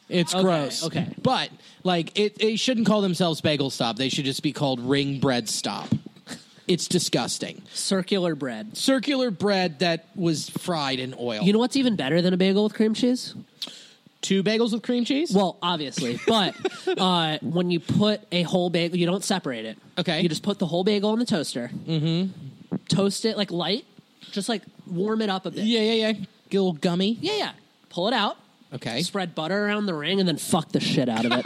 [SPEAKER 3] It's
[SPEAKER 4] Okay,
[SPEAKER 3] gross.
[SPEAKER 4] okay.
[SPEAKER 3] But like it they shouldn't call themselves bagel stop. They should just be called ring bread stop. It's disgusting.
[SPEAKER 4] Circular bread.
[SPEAKER 3] Circular bread that was fried in oil.
[SPEAKER 4] You know what's even better than a bagel with cream cheese?
[SPEAKER 3] two bagels with cream cheese?
[SPEAKER 4] Well, obviously, but uh, when you put a whole bagel, you don't separate it.
[SPEAKER 3] Okay.
[SPEAKER 4] You just put the whole bagel in the toaster. Mm-hmm. Toast it like light, just like warm it up a bit.
[SPEAKER 3] yeah, yeah, yeah. Get a little gummy.
[SPEAKER 4] yeah, yeah. Pull it out.
[SPEAKER 3] Okay.
[SPEAKER 4] Spread butter around the ring and then fuck the shit out of it.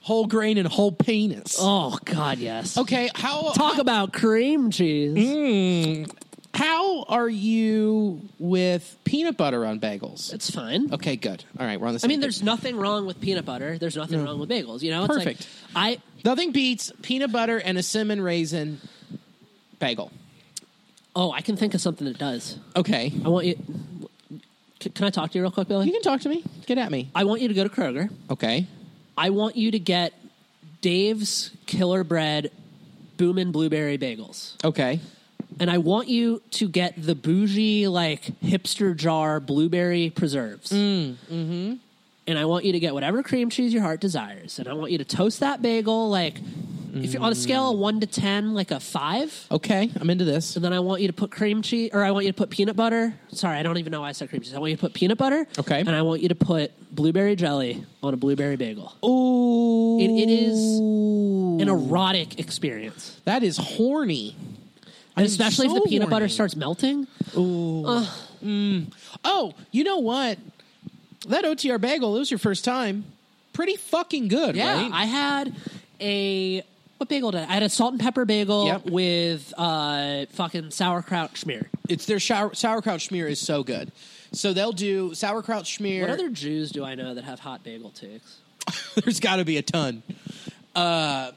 [SPEAKER 3] Whole grain and whole penis.
[SPEAKER 4] oh God, yes.
[SPEAKER 3] Okay, Mm. how
[SPEAKER 4] Talk about cream cheese.
[SPEAKER 3] how are you with peanut butter on bagels?
[SPEAKER 4] It's fine.
[SPEAKER 3] Okay, good. All right, we're on the
[SPEAKER 4] I
[SPEAKER 3] same
[SPEAKER 4] mean,
[SPEAKER 3] page.
[SPEAKER 4] there's nothing wrong with peanut butter. There's nothing wrong with bagels. You know, it's
[SPEAKER 3] Mm. Perfect.
[SPEAKER 4] Like, I
[SPEAKER 3] Nothing beats peanut butter and a cinnamon raisin bagel.
[SPEAKER 4] oh, I can think of something that does.
[SPEAKER 3] Okay.
[SPEAKER 4] I want you. c- Can I talk to you real quick, Billy?
[SPEAKER 3] You can talk to me. Get at me.
[SPEAKER 4] I want you to go to Kroger.
[SPEAKER 3] Okay.
[SPEAKER 4] I want you to get Dave's Killer Bread Boomin' Blueberry Bagels.
[SPEAKER 3] Okay.
[SPEAKER 4] And I want you to get the bougie, like, hipster jar blueberry preserves. Mm, mm-hmm. And I want you to get whatever cream cheese your heart desires. And I want you to toast that bagel, like, If you're on a scale of one to ten, like a five,
[SPEAKER 3] Okay, I'm into this.
[SPEAKER 4] and then I want you to put cream cheese, or I want you to put peanut butter. Sorry, I don't even know why I said cream cheese. I want you to put peanut butter.
[SPEAKER 3] Okay.
[SPEAKER 4] And I want you to put blueberry jelly on a blueberry bagel.
[SPEAKER 3] Ooh,
[SPEAKER 4] It, it is an erotic experience,
[SPEAKER 3] that is horny.
[SPEAKER 4] and especially
[SPEAKER 3] so
[SPEAKER 4] if the peanut butter
[SPEAKER 3] horny.
[SPEAKER 4] starts melting.
[SPEAKER 3] Oh, you know what? That OTR bagel. It was your first time. Pretty fucking good,
[SPEAKER 4] Yeah,
[SPEAKER 3] right?
[SPEAKER 4] I had a what bagel did I? I had a salt and pepper bagel
[SPEAKER 3] Yep.
[SPEAKER 4] with uh fucking sauerkraut schmear.
[SPEAKER 3] it's their shower, sauerkraut schmear is so good. So they'll do sauerkraut schmear.
[SPEAKER 4] What other Jews do I know that have hot bagel ticks?
[SPEAKER 3] There's got to be a ton. Uh,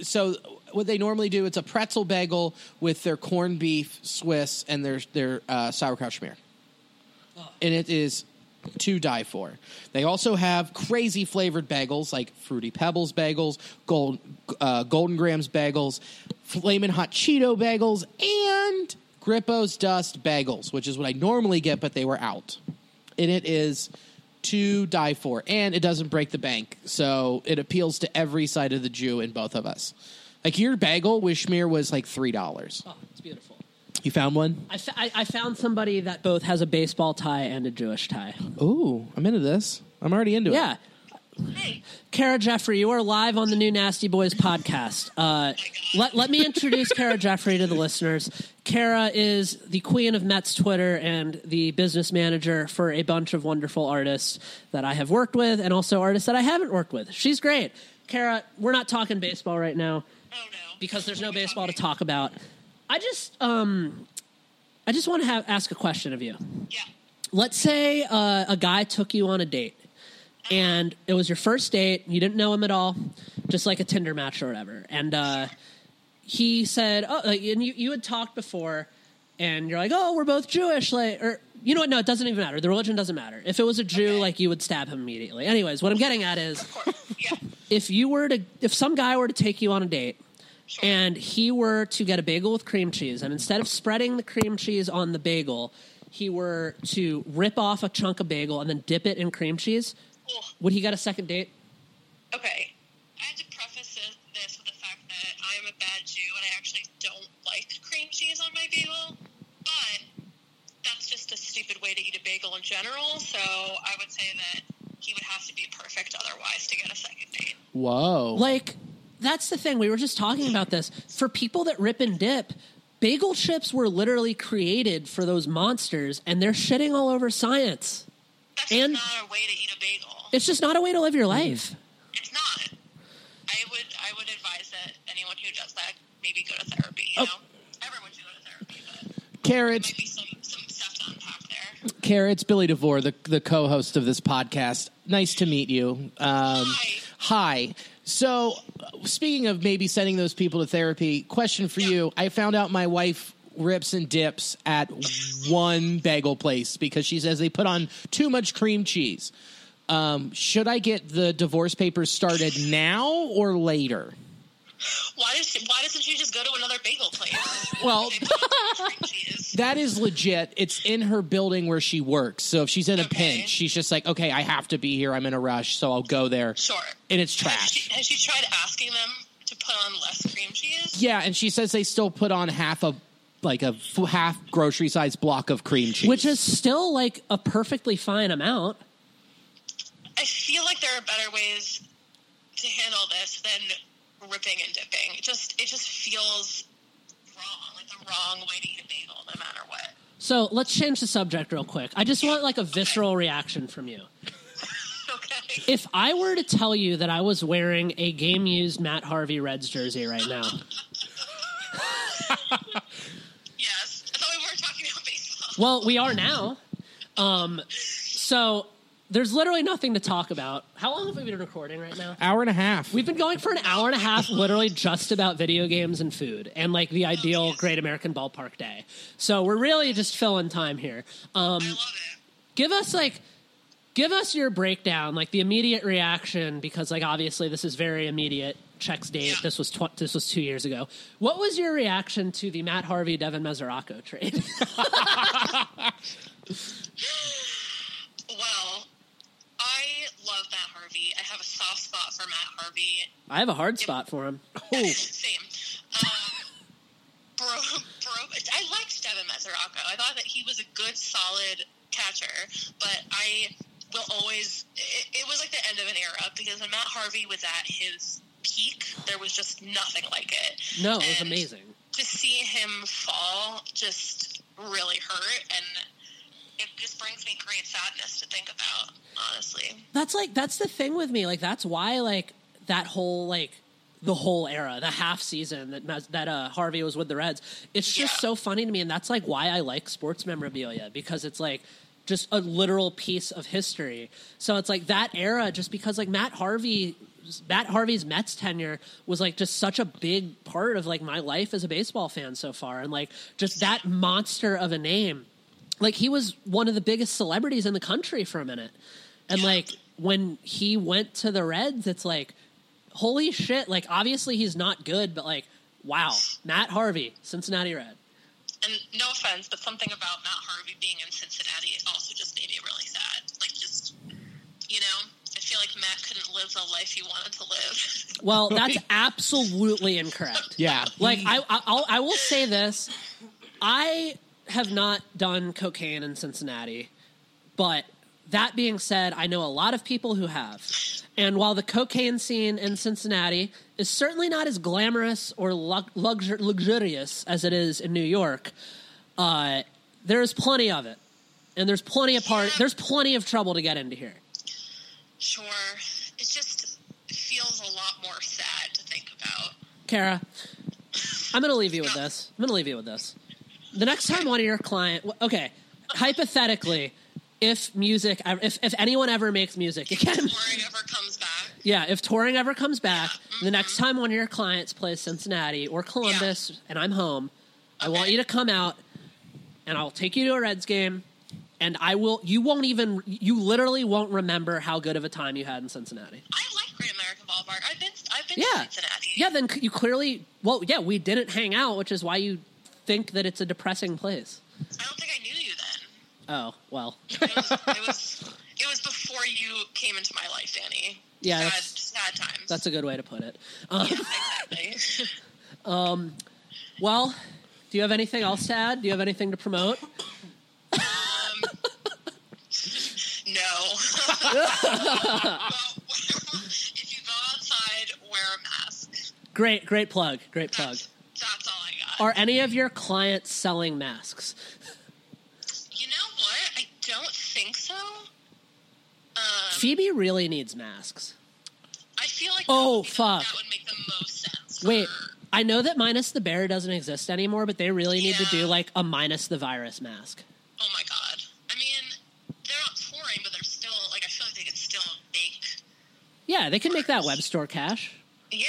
[SPEAKER 3] so what they normally do, it's a pretzel bagel with their corned beef Swiss and their their uh, sauerkraut schmear, and it is to die for. They also have crazy flavored bagels like fruity pebbles bagels, gold uh, golden grams bagels, flamin' hot Cheeto bagels, and Grippo's dust bagels, which is what I normally get, but they were out and it is to die for and it doesn't break the bank so it appeals to every side of the jew in both of us like your bagel with schmear was like three dollars
[SPEAKER 4] Oh, it's beautiful.
[SPEAKER 3] you found one
[SPEAKER 4] I, fa- I, I found somebody that both has a baseball tie and a Jewish tie.
[SPEAKER 3] ooh i'm into this i'm already into
[SPEAKER 4] Yeah. Kara Jeffrey, you are live on the new Nasty Boys podcast. Uh, let, let me introduce Kara Jeffrey to the listeners. Kara is the queen of Mets Twitter and the business manager for a bunch of wonderful artists that I have worked with and also artists that I haven't worked with. She's great. Kara, we're not talking baseball right now because there's no baseball to talk about. I just um, I just want to have, ask a question of you.
[SPEAKER 8] Yeah.
[SPEAKER 4] Let's say uh, a guy took you on a date and it was your first date. You didn't know him at all, just like a Tinder match or whatever. And uh, he said, "Oh," like, and you, you had talked before, and you're like, "Oh, we're both Jewish," like, or you know what? No, it doesn't even matter. The religion doesn't matter. If it was a Jew, like, you would stab him immediately. Anyways, what I'm getting at is, if you were to, if some guy were to take you on a date. And he were to get a bagel with cream cheese, and instead of spreading the cream cheese on the bagel, he were to rip off a chunk of bagel and then dip it in cream cheese. Would he get a second date?
[SPEAKER 8] Okay. I had to preface this- this with the fact that I am a bad Jew and I actually don't like cream cheese on my bagel, but that's just a stupid way to eat a bagel in general. So I would say that he would have to be perfect otherwise to get a second date.
[SPEAKER 3] it whoa
[SPEAKER 4] Like, that's the thing. We were just talking about this. For people that rip and dip, bagel chips were literally created for those monsters, and they're shitting all over science.
[SPEAKER 8] That's just
[SPEAKER 4] And-
[SPEAKER 8] not a way to eat a bagel.
[SPEAKER 4] It's just not a way to live your life.
[SPEAKER 8] It's not. I would I would advise that anyone who does that maybe go to therapy. You know, everyone should go to therapy, but there
[SPEAKER 3] carrots
[SPEAKER 8] might be some some stuff to unpack there.
[SPEAKER 3] carrots billy devore the, the co-host of this podcast nice to meet you um,
[SPEAKER 8] Hi.
[SPEAKER 3] Hi. So, uh, speaking of maybe sending those people to therapy, question for you. I found out my wife rips and dips at one bagel place because she says they put on too much cream cheese. Um, should I get the divorce papers started now or later?
[SPEAKER 8] Why does she, why doesn't she just go to another bagel place?
[SPEAKER 3] Well,
[SPEAKER 8] Cream cheese.
[SPEAKER 3] that is legit. It's in her building where she works. So, if she's in a pinch, she's just like, okay, I have to be here. I'm in a rush. So, I'll go there.
[SPEAKER 8] Sure.
[SPEAKER 3] And it's
[SPEAKER 8] Has
[SPEAKER 3] trash.
[SPEAKER 8] she, has she tried asking them to put on less cream cheese?
[SPEAKER 3] Yeah, and she says they still put on half a like a f- half grocery size block of cream cheese,
[SPEAKER 4] Which is still like a perfectly fine amount.
[SPEAKER 8] I feel like there are better ways to handle this than ripping and dipping. It just it just feels wrong, like the wrong way to eat a bagel, no matter what.
[SPEAKER 4] So let's change the subject real quick. I just want like a visceral reaction from you.
[SPEAKER 8] Okay.
[SPEAKER 4] If I were to tell you that I was wearing a game used Matt Harvey Reds jersey right now,
[SPEAKER 8] Yes. I thought we weren't talking about baseball.
[SPEAKER 4] Well, we are now. Um, so there's literally nothing to talk about. How long have we been recording right now?
[SPEAKER 3] hour and a half.
[SPEAKER 4] We've been going for an hour and a half, literally just about video games and food and like the ideal Great American Ballpark Day. So we're really just filling time here. Um,
[SPEAKER 8] I love it.
[SPEAKER 4] give us like, give us your breakdown, like the immediate reaction, because like obviously this is very immediate. Checks date. This was tw- this was two years ago. What was your reaction to the Matt Harvey Devin Mesoraco trade?
[SPEAKER 8] Well, I love Matt Harvey. I have a soft spot for Matt Harvey.
[SPEAKER 4] I have a hard spot for him.
[SPEAKER 8] Same. Um, bro, bro, I liked Devin Mesoraco. I thought that he was a good, solid catcher, but I will always. It, it was like the end of an era because when Matt Harvey was at his peak, there was just nothing like it.
[SPEAKER 4] No, it was
[SPEAKER 8] And
[SPEAKER 4] amazing.
[SPEAKER 8] To see him fall just really hurt, and it just brings me great sadness to think about, honestly.
[SPEAKER 4] That's like that's the thing with me. Like that's why like that whole like the whole era, the half season that Mas- that uh, Harvey was with the Reds. It's just so funny to me, and that's like why I like sports memorabilia because it's like just a literal piece of history. So it's like that era, just because like Matt Harvey. Matt Harvey's Mets tenure was like just such a big part of like my life as a baseball fan so far, and like just that monster of a name like he was one of the biggest celebrities in the country for a minute. And like when he went to the Reds, it's like, holy shit. Like obviously he's not good, but like, wow, Matt Harvey, Cincinnati Red.
[SPEAKER 8] and no offense, but something about Matt Harvey being in Cincinnati also just made me really sad. Like, just you know, I feel like Matt couldn't live the life he wanted to live.
[SPEAKER 4] Well, that's absolutely incorrect.
[SPEAKER 3] Yeah.
[SPEAKER 4] Like I, I, I'll, I will say this: I have not done cocaine in Cincinnati, but that being said, I know a lot of people who have. And while the cocaine scene in Cincinnati is certainly not as glamorous or lux- luxur- luxurious as it is in New York, uh, there is plenty of it, and there's plenty of part. There's plenty of trouble to get into here.
[SPEAKER 8] Sure, it just feels a lot more sad to think about.
[SPEAKER 4] Kara, I'm going to leave you with this. I'm going to leave you with this. The next time one of your client, wh- okay, hypothetically, if music, ever- if if anyone ever makes music again,
[SPEAKER 8] Touring ever comes back,
[SPEAKER 4] yeah, if touring ever comes back, the next time one of your clients plays Cincinnati or Columbus, and I'm home, I want you to come out, and I'll take you to a Reds game, and I will. You won't even. You literally won't remember how good of a time you had in Cincinnati.
[SPEAKER 8] I like Great American Ballpark. I've been, I've been
[SPEAKER 4] Yeah.
[SPEAKER 8] to Cincinnati.
[SPEAKER 4] Yeah, then c- you clearly, well, yeah, we didn't hang out, which is why you think that it's a depressing place.
[SPEAKER 8] I don't think I knew you then.
[SPEAKER 4] Oh, well.
[SPEAKER 8] It was, it was, it was before you came into my life, Danny.
[SPEAKER 4] Yeah,
[SPEAKER 8] sad,
[SPEAKER 4] that's-
[SPEAKER 8] sad times.
[SPEAKER 4] That's a good way to put it. Um,
[SPEAKER 8] exactly.
[SPEAKER 4] well, do you have anything else to add? Do you have anything to promote?
[SPEAKER 8] No. well, if you go outside, wear a mask.
[SPEAKER 4] Great, great plug. Great plug.
[SPEAKER 8] That's, that's all I got.
[SPEAKER 4] Are any of your clients selling masks?
[SPEAKER 8] you know what? I don't think so. Um,
[SPEAKER 4] Phoebe really needs masks.
[SPEAKER 8] I feel like
[SPEAKER 4] Oh,
[SPEAKER 8] that would be the-
[SPEAKER 4] fuck.
[SPEAKER 8] that would make the most sense.
[SPEAKER 4] Wait,
[SPEAKER 8] for-
[SPEAKER 4] I know that Minus the Bear doesn't exist anymore, but they really need to do
[SPEAKER 8] Yeah.
[SPEAKER 4] like a Minus the Virus mask.
[SPEAKER 8] oh my god. I mean, they're not touring, but they're still like I feel like they could still make.
[SPEAKER 4] Yeah, they can make that web store cash.
[SPEAKER 8] Yeah,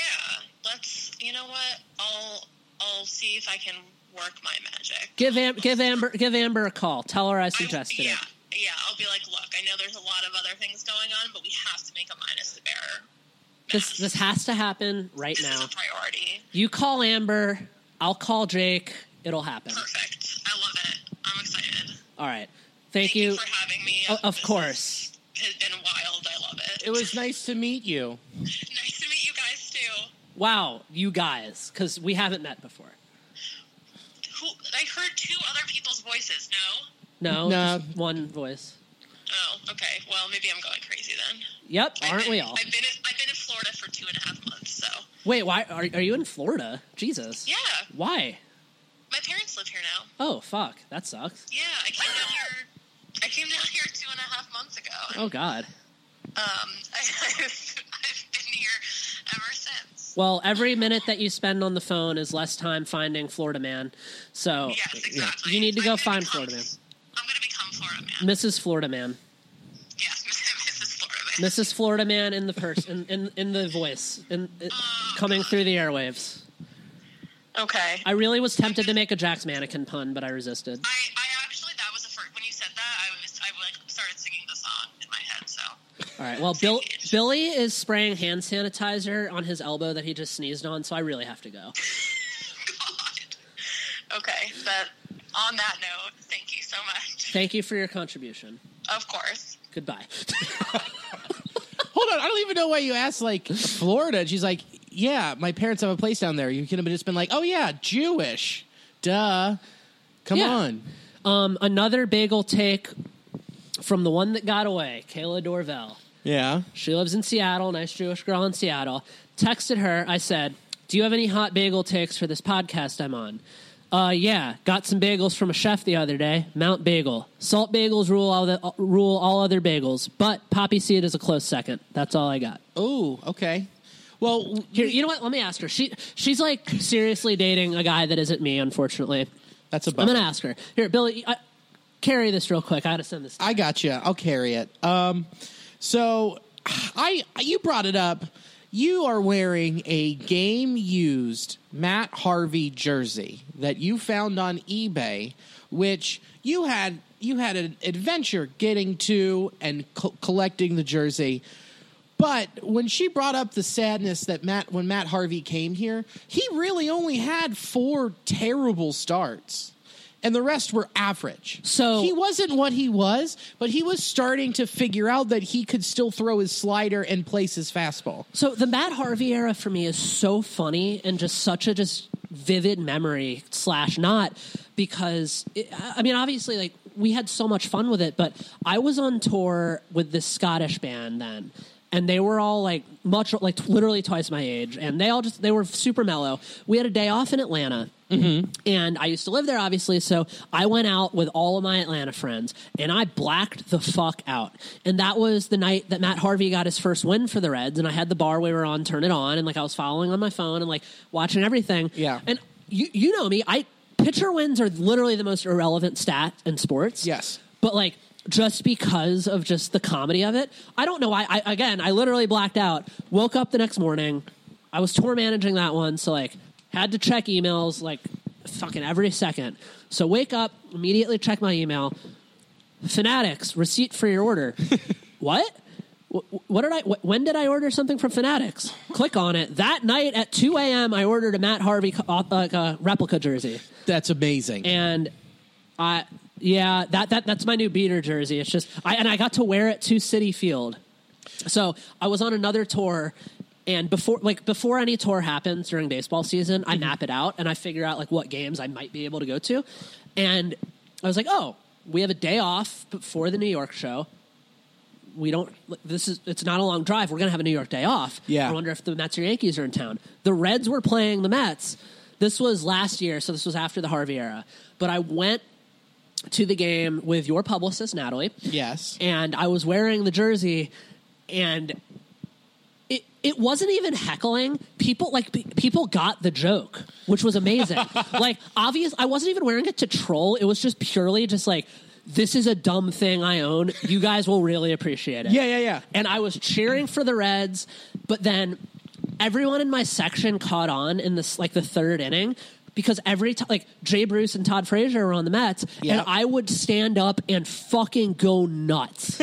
[SPEAKER 8] let's. You know what? I'll I'll see if I can work my magic.
[SPEAKER 4] Give Am- give Amber give Amber a call. Tell her I
[SPEAKER 8] I-
[SPEAKER 4] suggested
[SPEAKER 8] yeah,
[SPEAKER 4] it.
[SPEAKER 8] Yeah, I'll be like, look, I know there's a lot of other things going on, but we have to make a minus the bearer.
[SPEAKER 4] This this has to happen right
[SPEAKER 8] This
[SPEAKER 4] now.
[SPEAKER 8] is a priority.
[SPEAKER 4] You call Amber, I'll call Jake. It'll happen.
[SPEAKER 8] Perfect. I love it. I'm excited. Thank,
[SPEAKER 4] All right. Thank, you.
[SPEAKER 8] for having me.
[SPEAKER 4] O- of
[SPEAKER 8] This
[SPEAKER 4] course.
[SPEAKER 8] has been wild. I love it.
[SPEAKER 3] It was nice to meet you.
[SPEAKER 8] nice to meet you guys too.
[SPEAKER 4] Wow, you guys, because we haven't met before.
[SPEAKER 8] Who I heard two other people's voices. No.
[SPEAKER 4] No,
[SPEAKER 3] No.
[SPEAKER 4] just one voice.
[SPEAKER 8] Oh, okay. Well, maybe I'm going crazy then.
[SPEAKER 4] Yep,
[SPEAKER 8] I've
[SPEAKER 4] aren't
[SPEAKER 8] been-
[SPEAKER 4] we all?
[SPEAKER 8] I've been in, I've been in Florida for two and a half months. So
[SPEAKER 4] Wait, why are, are you in Florida? Jesus.
[SPEAKER 8] yeah,
[SPEAKER 4] Why?
[SPEAKER 8] my parents live here now.
[SPEAKER 4] Oh fuck, that sucks.
[SPEAKER 8] Yeah, I came down here. I came down here two and a half months ago.
[SPEAKER 4] Oh god.
[SPEAKER 8] Um, I, I've, I've been here ever since.
[SPEAKER 4] Well, every minute that you spend on the phone is less time finding Florida man. So
[SPEAKER 8] yes, exactly.
[SPEAKER 4] you need to
[SPEAKER 8] I'm
[SPEAKER 4] go
[SPEAKER 8] gonna
[SPEAKER 4] find
[SPEAKER 8] become-
[SPEAKER 4] Florida man.
[SPEAKER 8] I'm going to become Florida man.
[SPEAKER 4] Mrs. Florida man.
[SPEAKER 8] yes, Mrs. Florida man.
[SPEAKER 4] Mrs. Florida Man in the person in, in in the voice in, in- coming through the airwaves.
[SPEAKER 8] Okay.
[SPEAKER 4] I really was tempted to make a Jack's mannequin pun, but I resisted.
[SPEAKER 8] I, I actually that was the first when you said that I was I like started singing the song in my head. So
[SPEAKER 4] All right. Well, Bill Billy is spraying hand sanitizer on his elbow that he just sneezed on, so I really have to go.
[SPEAKER 8] God. Okay. But on that note, thank you so much.
[SPEAKER 4] Thank you for your contribution.
[SPEAKER 8] Of course.
[SPEAKER 4] Goodbye.
[SPEAKER 3] Hold on, I don't even know why you asked like Florida. And she's like, yeah, my parents have a place down there. You could have just been like, oh yeah, Jewish, duh. Come
[SPEAKER 4] Yeah.
[SPEAKER 3] on.
[SPEAKER 4] Um, another bagel take from the one that got away, Kayla Dorvell.
[SPEAKER 3] Yeah.
[SPEAKER 4] She lives in Seattle, nice Jewish girl in Seattle. Texted her, I said, Do you have any hot bagel takes for this podcast I'm on? Uh, yeah, got some bagels from a chef the other day, Mount Bagel. Salt bagels rule all, the, rule all other bagels, but poppy seed is a close second. That's all I got.
[SPEAKER 3] Oh, okay. Well,
[SPEAKER 4] Here, you know what? Let me ask her. She she's like seriously dating a guy that isn't me, unfortunately.
[SPEAKER 3] that's a
[SPEAKER 4] I'm
[SPEAKER 3] bummer.
[SPEAKER 4] gonna ask her. Here, Billy, I, carry this real quick. I gotta send this.
[SPEAKER 3] I got you. I'll carry it. Um, so I you brought it up. You are wearing a game used Matt Harvey jersey that you found on eBay, which you had you had an adventure getting to and co- collecting the jersey. But when she brought up the sadness that Matt when Matt Harvey came here, he really only had four terrible starts. And the rest were average.
[SPEAKER 4] So-
[SPEAKER 3] he wasn't what he was, but he was starting to figure out that he could still throw his slider and place his fastball.
[SPEAKER 4] So the Matt Harvey era for me is so funny and just such a just vivid memory slash not because it, I I mean obviously like we had so much fun with it, but I was on tour with this Scottish band then. And they were all like much like t- literally twice my age, and they all just they were super mellow. We had a day off in Atlanta, and I used to live there, obviously. So I went out with all of my Atlanta friends, and I blacked the fuck out. And that was the night that Matt Harvey got his first win for the Reds. And I had the bar we were on, turn it on, and like I was following on my phone and like watching everything.
[SPEAKER 3] Yeah.
[SPEAKER 4] And you you know me, I pitcher wins are literally the most irrelevant stat in sports.
[SPEAKER 3] Yes.
[SPEAKER 4] But like just because of just the comedy of it, I don't know why. I again, I literally blacked out. Woke up the next morning. I was tour managing that one, so like had to check emails like fucking every second. So wake up, immediately check my email. Fanatics receipt for your order. what? Wh- What did I? wh- When did I order something from Fanatics? Click on it. That night at 2 a.m., I ordered a Matt Harvey co- uh, like a replica jersey
[SPEAKER 3] That's amazing.
[SPEAKER 4] and I yeah that that that's my new beater jersey. It's just I and I got to wear it to City Field. So I was on another tour. And before, like before any tour happens during baseball season, I map it out and I figure out like what games I might be able to go to. And I was like, oh, we have a day off before the New York show. We don't. This is it's not a long drive. We're gonna have a New York day off.
[SPEAKER 3] Yeah.
[SPEAKER 4] I wonder if the Mets or Yankees are in town. The Reds were playing the Mets. This was last year, so this was after the Harvey era. But I went to the game with your publicist, Natalie.
[SPEAKER 3] yes.
[SPEAKER 4] And I was wearing the jersey, and it it wasn't even heckling. People like pe- people got the joke, which was amazing. like obvious, I wasn't even wearing it to troll. It was just purely just like. This is a dumb thing I own. You guys will really appreciate it.
[SPEAKER 3] Yeah, yeah, yeah.
[SPEAKER 4] And I was cheering for the Reds, but then everyone in my section caught on in this like the third inning because every time like Jay Bruce and Todd Frazier were on the Mets, and
[SPEAKER 3] Yep.
[SPEAKER 4] I would stand up and fucking go nuts.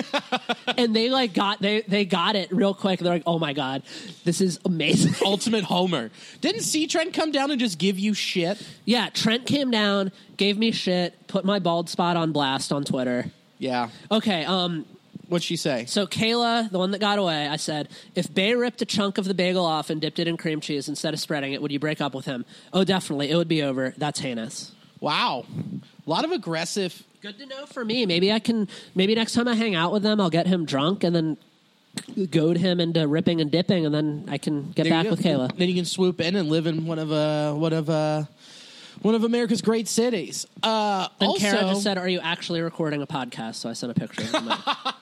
[SPEAKER 4] and they like got they they got it real quick. They're like, oh my god, this is amazing.
[SPEAKER 3] Ultimate homer. Didn't C Trent come down and just give you shit?
[SPEAKER 4] yeah, Trent came down, gave me shit, put my bald spot on blast on Twitter.
[SPEAKER 3] Yeah.
[SPEAKER 4] Okay, um,
[SPEAKER 3] What'd she say?
[SPEAKER 4] So Kayla, the one that got away, I said, if Bay ripped a chunk of the bagel off and dipped it in cream cheese instead of spreading it, would you break up with him? Oh, definitely. It would be over. That's heinous.
[SPEAKER 3] Wow. A lot of aggressive.
[SPEAKER 4] Good to know for me. Maybe I can. Maybe next time I hang out with them, I'll get him drunk and then goad him into ripping and dipping, and then I can get
[SPEAKER 3] There you
[SPEAKER 4] back
[SPEAKER 3] go.
[SPEAKER 4] with Kayla.
[SPEAKER 3] Then you can swoop in and live in one of uh one of uh one of America's great cities. Uh
[SPEAKER 4] Then
[SPEAKER 3] also,
[SPEAKER 4] Kara just said, "Are you actually recording a podcast?" So I sent a picture. of him.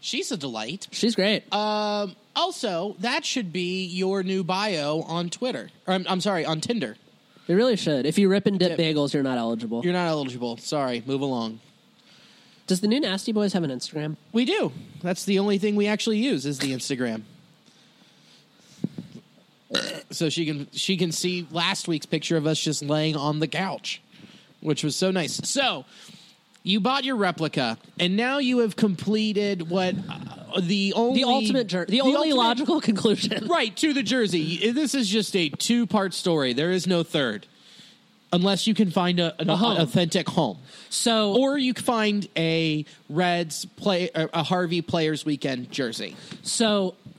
[SPEAKER 3] she's a delight.
[SPEAKER 4] She's great.
[SPEAKER 3] Uh, Also, that should be your new bio on Twitter. Or I'm, I'm sorry, on Tinder.
[SPEAKER 4] you really should. If you rip and dip bagels, you're not eligible.
[SPEAKER 3] You're not eligible. Sorry, move along.
[SPEAKER 4] Does the new Nasty Boys have an Instagram?
[SPEAKER 3] We do. That's the only thing we actually use is the Instagram. so she can she can see last week's picture of us just laying on the couch, which was so nice. So you bought your replica, and now you have completed what uh, the only
[SPEAKER 4] The ultimate, jer- the, only
[SPEAKER 3] ultimate-
[SPEAKER 4] logical conclusion.
[SPEAKER 3] right to the jersey. This is just a two part story. There is no third. unless you can find a, an
[SPEAKER 4] A home.
[SPEAKER 3] authentic home,
[SPEAKER 4] So
[SPEAKER 3] or you can find a Reds play or a Harvey Players Weekend jersey.
[SPEAKER 4] So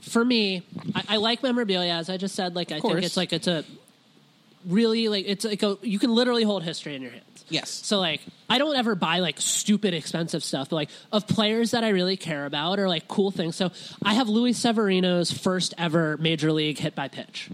[SPEAKER 4] for me, I, I like memorabilia. As I just said, like I think
[SPEAKER 3] course.
[SPEAKER 4] it's like it's a really like it's like a you can literally hold history in your hands.
[SPEAKER 3] Yes.
[SPEAKER 4] So like I don't ever buy like stupid expensive stuff, but like of players that I really care about or like cool things. So I have Luis Severino's first ever major league hit by pitch.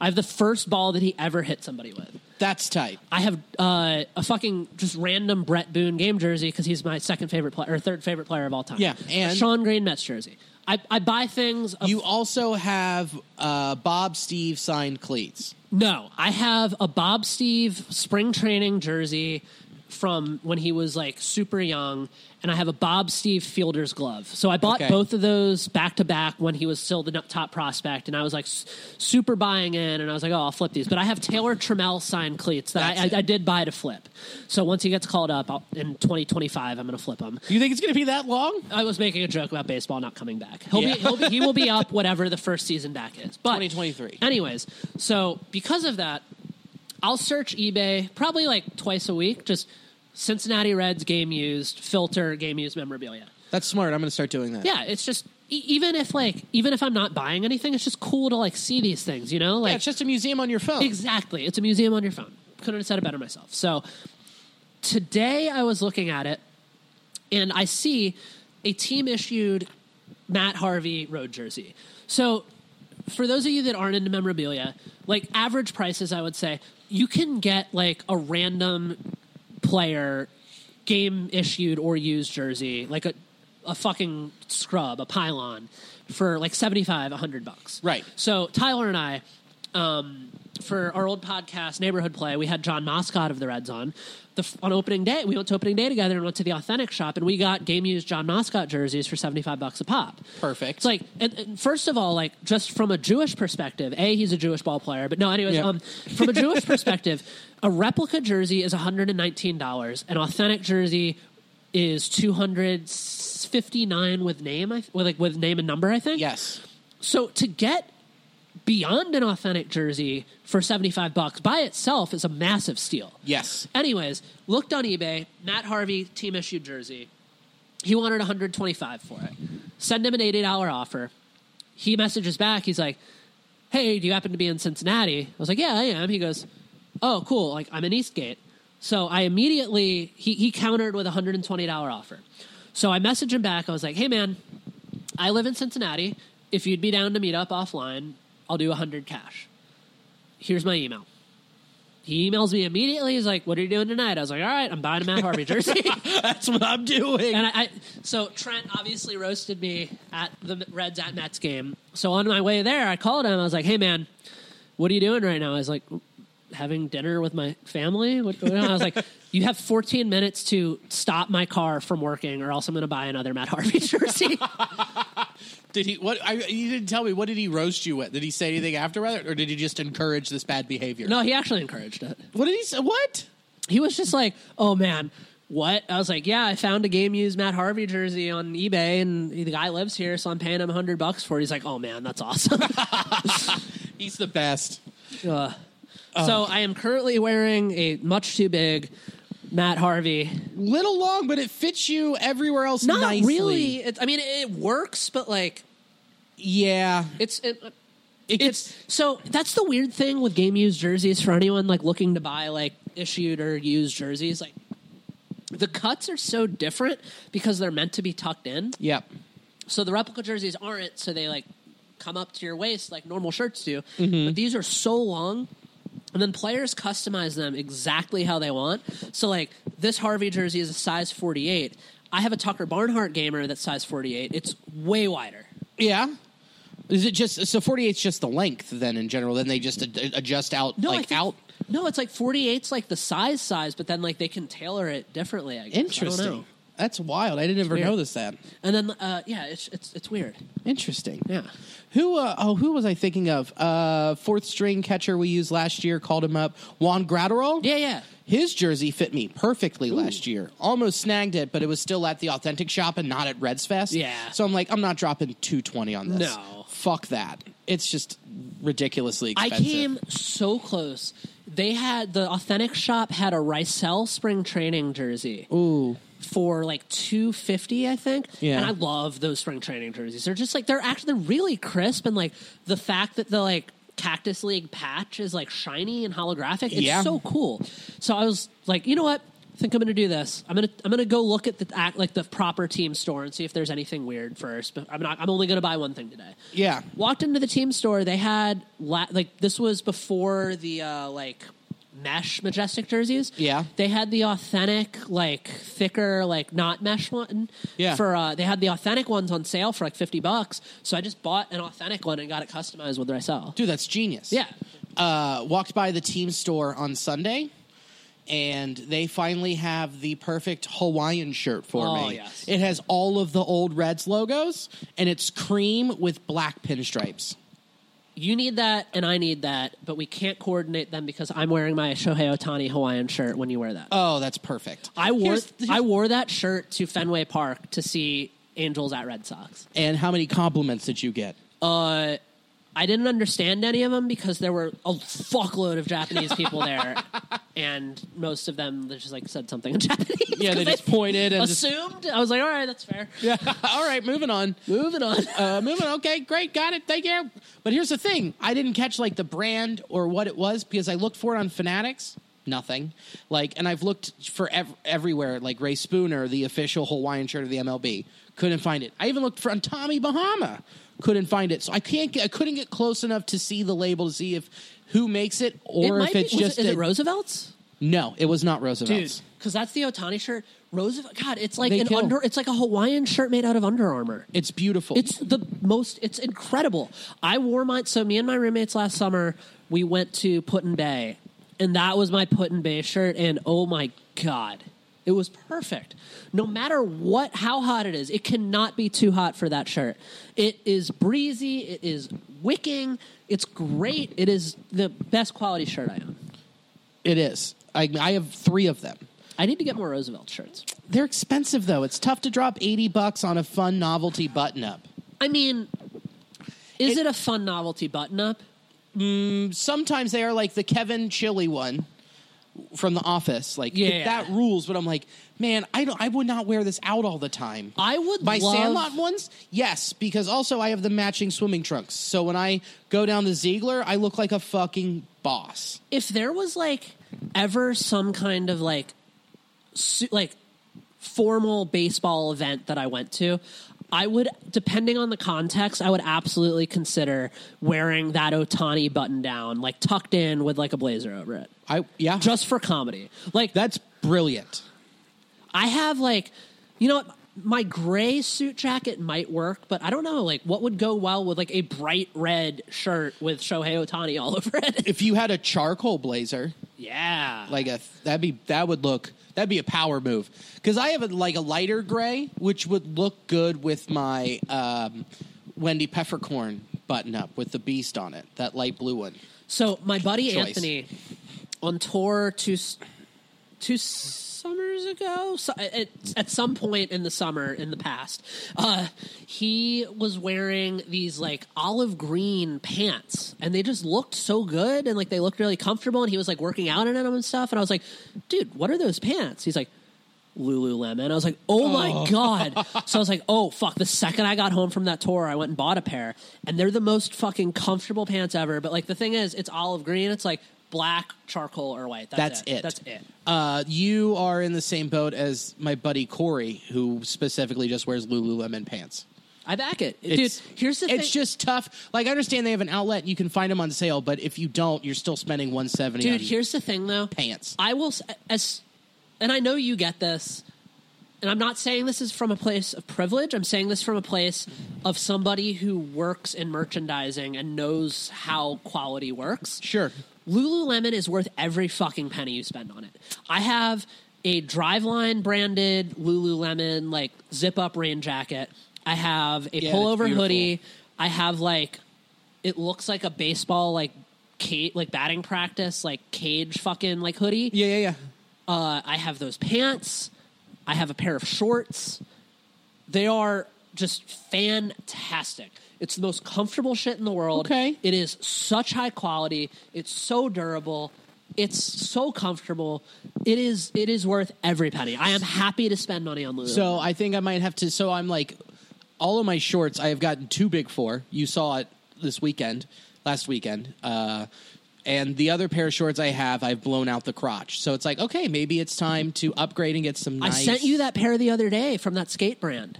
[SPEAKER 4] I have the first ball that he ever hit somebody with.
[SPEAKER 3] That's tight.
[SPEAKER 4] I have uh, a fucking just random Brett Boone game jersey because he's my second favorite player or third favorite player of all time.
[SPEAKER 3] Yeah, and-
[SPEAKER 4] Sean Green Mets jersey. I, I buy things. Of,
[SPEAKER 3] You also have uh, Bob Steve signed cleats.
[SPEAKER 4] no, I have a Bob Steve spring training jersey from when he was like super young, and I have a Bob Steve fielder's glove. So I bought
[SPEAKER 3] Okay.
[SPEAKER 4] both of those back to back when he was still the no- top prospect, and I was like s- super buying in, and I was like, oh, I'll flip these. But I have Taylor Trammell signed cleats that I,
[SPEAKER 3] That's
[SPEAKER 4] I, I did buy to flip. So once he gets called up I'll, in 2025, I'm going to flip him.
[SPEAKER 3] You think it's going to be that long?
[SPEAKER 4] I was making a joke about baseball not coming back. He'll
[SPEAKER 3] Yeah.
[SPEAKER 4] be, he'll be he will be up whatever the first season back is. But
[SPEAKER 3] 2023.
[SPEAKER 4] Anyways, so because of that, I'll search eBay probably like twice a week. Just Cincinnati Reds game used filter game used memorabilia.
[SPEAKER 3] That's smart. I'm going to start doing that.
[SPEAKER 4] Yeah, it's just e- even if like even if I'm not buying anything, it's just cool to like see these things. You know, like
[SPEAKER 3] Yeah, it's just a museum on your phone.
[SPEAKER 4] Exactly. It's a museum on your phone. Couldn't have said it better myself. So today I was looking at it and I see a team issued Matt Harvey road jersey. So for those of you that aren't into memorabilia, like average prices, I would say you can get like a random player game issued or used jersey, like a a fucking scrub, a pylon, for like 75, 100 bucks.
[SPEAKER 3] Right.
[SPEAKER 4] So Tyler and I, um, for our old podcast, Neighborhood Play, we had John Moscott of the Reds on. The, f- on opening day, we went to opening day together and went to the authentic shop, and we got game used John Moscott jerseys for 75 bucks a pop.
[SPEAKER 3] Perfect.
[SPEAKER 4] It's like, and, and first of all, like just from a Jewish perspective, a he's a Jewish ball player, but no, anyways,
[SPEAKER 3] Yeah.
[SPEAKER 4] um, from a Jewish perspective, a replica jersey is one hundred and nineteen dollars, an authentic jersey is two hundred fifty nine with name, I th- with like with name and number, I think.
[SPEAKER 3] Yes.
[SPEAKER 4] So to get beyond an authentic jersey for 75 bucks by itself is a massive steal.
[SPEAKER 3] Yes.
[SPEAKER 4] Anyways, looked on eBay, Matt Harvey team issued jersey. He wanted 125 for it. Send him an $80 offer. He messages back, he's like, "Hey, do you happen to be in Cincinnati?" I was like, "Yeah, I am." He goes, "Oh, cool. Like I'm in Eastgate." So I immediately he he countered with a $120 offer. So I messaged him back. I was like, "Hey man, I live in Cincinnati. If you'd be down to meet up offline, I'll do 100 cash. Here's my email. He emails me immediately. He's like, "What are you doing tonight?" I was like, "All right, I'm buying a Matt Harvey jersey."
[SPEAKER 3] That's what I'm doing.
[SPEAKER 4] and I, I so Trent obviously roasted me at the Reds at Mets game. So on my way there, I called him. I was like, "Hey man, what are you doing right now?" I was like, "Having dinner with my family." What, what- I was like, "You have 14 minutes to stop my car from working, or else I'm going to buy another Matt Harvey jersey."
[SPEAKER 3] Did he? What? I, you didn't tell me. What did he roast you with? Did he say anything after that, or did he just encourage this bad behavior?
[SPEAKER 4] no, he actually encouraged it.
[SPEAKER 3] What did he say? What?
[SPEAKER 4] he was just like, "Oh man, what?" I was like, "Yeah, I found a game used Matt Harvey jersey on eBay, and the guy lives here, so I'm paying him hundred bucks for it." He's like, "Oh man, that's awesome."
[SPEAKER 3] He's the best.
[SPEAKER 4] Uh, So I am currently wearing a much too big Matt Harvey.
[SPEAKER 3] Little long, but it fits you everywhere else.
[SPEAKER 4] Not
[SPEAKER 3] nicely.
[SPEAKER 4] really. It, I mean, it works, but like
[SPEAKER 3] Yeah.
[SPEAKER 4] it's. It,
[SPEAKER 3] It
[SPEAKER 4] it's
[SPEAKER 3] gets.
[SPEAKER 4] so that's the weird thing with game used jerseys for anyone like looking to buy like issued or used jerseys like the cuts are so different because they're meant to be tucked in
[SPEAKER 3] Yep.
[SPEAKER 4] so the replica jerseys aren't so they like come up to your waist like normal shirts do but these are so long and then players customize them exactly how they want so like this harvey jersey is a size 48 i have a tucker barnhart gamer that's size 48 it's way wider
[SPEAKER 3] Yeah. Is it just so? Forty eight's just the length then in general. Then they just ad- adjust out
[SPEAKER 4] no I
[SPEAKER 3] like
[SPEAKER 4] think-
[SPEAKER 3] out.
[SPEAKER 4] no it's like 48's like the size size but then like they can tailor it differently i guess I don't know.
[SPEAKER 3] Interesting. That's wild. I didn't ever
[SPEAKER 4] weird.
[SPEAKER 3] notice that.
[SPEAKER 4] and then uh, yeah it's, it's it's weird
[SPEAKER 3] Interesting.
[SPEAKER 4] Yeah.
[SPEAKER 3] Who? Uh, oh, who was I thinking of? Uh, fourth string catcher we used last year called him up. Juan Gratterall.
[SPEAKER 4] yeah yeah
[SPEAKER 3] His jersey fit me perfectly last year. Almost snagged it, but it was still at the authentic shop and not at Reds Fest.
[SPEAKER 4] Yeah.
[SPEAKER 3] So I'm like, I'm not dropping 220 on this.
[SPEAKER 4] No.
[SPEAKER 3] Fuck that.
[SPEAKER 9] it's just ridiculously
[SPEAKER 4] I
[SPEAKER 9] expensive.
[SPEAKER 4] came so close. They had the authentic shop had a Ricel spring training jersey.
[SPEAKER 3] Ooh.
[SPEAKER 4] for like 250 i think
[SPEAKER 3] Yeah.
[SPEAKER 4] and i love those spring training jerseys they're just like they're actually they're really crisp and like the fact that the like cactus league patch is like shiny and holographic it's
[SPEAKER 3] Yeah.
[SPEAKER 4] so cool so i was like you know what I think i'm gonna do this i'm gonna i'm gonna go look at the act like the proper team store and see if there's anything weird first but i'm not i'm only gonna buy one thing today
[SPEAKER 3] Yeah.
[SPEAKER 4] walked into the team store they had la- like this was before the uh like mesh majestic jerseys
[SPEAKER 3] Yeah.
[SPEAKER 4] they had the authentic like thicker like not mesh one
[SPEAKER 3] Yeah.
[SPEAKER 4] for uh they had the authentic ones on sale for like 50 bucks so i just bought an authentic one and got it customized with myself
[SPEAKER 3] Dude, that's genius.
[SPEAKER 4] Yeah.
[SPEAKER 3] Uh, walked by the team store on Sunday, and they finally have the perfect Hawaiian shirt for
[SPEAKER 4] Oh,
[SPEAKER 3] me.
[SPEAKER 4] yes.
[SPEAKER 3] It has all of the old Reds logos, and it's cream with black pinstripes.
[SPEAKER 4] you need that and i need that but we can't coordinate them because i'm wearing my shohei otani hawaiian shirt when you wear that
[SPEAKER 3] Oh, that's perfect.
[SPEAKER 4] i wore
[SPEAKER 3] Here's-
[SPEAKER 4] i wore that shirt to fenway park to see angels at red sox
[SPEAKER 3] and how many compliments did you get?
[SPEAKER 4] uh, I didn't understand any of them because there were a fuckload of Japanese people there, and most of them they just like said something in Japanese.
[SPEAKER 3] Yeah, they
[SPEAKER 4] 'cause
[SPEAKER 3] just pointed and just-
[SPEAKER 4] assumed. I was like, all right, that's fair.
[SPEAKER 3] Yeah. All right, moving on.
[SPEAKER 4] Moving on.
[SPEAKER 3] Uh, moving. Okay, great, got it. Thank you. But here's the thing: I didn't catch like the brand or what it was because I looked for it on Fanatics. Nothing. Like, and I've looked for ev- everywhere, like Ray Spooner, the official Hawaiian shirt of the MLB. Couldn't find it. I even looked for on Tommy Bahama. Couldn't find it. So I can't. Get, I couldn't get close enough to see the label to see if who makes it or if
[SPEAKER 4] might
[SPEAKER 3] it's
[SPEAKER 4] be- was
[SPEAKER 3] just
[SPEAKER 4] it, is
[SPEAKER 3] a-
[SPEAKER 4] it Roosevelt's?
[SPEAKER 3] no. It was not
[SPEAKER 4] Dude,
[SPEAKER 3] Roosevelt's.
[SPEAKER 4] because that's the Otani shirt. Roosevelt. God, it's like
[SPEAKER 3] They
[SPEAKER 4] an
[SPEAKER 3] kill.
[SPEAKER 4] under. It's like a Hawaiian shirt made out of Under Armour.
[SPEAKER 3] It's beautiful.
[SPEAKER 4] It's the most. It's incredible. I wore mine. So me and my roommates last summer, we went to Put in Bay, and that was my Put in Bay shirt. And oh my god, it was perfect. No matter what, how hot it is, it cannot be too hot for that shirt. It is breezy. It is wicking. It's great. It is the best quality shirt I own.
[SPEAKER 3] it is. I, I have three of them.
[SPEAKER 4] I need to get more Roosevelt shirts.
[SPEAKER 3] They're expensive though. It's tough to drop 80 bucks on a fun novelty button up.
[SPEAKER 4] I mean, is it a fun novelty button up?
[SPEAKER 3] Sometimes they are like the Kevin Chili one from the office. Like
[SPEAKER 4] Yeah.
[SPEAKER 3] that rules, but I'm like, man, I don't I would not wear this out all the time.
[SPEAKER 4] I would
[SPEAKER 3] My
[SPEAKER 4] love-
[SPEAKER 3] Sandlot ones? Yes, because also I have the matching swimming trunks. So when I go down the Ziegler, I look like a fucking boss.
[SPEAKER 4] if there was like ever some kind of like su- like formal baseball event that I went to, I would depending on the context, I would absolutely consider wearing that Otani button down, like tucked in with like a blazer over it.
[SPEAKER 3] I yeah.
[SPEAKER 4] Just for comedy. Like
[SPEAKER 3] that's brilliant.
[SPEAKER 4] I have like, you know, what? my gray suit jacket might work, but I don't know like what would go well with like a bright red shirt with Shohei Otani all over it.
[SPEAKER 3] If you had a charcoal blazer,
[SPEAKER 4] yeah.
[SPEAKER 3] like a that'd be that would look that'd be a power move because I have a, like a lighter gray, which would look good with my um, Wendy Peppercorn button up with the beast on it, that light blue one.
[SPEAKER 4] So my buddy
[SPEAKER 3] Choice.
[SPEAKER 4] Anthony, on tour two s- two summers ago, so at, at some point in the summer in the past, uh, he was wearing these like olive green pants, and they just looked so good, and like they looked really comfortable, and he was like working out in them and stuff, and I was like, dude, what are those pants? He's like. Lululemon. I was like, oh my God. So I was like, oh fuck. The second I got home from that tour, I went and bought a pair. And they're the most fucking comfortable pants ever. But like the thing is, it's olive green. It's like black, charcoal, or white.
[SPEAKER 3] That's
[SPEAKER 4] That's,
[SPEAKER 3] it.
[SPEAKER 4] That's it.
[SPEAKER 3] Uh, you are in the same boat as my buddy Corey, who specifically just wears Lululemon pants.
[SPEAKER 4] I back it.
[SPEAKER 3] It's-
[SPEAKER 4] Dude, here's the
[SPEAKER 3] it's
[SPEAKER 4] thing.
[SPEAKER 3] just tough. Like I understand they have an outlet, you can find them on sale, but if you don't, you're still spending one seventy.
[SPEAKER 4] Dude, here's the thing though.
[SPEAKER 3] pants.
[SPEAKER 4] I will s- as and I know you get this. And I'm not saying this is from a place of privilege. I'm saying this from a place of somebody who works in merchandising and knows how quality works.
[SPEAKER 3] sure.
[SPEAKER 4] Lululemon is worth every fucking penny you spend on it. I have a Driveline branded Lululemon like zip up rain jacket. I have a
[SPEAKER 3] Yeah,
[SPEAKER 4] pullover
[SPEAKER 3] that's beautiful.
[SPEAKER 4] hoodie. I have like it looks like a baseball like cage, like batting practice like cage fucking like hoodie.
[SPEAKER 3] Yeah, yeah, yeah.
[SPEAKER 4] Uh, I have those pants. I have a pair of shorts. They are just fantastic. It's the most comfortable shit in the world.
[SPEAKER 3] Okay.
[SPEAKER 4] It is such high quality. It's so durable. It's so comfortable. It is it is worth every penny. I am happy to spend money on Lulu.
[SPEAKER 3] So I think I might have to. So I'm like, all of my shorts I have gotten too big for. You saw it this weekend, last weekend. Uh, and the other pair of shorts I have, I've blown out the crotch. So it's like, okay, maybe it's time to upgrade and get some.
[SPEAKER 4] I
[SPEAKER 3] nice-
[SPEAKER 4] sent you that pair the other day from that skate brand.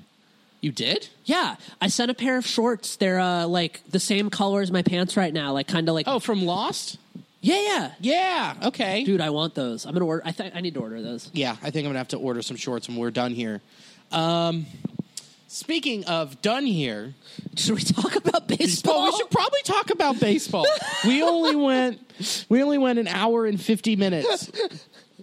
[SPEAKER 3] You did?
[SPEAKER 4] Yeah, I sent a pair of shorts. They're uh, like the same color as my pants right now. Like kind of like
[SPEAKER 3] Oh, from Lost?
[SPEAKER 4] yeah, yeah,
[SPEAKER 3] Yeah. Okay.
[SPEAKER 4] Dude, I want those. I'm gonna order. I th- I need to order those.
[SPEAKER 3] Yeah, I think I'm gonna have to order some shorts when we're done here. Um, speaking of done here,
[SPEAKER 4] Should we talk about
[SPEAKER 3] well,
[SPEAKER 4] baseball?
[SPEAKER 3] we should probably talk about baseball. we only went, we only went an hour and fifty minutes,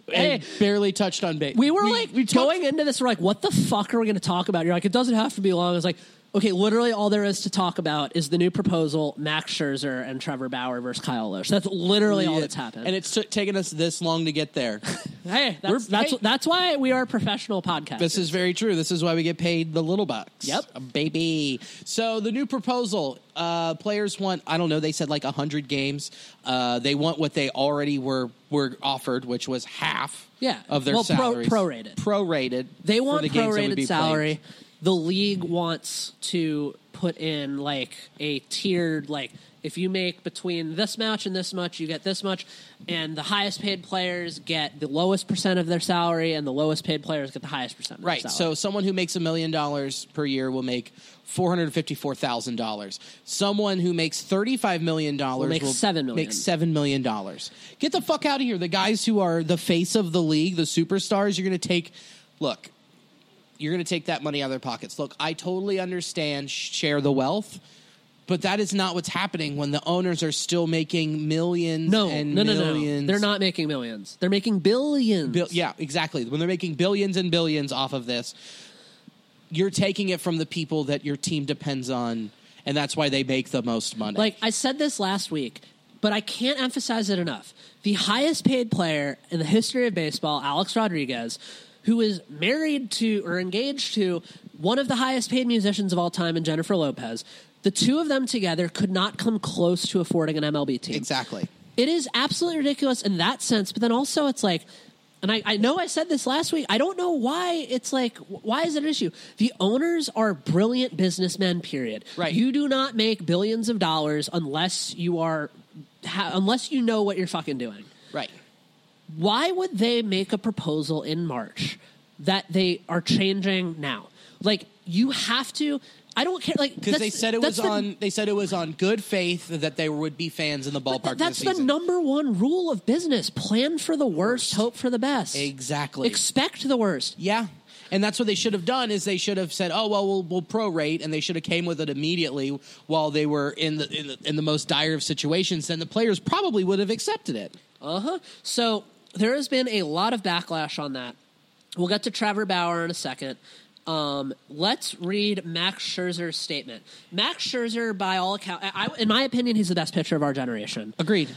[SPEAKER 3] and
[SPEAKER 4] Hey.
[SPEAKER 3] barely touched on baseball.
[SPEAKER 4] We were like
[SPEAKER 3] we talked-
[SPEAKER 4] going into this. We're like, what the fuck are we gonna talk about? You're like, it doesn't have to be long. I was like, okay, literally all there is to talk about is the new proposal: Max Scherzer and Trevor Bauer versus Kyle Loesch. That's literally all that's happened.
[SPEAKER 3] and it's t- taken us this long to get there.
[SPEAKER 4] hey,
[SPEAKER 3] we're-
[SPEAKER 4] that's that's,
[SPEAKER 3] hey.
[SPEAKER 4] that's why we are professional podcasters.
[SPEAKER 3] This is very true. This is why we get paid the little bucks. Uh,
[SPEAKER 4] Yep.
[SPEAKER 3] baby. So the new proposal, uh, players want. I don't know. They said like hundred games. Uh, they want what they already were were offered, which was half.
[SPEAKER 4] Yeah.
[SPEAKER 3] of their
[SPEAKER 4] Well, pro-
[SPEAKER 3] salaries.
[SPEAKER 4] prorated.
[SPEAKER 3] Prorated.
[SPEAKER 4] They
[SPEAKER 3] for
[SPEAKER 4] want
[SPEAKER 3] the games that would
[SPEAKER 4] prorated
[SPEAKER 3] be
[SPEAKER 4] salary.
[SPEAKER 3] played.
[SPEAKER 4] The league wants to put in like a tiered like if you make between this much and this much, you get this much, and the highest paid players get the lowest percent of their salary, and the lowest paid players get the highest percent. Of
[SPEAKER 3] Right.
[SPEAKER 4] Their
[SPEAKER 3] So
[SPEAKER 4] salary.
[SPEAKER 3] someone who makes a million dollars per year will make four hundred fifty four thousand dollars. Someone who makes thirty five million dollars
[SPEAKER 4] make seven million.
[SPEAKER 3] Make seven million dollars. Get the fuck out of here. The guys who are the face of the league, the superstars, you're gonna take look, you're gonna take that money out of their pockets. Look, I totally understand share the wealth. But that is not what's happening when the owners are still making millions
[SPEAKER 4] no,
[SPEAKER 3] and
[SPEAKER 4] no, no,
[SPEAKER 3] millions.
[SPEAKER 4] no. They're not making millions. They're making billions.
[SPEAKER 3] Bill, yeah, exactly. When they're making billions and billions off of this, you're taking it from the people that your team depends on, and that's why they make the most money.
[SPEAKER 4] Like I said this last week, but I can't emphasize it enough. The highest paid player in the history of baseball, Alex Rodriguez, who is married to or engaged to one of the highest paid musicians of all time in Jennifer Lopez. The two of them together could not come close to affording an MLB team.
[SPEAKER 3] exactly.
[SPEAKER 4] It is absolutely ridiculous in that sense, but then also it's like, and I, I know I said this last week, I don't know why it's like, why is it an issue? The owners are brilliant businessmen, period.
[SPEAKER 3] Right.
[SPEAKER 4] You do not make billions of dollars unless you are, ha- unless you know what you're fucking doing.
[SPEAKER 3] Right.
[SPEAKER 4] Why would they make a proposal in March that they are changing now? Like, you have to. I don't care. Like,
[SPEAKER 3] Because
[SPEAKER 4] that's-
[SPEAKER 3] they said it
[SPEAKER 4] that's
[SPEAKER 3] was
[SPEAKER 4] the-
[SPEAKER 3] on. They said it was on good faith that there would be fans in the
[SPEAKER 4] but
[SPEAKER 3] ballpark.
[SPEAKER 4] th- that's
[SPEAKER 3] this
[SPEAKER 4] the
[SPEAKER 3] season.
[SPEAKER 4] number one rule of business plan for the worst hope for the best
[SPEAKER 3] Exactly.
[SPEAKER 4] expect the worst
[SPEAKER 3] yeah. And that's what they should have done is they should have said, "Oh well, we'll, we'll prorate," and they should have came with it immediately while they were in the, in the in the most dire of situations. Then the players probably would have accepted it.
[SPEAKER 4] uh-huh so there has been a lot of backlash on that we'll get to trevor bauer in a second um, let's read Max Scherzer's statement. Max Scherzer, by all accounts, I, I- in my opinion, he's the best pitcher of our generation.
[SPEAKER 3] Agreed.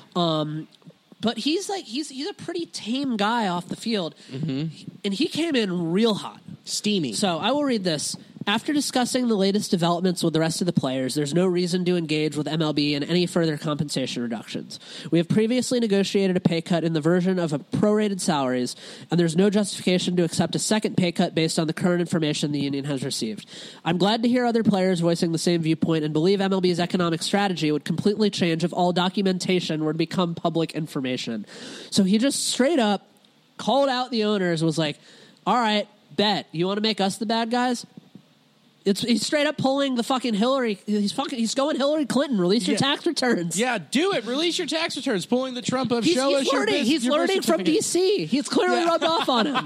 [SPEAKER 4] But he's like he's he's a pretty tame guy off the field, and he came in real hot.
[SPEAKER 3] Steamy.
[SPEAKER 4] So I will read this. After discussing the latest developments with the rest of the players, there's no reason to engage with MLB in any further compensation reductions. We have previously negotiated a pay cut in the version of a prorated salaries, and there's no justification to accept a second pay cut based on the current information the union has received. I'm glad to hear other players voicing the same viewpoint and believe MLB's economic strategy would completely change if all documentation were to become public information. So he just straight up called out the owners was like all right bet you want to make us the bad guys it's he's straight up pulling the fucking hillary he's fucking he's going hillary clinton release your
[SPEAKER 3] Yeah.
[SPEAKER 4] tax returns
[SPEAKER 3] Yeah, do it. Release your tax returns. Pulling the Trump of
[SPEAKER 4] he's,
[SPEAKER 3] show
[SPEAKER 4] he's
[SPEAKER 3] us your
[SPEAKER 4] learning
[SPEAKER 3] bus-
[SPEAKER 4] he's
[SPEAKER 3] your birth
[SPEAKER 4] learning from
[SPEAKER 3] certificate.
[SPEAKER 4] dc he's clearly rubbed off on him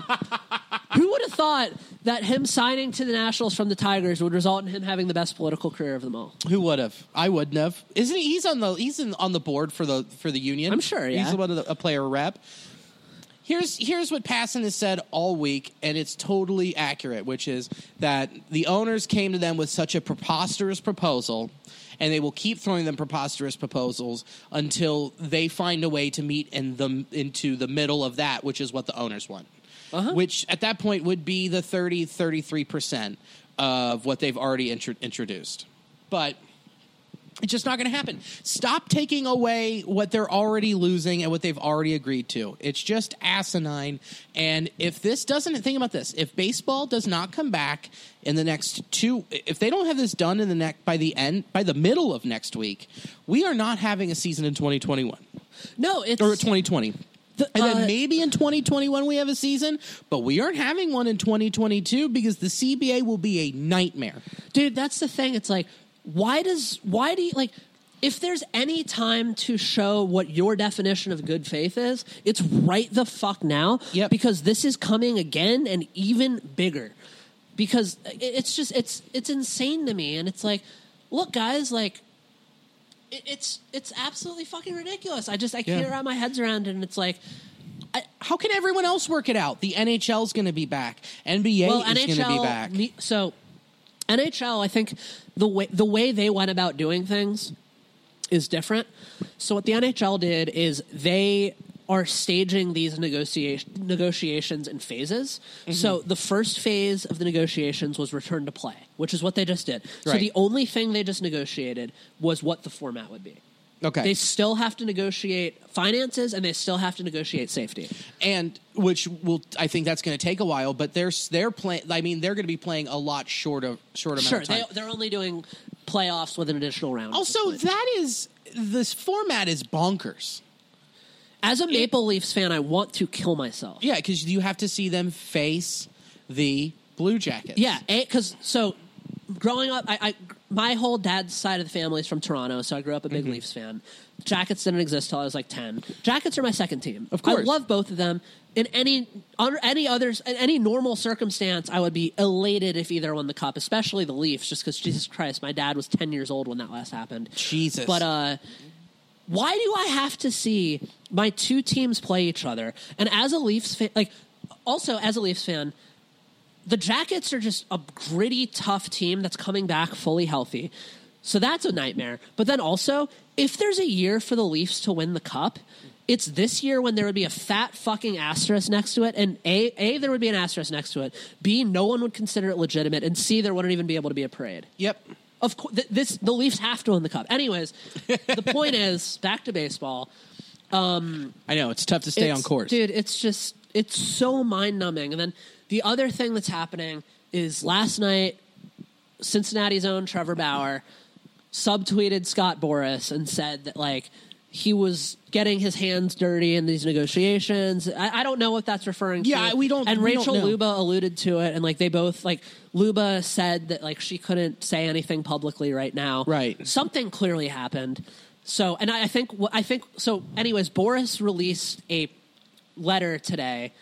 [SPEAKER 4] who would have thought that him signing to the nationals from the tigers would result in him having the best political career of them all
[SPEAKER 3] Who would have? I wouldn't have. Isn't he? He's on the he's in, on the board for the for the union.
[SPEAKER 4] I'm sure, yeah.
[SPEAKER 3] he's one of the, a player rep. Here's here's what Passon has said all week, and it's totally accurate, which is that the owners came to them with such a preposterous proposal, and they will keep throwing them preposterous proposals until they find a way to meet in the into the middle of that, which is what the owners want. Which at that point would be the 30, 33 percent
[SPEAKER 9] of what they've already intro- introduced.
[SPEAKER 3] but it's just not going to happen. Stop taking away what they're already losing and what they've already agreed to. It's just asinine. And if this doesn't, think about this: if baseball does not come back in the next two, if they don't have this done in the next by the end by the middle of next week, we are not having a season in 2021
[SPEAKER 4] No, it's
[SPEAKER 3] or 2020.
[SPEAKER 4] The-
[SPEAKER 3] and then
[SPEAKER 4] uh,
[SPEAKER 3] maybe in 2021 we have a season, but we aren't having one in 2022 because the CBA will be a nightmare.
[SPEAKER 4] dude that's the thing it's like why does why do you like if there's any time to show what your definition of good faith is it's right the fuck now
[SPEAKER 3] Yep.
[SPEAKER 4] because this is coming again and even bigger because i- it's just it's it's insane to me and it's like look guys like it- it's it's absolutely fucking ridiculous i just i can't wrap my heads around it and it's like
[SPEAKER 3] how can everyone else work it out? The NHL's going to be back. NBA
[SPEAKER 4] well,
[SPEAKER 3] is going
[SPEAKER 4] NHL.
[SPEAKER 3] to be back.
[SPEAKER 4] me- so NHL, I think the way the way they went about doing things is different. So what the NHL did is they are staging these negotiation negotiations in phases. So the first phase of the negotiations was return to play, which is what they just did. So
[SPEAKER 3] Right.
[SPEAKER 4] the only thing they just negotiated was what the format would be.
[SPEAKER 3] okay.
[SPEAKER 4] They still have to negotiate finances and they still have to negotiate safety.
[SPEAKER 3] and which will I think that's going to take a while, but they're s- they're playing I mean they're going to be playing a lot short of short amount
[SPEAKER 4] Sure,
[SPEAKER 3] of time.
[SPEAKER 4] they, they're only doing playoffs with an additional round. at this
[SPEAKER 3] also
[SPEAKER 4] point.
[SPEAKER 3] that is this format is bonkers.
[SPEAKER 4] As a Maple Leafs fan, I want to kill myself.
[SPEAKER 3] Yeah, cuz you have to see them face the Blue Jackets.
[SPEAKER 4] Yeah, because so growing up, I, I my whole dad's side of the family is from Toronto, so I grew up a big
[SPEAKER 3] Mm-hmm.
[SPEAKER 4] Leafs fan. Jackets didn't exist till I was like ten. Jackets are my second team. Of
[SPEAKER 3] course.
[SPEAKER 4] I love both of them. In any under any others in any normal circumstance, I would be elated if either won the cup, especially the Leafs, just because Jesus Christ, my dad was ten years old when that last happened.
[SPEAKER 3] Jesus.
[SPEAKER 4] But uh, why do I have to see my two teams play each other? And as a Leafs fan, like also as a Leafs fan, the Jackets are just a gritty, tough team that's coming back fully healthy. So that's a nightmare. But then also, if there's a year for the Leafs to win the cup, it's this year when there would be a fat fucking asterisk next to it. And A, A there would be an asterisk next to it. B, no one would consider it legitimate. And C, there wouldn't even be able to be a parade.
[SPEAKER 3] Yep.
[SPEAKER 4] Of course, th- this the Leafs have to win the cup. Anyways, the point is back to baseball.
[SPEAKER 3] I know it's tough to stay
[SPEAKER 4] It's-
[SPEAKER 3] on course.
[SPEAKER 4] dude. It's just it's so mind numbing. And then the other thing that's happening is last night, Cincinnati's own Trevor Bauer subtweeted Scott Boris and said that like he was getting his hands dirty in these negotiations. I, I don't know what that's referring to.
[SPEAKER 3] Yeah, we don't-
[SPEAKER 4] And
[SPEAKER 3] we don't
[SPEAKER 4] Rachel
[SPEAKER 3] know.
[SPEAKER 4] Luba alluded to it, and like they both like Luba said that like she couldn't say anything publicly right now.
[SPEAKER 3] Right.
[SPEAKER 4] Something clearly happened. So, and I, I think wh- I think so. Anyways, Boris released a letter today.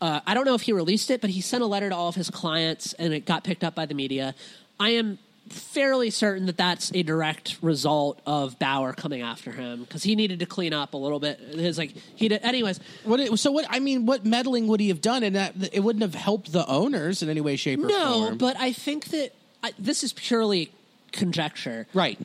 [SPEAKER 4] Uh, I don't know if he released it, but he sent a letter to all of his clients, and it got picked up by the media. I am fairly certain that that's a direct result of Bauer coming after him because he needed to clean up a little bit. His like he did. Anyways,
[SPEAKER 3] What it, so what I mean what meddling would he have done and that it wouldn't have helped the owners in any way shape or
[SPEAKER 4] no,
[SPEAKER 3] form.
[SPEAKER 4] but I think that I, this is purely conjecture.
[SPEAKER 3] right.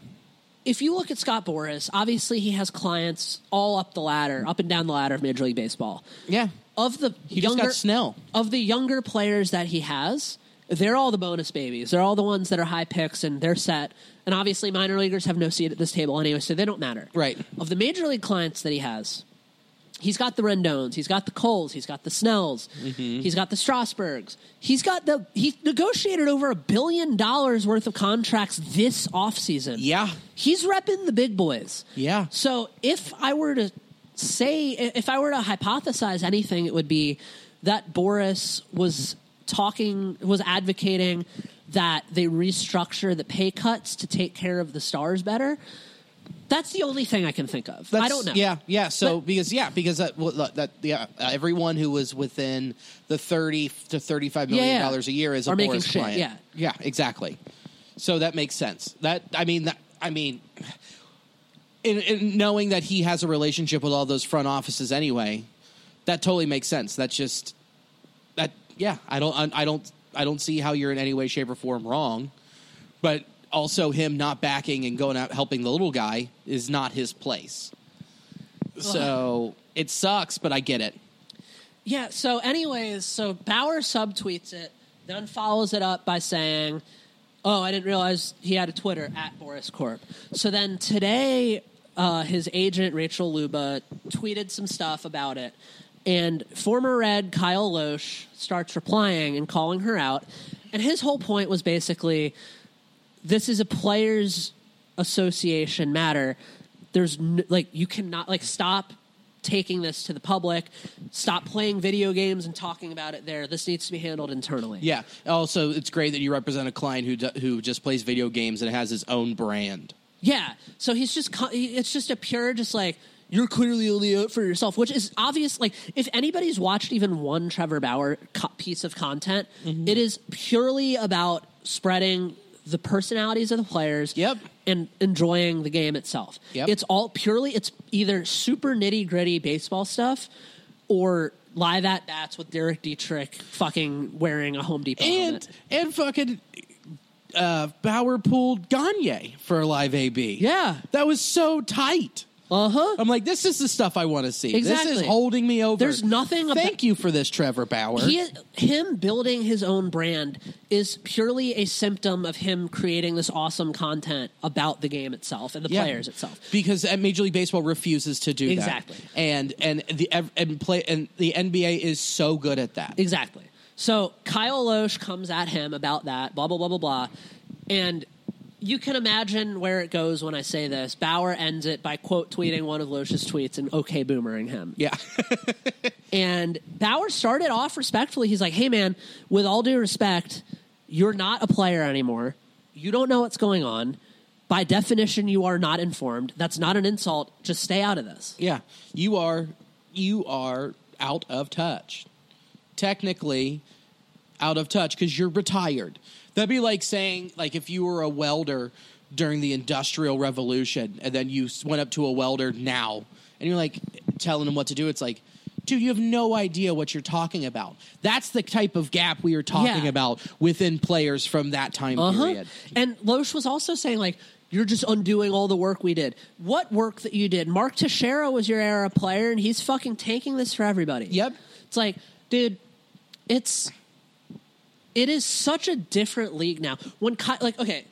[SPEAKER 4] if you look at Scott Boris, obviously he has clients all up the ladder, up and down the ladder of Major League Baseball.
[SPEAKER 3] Yeah.
[SPEAKER 4] Of the
[SPEAKER 3] He just
[SPEAKER 4] younger
[SPEAKER 3] got Snell.
[SPEAKER 4] of the younger players that he has, they're all the bonus babies. They're all the ones that are high picks and they're set. And obviously minor leaguers have no seat at this table anyway, so they don't matter.
[SPEAKER 3] Right.
[SPEAKER 4] Of the major league clients that he has, he's got the Rendones, he's got the Coles, he's got the Snells,
[SPEAKER 3] Mm-hmm.
[SPEAKER 4] he's got the Strasburgs. He's got the he negotiated over a billion dollars worth of contracts this offseason.
[SPEAKER 3] Yeah.
[SPEAKER 4] He's repping the big boys.
[SPEAKER 3] Yeah.
[SPEAKER 4] So if I were to say, if I were to hypothesize anything, it would be that Boris was talking, was advocating that they restructure the pay cuts to take care of the stars better. That's the only thing I can think of. I
[SPEAKER 3] That's-
[SPEAKER 4] don't know.
[SPEAKER 3] Yeah, yeah. So
[SPEAKER 4] But-
[SPEAKER 3] because yeah, because that, well, that that- yeah, uh, everyone who was within the thirty to thirty five million
[SPEAKER 4] Yeah, yeah.
[SPEAKER 3] dollars a year is
[SPEAKER 4] Are
[SPEAKER 3] a
[SPEAKER 4] making
[SPEAKER 3] Boris
[SPEAKER 4] shit,
[SPEAKER 3] client.
[SPEAKER 4] yeah.
[SPEAKER 3] yeah, exactly. So that makes sense. That I mean, that I mean, in, in knowing that he has a relationship with all those front offices anyway, that totally makes sense. That's just that. Yeah, I don't, I don't, I don't see how you're in any way, shape, or form wrong. But also, him not backing and going out helping the little guy is not his place. So it sucks, but I get it.
[SPEAKER 4] Yeah. So, anyways, so Bauer subtweets it. Then follows it up by saying, "Oh, I didn't realize he had a Twitter at Boris Corp." So then today, uh, his agent Rachel Luba tweeted some stuff about it, and former Red Kyle Loesch starts replying and calling her out, and his whole point was basically, "This is a players' association matter. There's n- like you cannot like stop." Taking this to the public, stop playing video games and talking about it there. This needs to be handled internally.
[SPEAKER 9] Yeah. Also, it's great that you represent a client who do, who just plays video games and has his own brand.
[SPEAKER 4] Yeah. So he's just, co- he- it's just a pure, just like, you're clearly only out for yourself, which is obvious. Like, if anybody's watched even one Trevor Bauer co- piece of content,
[SPEAKER 9] Mm-hmm.
[SPEAKER 4] it is purely about spreading the personalities of the players
[SPEAKER 9] Yep.
[SPEAKER 4] and enjoying the game itself.
[SPEAKER 9] Yep.
[SPEAKER 4] It's all purely, it's either super nitty gritty baseball stuff or live at bats with Derek Dietrich fucking wearing a Home Depot
[SPEAKER 3] and
[SPEAKER 4] helmet.
[SPEAKER 3] and fucking uh, Bauer pulled Gagne for a live AB.
[SPEAKER 4] Yeah.
[SPEAKER 3] that was so tight.
[SPEAKER 4] Uh huh.
[SPEAKER 3] I'm like, this is the stuff I want to see. This
[SPEAKER 4] Exactly.
[SPEAKER 3] is holding me over.
[SPEAKER 4] There's nothing about-
[SPEAKER 3] Thank you for this, Trevor Bauer.
[SPEAKER 4] He, him building his own brand is purely a symptom of him creating this awesome content about the game itself and the
[SPEAKER 3] Yeah.
[SPEAKER 4] players itself.
[SPEAKER 3] because uh, Major League Baseball refuses to do
[SPEAKER 4] Exactly.
[SPEAKER 3] that. and and the ev- and play and the NBA is so good at that.
[SPEAKER 4] Exactly. So Kyle Loesch comes at him about that, blah, blah, blah, blah, blah. And you can imagine where it goes when I say this. Bauer ends it by quote tweeting one of Loesch's tweets and okay boomering him.
[SPEAKER 3] yeah,
[SPEAKER 4] And Bauer started off respectfully. He's like, hey, man, with all due respect, you're not a player anymore. You don't know what's going on. By definition, you are not informed. That's not an insult. Just stay out of this.
[SPEAKER 3] yeah. You are you are out of touch. Technically, out of touch because you're retired. That'd be like saying like if you were a welder during the Industrial Revolution and then you s- went up to a welder now and you're like telling him what to do. It's like. Dude, you have no idea what you're talking about. That's the type of gap we are talking
[SPEAKER 4] Yeah. Uh-huh.
[SPEAKER 3] about within players from that time period.
[SPEAKER 4] And Loesch was also saying, like, you're just undoing all the work we did. What work that you did? Mark Teixeira was your era player, and he's fucking tanking this for everybody.
[SPEAKER 3] Yep.
[SPEAKER 4] It's like, dude, it's it is such a different league now. When Ky- like, okay,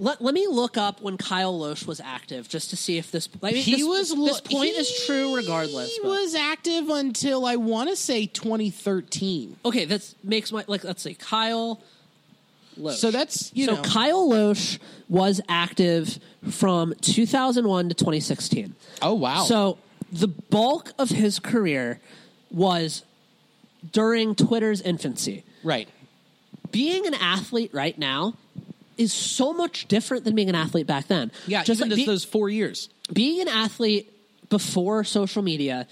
[SPEAKER 4] let, let me look up when Kyle Loesch was active just to see if this. I mean,
[SPEAKER 3] he
[SPEAKER 4] this,
[SPEAKER 3] was lo-
[SPEAKER 4] this point is
[SPEAKER 3] he
[SPEAKER 4] true regardless. but-
[SPEAKER 3] was active until I want to say 2013.
[SPEAKER 4] okay, that makes my like. Let's see, Kyle. Loesch.
[SPEAKER 3] So that's you
[SPEAKER 4] so
[SPEAKER 3] know
[SPEAKER 4] Kyle Loesch was active from 2001 to 2016.
[SPEAKER 3] Oh, wow.
[SPEAKER 4] So the bulk of his career was during Twitter's infancy.
[SPEAKER 3] right.
[SPEAKER 4] Being an athlete right now is so much different than being an athlete back then.
[SPEAKER 3] Yeah,
[SPEAKER 4] just
[SPEAKER 3] even
[SPEAKER 4] like
[SPEAKER 3] just
[SPEAKER 4] be-
[SPEAKER 3] those four years.
[SPEAKER 4] being an athlete before social media,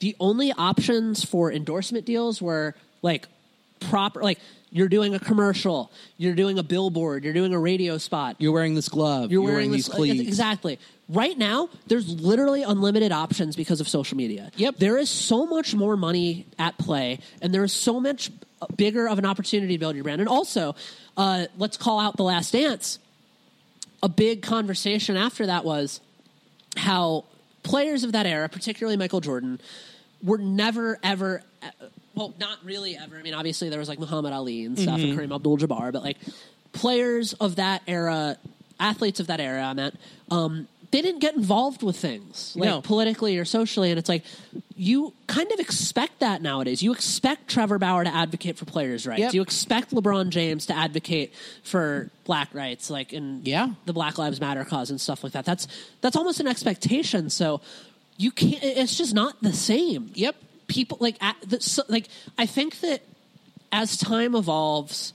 [SPEAKER 4] the only options for endorsement deals were like proper, like you're doing a commercial, you're doing a billboard, you're doing a radio spot,
[SPEAKER 3] You're wearing this glove.
[SPEAKER 4] you're, wearing,
[SPEAKER 3] these
[SPEAKER 4] this,
[SPEAKER 3] cleats.
[SPEAKER 4] Exactly. Right now, there's literally unlimited options because of social media.
[SPEAKER 3] Yep.
[SPEAKER 4] There is so much more money at play, and there is so much bigger of an opportunity to build your brand. And also, uh, let's call out The Last Dance. A big conversation after that was how players of that era, particularly Michael Jordan, were never ever. uh, Well, not really ever. I mean, obviously there was like Muhammad Ali and stuff
[SPEAKER 3] Mm-hmm.
[SPEAKER 4] and Kareem Abdul-Jabbar, but like players of that era, athletes of that era, I meant, um, they didn't get involved with things like
[SPEAKER 3] No.
[SPEAKER 4] politically or socially, and it's like you kind of expect that nowadays. You expect Trevor Bauer to advocate for players' rights.
[SPEAKER 3] Yep.
[SPEAKER 4] You expect LeBron James to advocate for black rights, like in
[SPEAKER 3] Yeah.
[SPEAKER 4] the Black Lives Matter cause and stuff like that. That's that's almost an expectation. So you can't. It's just not the same.
[SPEAKER 3] Yep.
[SPEAKER 4] People like at the, so, like I think that as time evolves,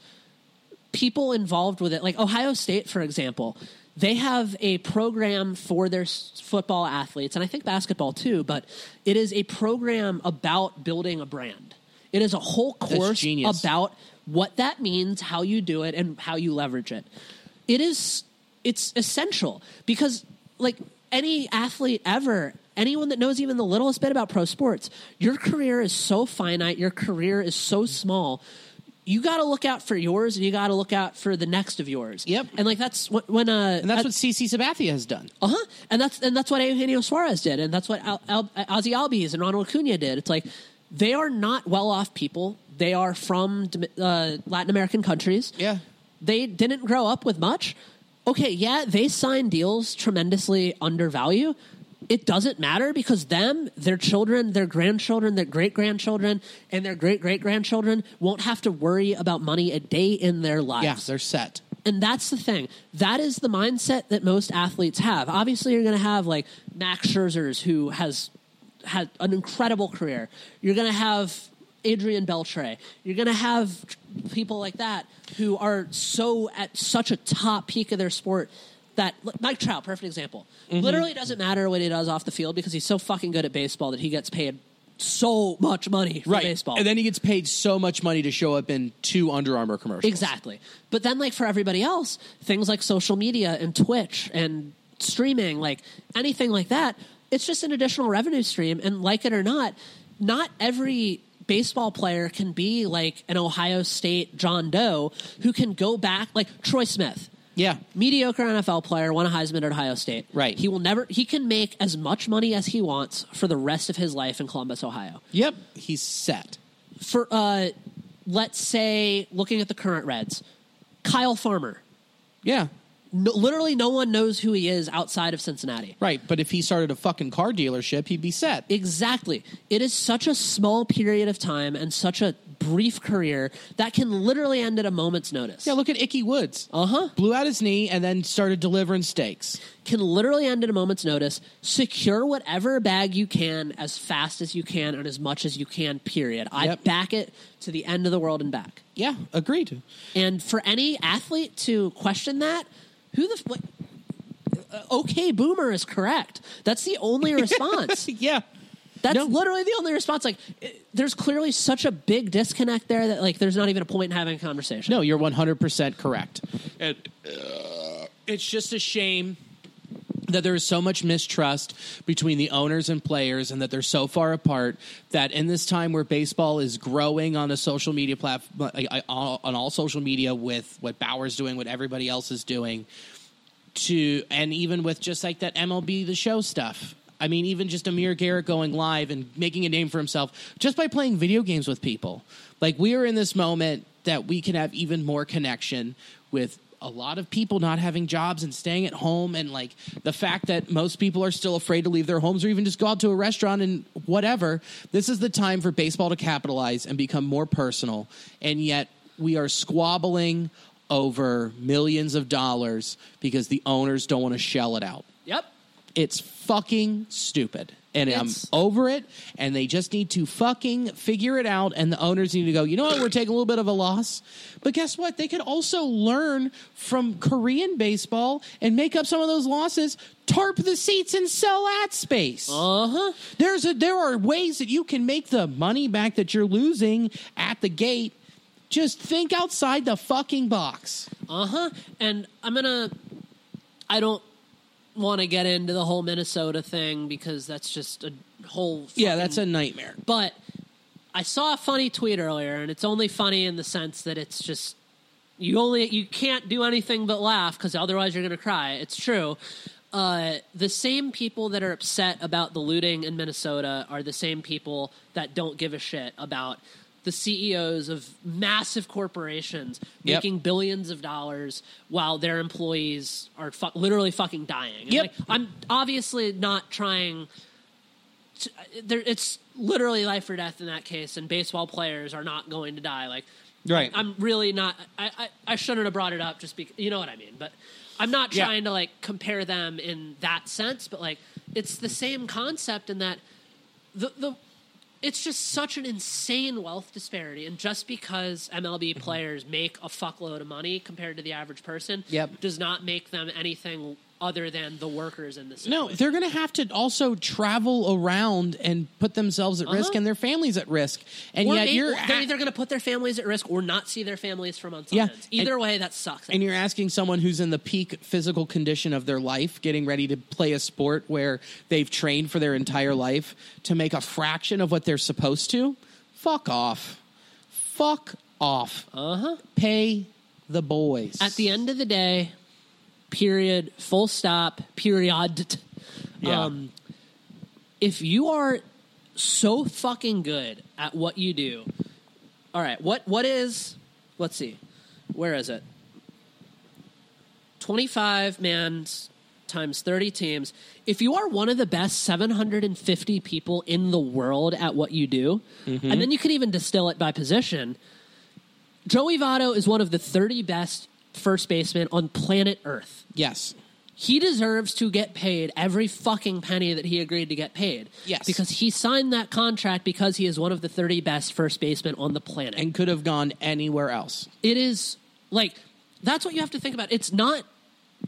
[SPEAKER 4] people involved with it, like Ohio State, for example, they have a program for their s- football athletes, and I think basketball too. But it is a program about building a brand. It is a whole course
[SPEAKER 3] genius.
[SPEAKER 4] about what that means, how you do it, and how you leverage it. It is it's essential because like any athlete ever, anyone that knows even the littlest bit about pro sports, your career is so finite, your career is so small. You got to look out for yours, and you got to look out for the next of yours.
[SPEAKER 3] Yep.
[SPEAKER 4] and like that's wh- when uh,
[SPEAKER 3] And that's what CC Sabathia has done.
[SPEAKER 4] uh huh. And that's and that's what Eugenio Suarez did, and that's what Al, Al, Ozzy Albies and Ronald Acuna did. It's like They are not well off people. They are from Dom- uh, Latin American countries.
[SPEAKER 3] Yeah.
[SPEAKER 4] They didn't grow up with much. Okay, yeah, they sign deals tremendously undervalue. It doesn't matter because them, their children, their grandchildren, their great grandchildren, and their great great grandchildren won't have to worry about money a day in their lives.
[SPEAKER 3] Yeah, they're set.
[SPEAKER 4] And that's the thing. That is the mindset that most athletes have. Obviously, you're going to have like Max Scherzer's, who has had an incredible career. You're going to have Adrian Beltre. You're going to have people like that who are so at such a top peak of their sport that look, Mike Trout, perfect example.
[SPEAKER 9] Mm-hmm.
[SPEAKER 4] Literally doesn't matter what he does off the field because he's so fucking good at baseball that he gets paid so much money for
[SPEAKER 9] right.
[SPEAKER 4] baseball.
[SPEAKER 9] And then he gets paid so much money to show up in two Under Armour commercials.
[SPEAKER 4] Exactly. But then, like for everybody else, things like social media and Twitch and streaming, like anything like that, it's just an additional revenue stream. And like it or not, not every baseball player can be like an Ohio State John Doe who can go back, like Troy Smith.
[SPEAKER 3] Yeah.
[SPEAKER 4] Mediocre NFL player won a Heisman at Ohio State.
[SPEAKER 3] Right.
[SPEAKER 4] He will never. He can make as much money as he wants for the rest of his life in Columbus, Ohio
[SPEAKER 3] Yep. He's set.
[SPEAKER 4] for uh, let's say looking at the current Reds, Kyle Farmer.
[SPEAKER 3] Yeah.
[SPEAKER 4] No, literally, no one knows who he is outside of Cincinnati.
[SPEAKER 3] Right. But if he started a fucking car dealership, he'd be set.
[SPEAKER 4] Exactly. It is such a small period of time and such a brief career that can literally end at a moment's notice.
[SPEAKER 3] yeah, look at Icky Woods.
[SPEAKER 4] Uh huh.
[SPEAKER 3] Blew out his knee and then started delivering steaks.
[SPEAKER 4] Can literally end at a moment's notice. Secure whatever bag you can as fast as you can and as much as you can, period. I
[SPEAKER 3] Yep.
[SPEAKER 4] back it to the end of the world and back.
[SPEAKER 3] Yeah, agreed.
[SPEAKER 4] And for any athlete to question that, who the f- what, uh, okay boomer is correct. That's the only response.
[SPEAKER 3] Yeah.
[SPEAKER 4] That's
[SPEAKER 3] No.
[SPEAKER 4] literally the only response. Like, it, there's clearly such a big disconnect there that like there's not even a point in having a conversation.
[SPEAKER 3] No, you're 100% correct. And, uh, it's just a shame that there is so much mistrust between the owners and players and that they're so far apart that in this time where baseball is growing on a social media platform uh, on all social media with what Bauer's doing what everybody else is doing to and even with just like that MLB the show stuff I mean even just Amir Garrett going live and making a name for himself just by playing video games with people like we are in this moment that we can have even more connection with a lot of people not having jobs and staying at home and like the fact that most people are still afraid to leave their homes or even just go out to a restaurant and whatever this is the time for baseball to capitalize and become more personal and yet we are squabbling over millions of dollars because the owners don't want to shell it out
[SPEAKER 4] Yep.
[SPEAKER 3] it's fucking stupid and
[SPEAKER 4] It's-
[SPEAKER 3] i'm over it and they just need to fucking figure it out and the owners need to go you know what we're taking a little bit of a loss but guess what they could also learn from korean baseball and make up some of those losses tarp the seats and sell ad space
[SPEAKER 4] Uh huh.
[SPEAKER 3] there's a, there are ways that you can make the money back that you're losing at the gate just think outside the fucking box
[SPEAKER 4] Uh huh. And I'm gonna. I don't want to get into the whole Minnesota thing because that's just a whole.
[SPEAKER 3] yeah
[SPEAKER 4] fucking
[SPEAKER 3] that's a nightmare
[SPEAKER 4] But I saw a funny tweet earlier, and it's only funny in the sense that it's just you only you can't do anything but laugh because otherwise you're going to cry. It's true. Uh, the same people that are upset about the looting in Minnesota are the same people that don't give a shit about the CEOs of massive corporations
[SPEAKER 3] Yep.
[SPEAKER 4] making billions of dollars while their employees are fu- literally fucking dying. And,
[SPEAKER 3] Yep.
[SPEAKER 4] like, I'm obviously not trying there, it's literally life or death in that case, and baseball players are not going to die. Like,
[SPEAKER 3] Right.
[SPEAKER 4] I'm, I'm really not. I, I I shouldn't have brought it up just because you know what I mean. But I'm not
[SPEAKER 3] Yeah.
[SPEAKER 4] trying to like compare them in that sense. But like, it's the same concept in that the the it's just such an insane wealth disparity, and just because
[SPEAKER 3] Mm-hmm.
[SPEAKER 4] MLB players make a fuckload of money compared to the average person,
[SPEAKER 3] Yep.
[SPEAKER 4] does not make them anything other than the workers in this.
[SPEAKER 3] No, they're going to have to also travel around and put themselves at risk
[SPEAKER 4] Uh-huh.
[SPEAKER 3] and their families at risk. And
[SPEAKER 4] Or
[SPEAKER 3] yet
[SPEAKER 4] may-
[SPEAKER 3] you're
[SPEAKER 4] or they're
[SPEAKER 3] a-
[SPEAKER 4] either going to put their families at risk or not see their families for months.
[SPEAKER 3] Yeah,
[SPEAKER 4] On end. Either
[SPEAKER 3] and-
[SPEAKER 4] way, that sucks.
[SPEAKER 3] and you're asking someone who's in the peak physical condition of their life, getting ready to play a sport where they've trained for their entire life to make a fraction of what they're supposed to. Fuck off. Fuck off. Uh huh. Pay the boys.
[SPEAKER 4] Uh-huh. At the end of the day, period, full stop, period.
[SPEAKER 3] Yeah.
[SPEAKER 4] Um, if you are so fucking good at what you do. All right, what what is? Let's see, where is it? Twenty five mans times thirty teams. If you are one of the best seven hundred and fifty people in the world at what you do, and then you can even distill it by position. Joey Votto is one of the thirty best first basemen on planet Earth.
[SPEAKER 3] Yes.
[SPEAKER 4] He deserves to get paid every fucking penny that he agreed to get paid.
[SPEAKER 3] Yes.
[SPEAKER 4] Because he signed that contract because he is one of the 30 best first basemen on the planet.
[SPEAKER 3] And could have gone anywhere else.
[SPEAKER 4] it is like that's what you have to think about. It's not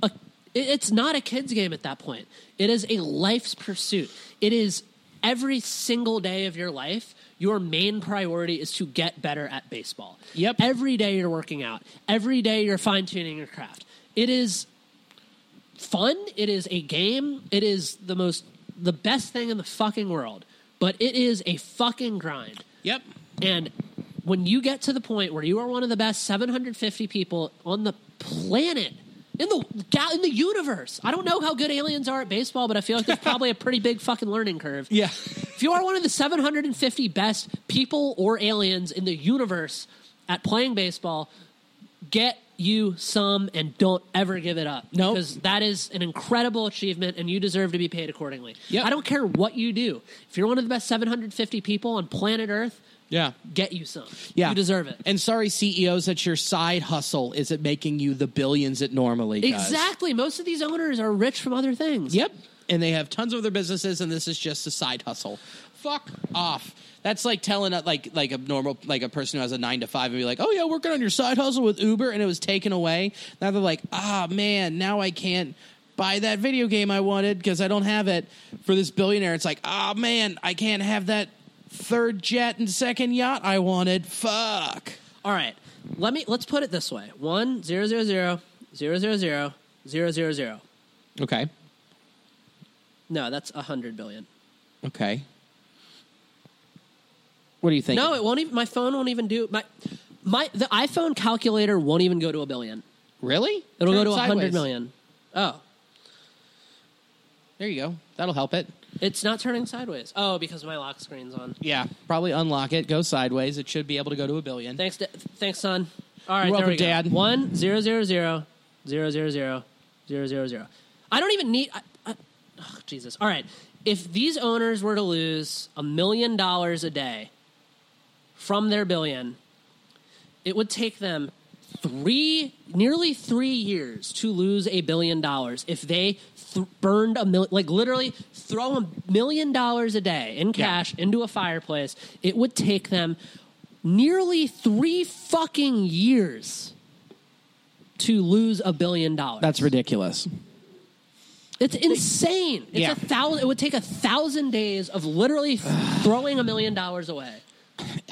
[SPEAKER 4] a it- it's not a kids game at that point. It is a life's pursuit. It is every single day of your life your main priority is to get better at baseball.
[SPEAKER 3] Yep.
[SPEAKER 4] Every day you're working out. Every day you're fine tuning your craft. It is fun. It is a game. It is the most, the best thing in the fucking world. But it is a fucking grind.
[SPEAKER 3] Yep.
[SPEAKER 4] And when you get to the point where you are one of the best 750 people on the planet, in the ga- in the universe, I don't know how good aliens are at baseball, but I feel like there's probably a pretty big fucking learning curve.
[SPEAKER 3] Yeah.
[SPEAKER 4] If you are one of the 750 best people or aliens in the universe at playing baseball, get you some and don't ever give it up.
[SPEAKER 3] Nope.
[SPEAKER 4] Because that is an incredible achievement and you deserve to be paid accordingly.
[SPEAKER 3] Yep.
[SPEAKER 4] I don't care what you do. If you're one of the best 750 people on planet Earth,
[SPEAKER 3] Yeah.
[SPEAKER 4] get you some.
[SPEAKER 3] Yeah.
[SPEAKER 4] You deserve it.
[SPEAKER 3] And sorry, CEOs, that's your side hustle. Is it making you the billions it normally does?
[SPEAKER 4] exactly. Most of these owners are rich from other things.
[SPEAKER 3] Yep. And they have tons of other businesses, and this is just a side hustle. Fuck off. That's like telling a, like like a normal like a person who has a nine to five and be like, oh yeah, working on your side hustle with Uber, and it was taken away. Now they're like, ah man, now I can't buy that video game I wanted because I don't have it. For this billionaire, it's like, ah man, I can't have that third jet and second yacht I wanted. Fuck.
[SPEAKER 4] All right. Let me let's put it this way. One zero zero zero zero zero zero zero zero zero.
[SPEAKER 3] Okay.
[SPEAKER 4] No, that's a hundred billion.
[SPEAKER 3] Okay. What do you think?
[SPEAKER 4] No, it won't even. My phone won't even do my my the iPhone calculator won't even go to a billion.
[SPEAKER 3] really?
[SPEAKER 4] It'll
[SPEAKER 3] Turn
[SPEAKER 4] go
[SPEAKER 3] it
[SPEAKER 4] to a hundred
[SPEAKER 3] sideways.
[SPEAKER 4] million. Oh,
[SPEAKER 3] There you go. That'll help it.
[SPEAKER 4] it's not turning sideways. Oh, because my lock screen's on.
[SPEAKER 3] Yeah, probably unlock it, go sideways. It should be able to go to a billion.
[SPEAKER 4] Thanks, da- thanks, son. All right,
[SPEAKER 3] You're
[SPEAKER 4] there
[SPEAKER 3] welcome,
[SPEAKER 4] we go.
[SPEAKER 3] Dad.
[SPEAKER 4] One zero zero zero zero zero zero zero zero zero. I don't even need. I, I, oh, Jesus. All right. If these owners were to lose a million dollars a day from their billion, it would take them three, nearly three years to lose a billion dollars if they th- burned a million, like literally throw a million dollars a day in cash into a fireplace. It would take them nearly three fucking years to lose a billion dollars.
[SPEAKER 3] ridiculous.
[SPEAKER 4] It's insane. It's
[SPEAKER 3] Yeah.
[SPEAKER 4] a thousand. It would take a thousand days of literally throwing a million dollars away.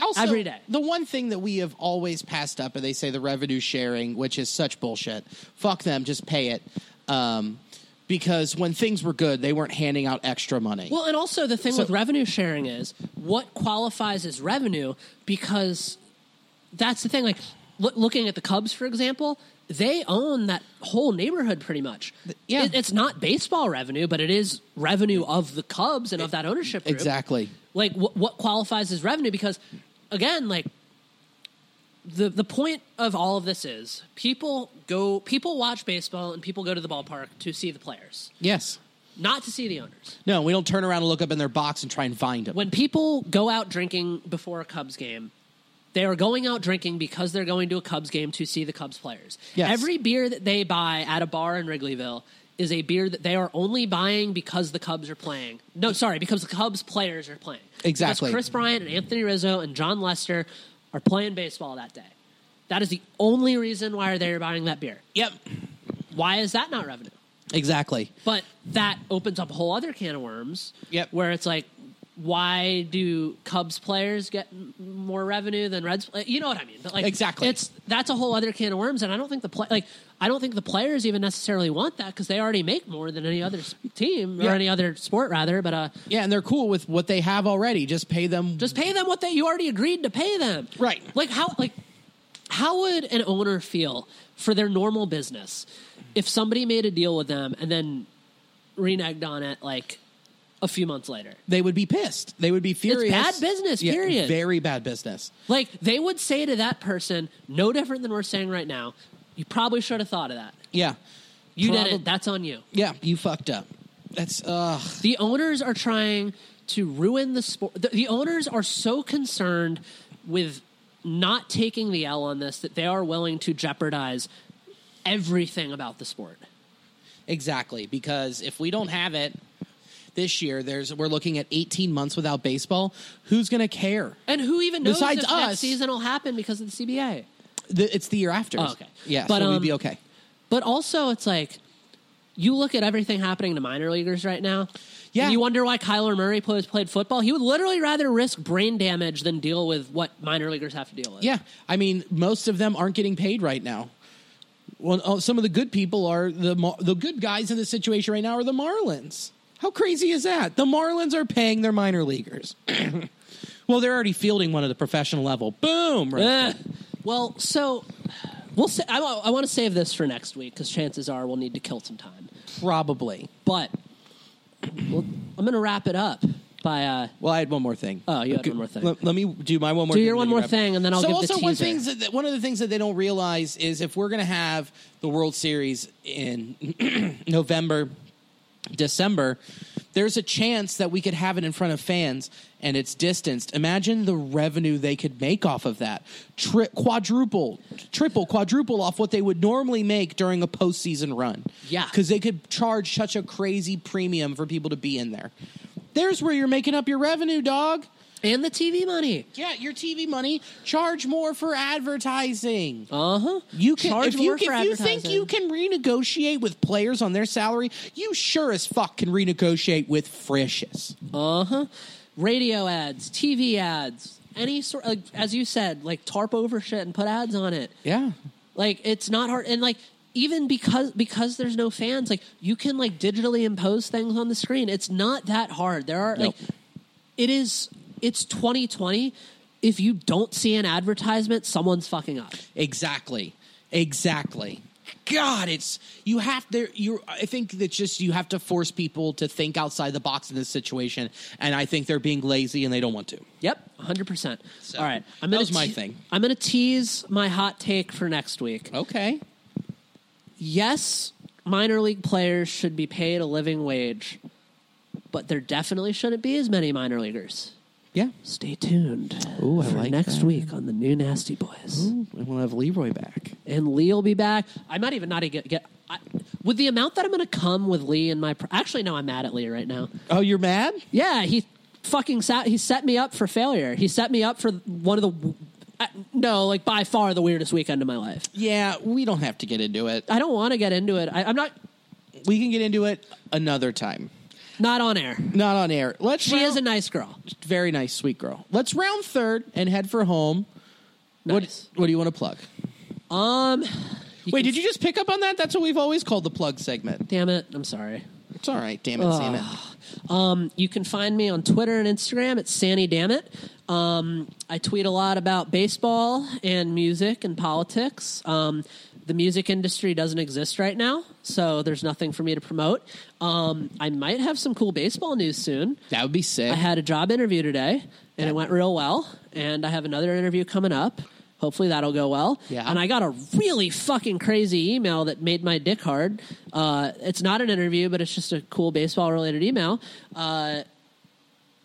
[SPEAKER 3] Also,
[SPEAKER 4] Every day.
[SPEAKER 3] The one thing that we have always passed up, and they say the revenue sharing, which is such bullshit. Fuck them, just pay it. Um, because when things were good, they weren't handing out extra money.
[SPEAKER 4] Well, and also the thing with revenue sharing is what qualifies as revenue because that's the thing. Like loo- looking at the Cubs, for example, they own that whole neighborhood pretty much.
[SPEAKER 3] yeah.
[SPEAKER 4] It- it's not baseball revenue, but it is revenue of the Cubs and of that ownership. Group.
[SPEAKER 3] exactly.
[SPEAKER 4] Like wh- what qualifies as revenue? Because again, like the the point of all of this is people go people watch baseball and people go to the ballpark to see the players,
[SPEAKER 3] Yes.
[SPEAKER 4] not to see the owners
[SPEAKER 3] No, we don't turn around and look up in their box and try and find them.
[SPEAKER 4] when people go out drinking before a Cubs game, they are going out drinking because they're going to a Cubs game to see the Cubs players.
[SPEAKER 3] Yes.
[SPEAKER 4] Every beer that they buy at a bar in Wrigleyville is a beer that they are only buying because the Cubs are playing. No, sorry, because the Cubs players are playing. Because
[SPEAKER 3] Exactly.
[SPEAKER 4] Chris Bryant and Anthony Rizzo and John Lester are playing baseball that day. That is the only reason why they're buying that beer.
[SPEAKER 3] yep.
[SPEAKER 4] Why is that not revenue?
[SPEAKER 3] Exactly.
[SPEAKER 4] But that opens up a whole other can of worms.
[SPEAKER 3] Yep.
[SPEAKER 4] Where it's like, why do Cubs players get m- more revenue than Reds? pla- You know what I mean? But like,
[SPEAKER 3] Exactly.
[SPEAKER 4] It's that's a whole other can of worms, and I don't think the play like I don't think the players even necessarily want that because they already make more than any other s- team or
[SPEAKER 3] Yeah.
[SPEAKER 4] any other sport rather. But uh,
[SPEAKER 3] Yeah, and they're cool with what they have already. Just pay them.
[SPEAKER 4] just pay them what they you already agreed to pay them.
[SPEAKER 3] Right.
[SPEAKER 4] Like how like how would an owner feel for their normal business if somebody made a deal with them and then reneged on it like a few months later.
[SPEAKER 3] They would be pissed. They would be furious.
[SPEAKER 4] bad business, period.
[SPEAKER 3] Very bad business.
[SPEAKER 4] Like they would say to that person, no different than we're saying right now. You probably should have thought of that.
[SPEAKER 3] Yeah.
[SPEAKER 4] You did
[SPEAKER 3] Probab-
[SPEAKER 4] it. That's on you.
[SPEAKER 3] Yeah, you fucked up. That's uh
[SPEAKER 4] The owners are trying to ruin the sport. The, the owners are so concerned with not taking the L on this that they are willing to jeopardize everything about the sport.
[SPEAKER 3] exactly because if we don't have it this year, there's we're looking at 18 months without baseball. Who's going to care?
[SPEAKER 4] And who even knows
[SPEAKER 3] Besides
[SPEAKER 4] if
[SPEAKER 3] us-
[SPEAKER 4] next season will happen because of the CBA?
[SPEAKER 3] The, it's the year after.
[SPEAKER 4] Oh, okay.
[SPEAKER 3] Yeah,
[SPEAKER 4] But,
[SPEAKER 3] so we'd
[SPEAKER 4] um,
[SPEAKER 3] be okay.
[SPEAKER 4] But also, it's like you look at everything happening to minor leaguers right now.
[SPEAKER 3] Yeah.
[SPEAKER 4] And you wonder why Kyler Murray plays, played football. He would literally rather risk brain damage than deal with what minor leaguers have to deal with.
[SPEAKER 3] Yeah, I mean, most of them aren't getting paid right now. Well, oh, some of the good people are the Mar- the good guys in this situation right now are the Marlins. How crazy is that? The Marlins are paying their minor leaguers. well, they're already fielding one at the professional level. Boom!
[SPEAKER 4] Eh. well, so we'll. Say, I, wa- I want to save this for next week because chances are we'll need to kill some time.
[SPEAKER 3] Probably.
[SPEAKER 4] But well, I'm going to wrap it up by. Uh,
[SPEAKER 3] Well, I had one more thing.
[SPEAKER 4] Oh, you had one more thing.
[SPEAKER 3] Let, let me do my one more.
[SPEAKER 4] Do
[SPEAKER 3] thing
[SPEAKER 4] your
[SPEAKER 3] and
[SPEAKER 4] one
[SPEAKER 3] then
[SPEAKER 4] more
[SPEAKER 3] wrap-
[SPEAKER 4] thing, and then I'll
[SPEAKER 3] so
[SPEAKER 4] give the
[SPEAKER 3] also one
[SPEAKER 4] teaser.
[SPEAKER 3] things that that- one of the things that they don't realize is if we're going to have the World Series in November, December, there's a chance that we could have it in front of fans and it's distanced. Imagine the revenue they could make off of that. Tri- quadruple, triple, quadruple off what they would normally make during a postseason run.
[SPEAKER 4] Yeah.
[SPEAKER 3] Because they could charge such a crazy premium for people to be in there. There's where you're making up your revenue, dog.
[SPEAKER 4] and the TV money.
[SPEAKER 3] Yeah, your TV money. Charge more for advertising.
[SPEAKER 4] Uh huh.
[SPEAKER 3] You can
[SPEAKER 4] charge
[SPEAKER 3] if you,
[SPEAKER 4] more for
[SPEAKER 3] if you think
[SPEAKER 4] advertising.
[SPEAKER 3] you can renegotiate with players on their salary, you sure as fuck can renegotiate with Frisch's.
[SPEAKER 4] Uh huh. Radio ads, TV ads, any sort. Like, as you said, like tarp over shit and put ads on it.
[SPEAKER 3] Yeah.
[SPEAKER 4] Like it's not hard, and like even because because there's no fans, like you can like digitally impose things on the screen. It's not that hard. There are like it is. It's 2020. If you don't see an advertisement, someone's fucking up.
[SPEAKER 3] Exactly. Exactly. God, it's you have there. You, I think that just you have to force people to think outside the box in this situation, and I think they're being lazy and they don't want to.
[SPEAKER 4] Yep, 100%.
[SPEAKER 3] So,
[SPEAKER 4] All right.
[SPEAKER 3] that
[SPEAKER 4] I'm gonna
[SPEAKER 3] was my
[SPEAKER 4] te-
[SPEAKER 3] thing.
[SPEAKER 4] I'm going to tease my hot take for next week.
[SPEAKER 3] Okay.
[SPEAKER 4] yes, minor league players should be paid a living wage, but there definitely shouldn't be as many minor leaguers.
[SPEAKER 3] Yeah.
[SPEAKER 4] Stay tuned
[SPEAKER 3] Ooh, I
[SPEAKER 4] for
[SPEAKER 3] like
[SPEAKER 4] next
[SPEAKER 3] that.
[SPEAKER 4] week on the new Nasty Boys.
[SPEAKER 3] And we'll have Leroy back.
[SPEAKER 4] And Lee will be back. I might even not even get. get I, with the amount that I'm going to come with Lee and my. Pr- Actually, no, I'm mad at Lee right now.
[SPEAKER 3] Oh, you're mad?
[SPEAKER 4] Yeah, he fucking sat. He set me up for failure. He set me up for one of the. w- I- No, like by far the weirdest weekend of my life.
[SPEAKER 3] Yeah. We don't have to get into it.
[SPEAKER 4] I don't want to get into it. I, I'm not
[SPEAKER 3] We can get into it another time.
[SPEAKER 4] not on air.
[SPEAKER 3] Not on air. Let's.
[SPEAKER 4] She
[SPEAKER 3] round-
[SPEAKER 4] is a nice girl.
[SPEAKER 3] very nice, sweet girl. Let's round third and head for home.
[SPEAKER 4] Nice.
[SPEAKER 3] What What do you want to plug?
[SPEAKER 4] Um,
[SPEAKER 3] Wait, did you just pick up on that? That's what we've always called the plug segment.
[SPEAKER 4] damn it. I'm sorry.
[SPEAKER 3] It's all right. Damn it, Sam. it.
[SPEAKER 4] Um, you can find me on Twitter and Instagram at Sandy Dammit. Um, I tweet a lot about baseball and music and politics. Um, the music industry doesn't exist right now, so there's nothing for me to promote. Um, I might have some cool baseball news soon.
[SPEAKER 3] That would be sick.
[SPEAKER 4] I had a job interview today, and it went real well. And I have another interview coming up. Hopefully that'll go well.
[SPEAKER 3] Yeah.
[SPEAKER 4] And I got a really fucking crazy email that made my dick hard. Uh, it's not an interview, but it's just a cool baseball related email. Uh,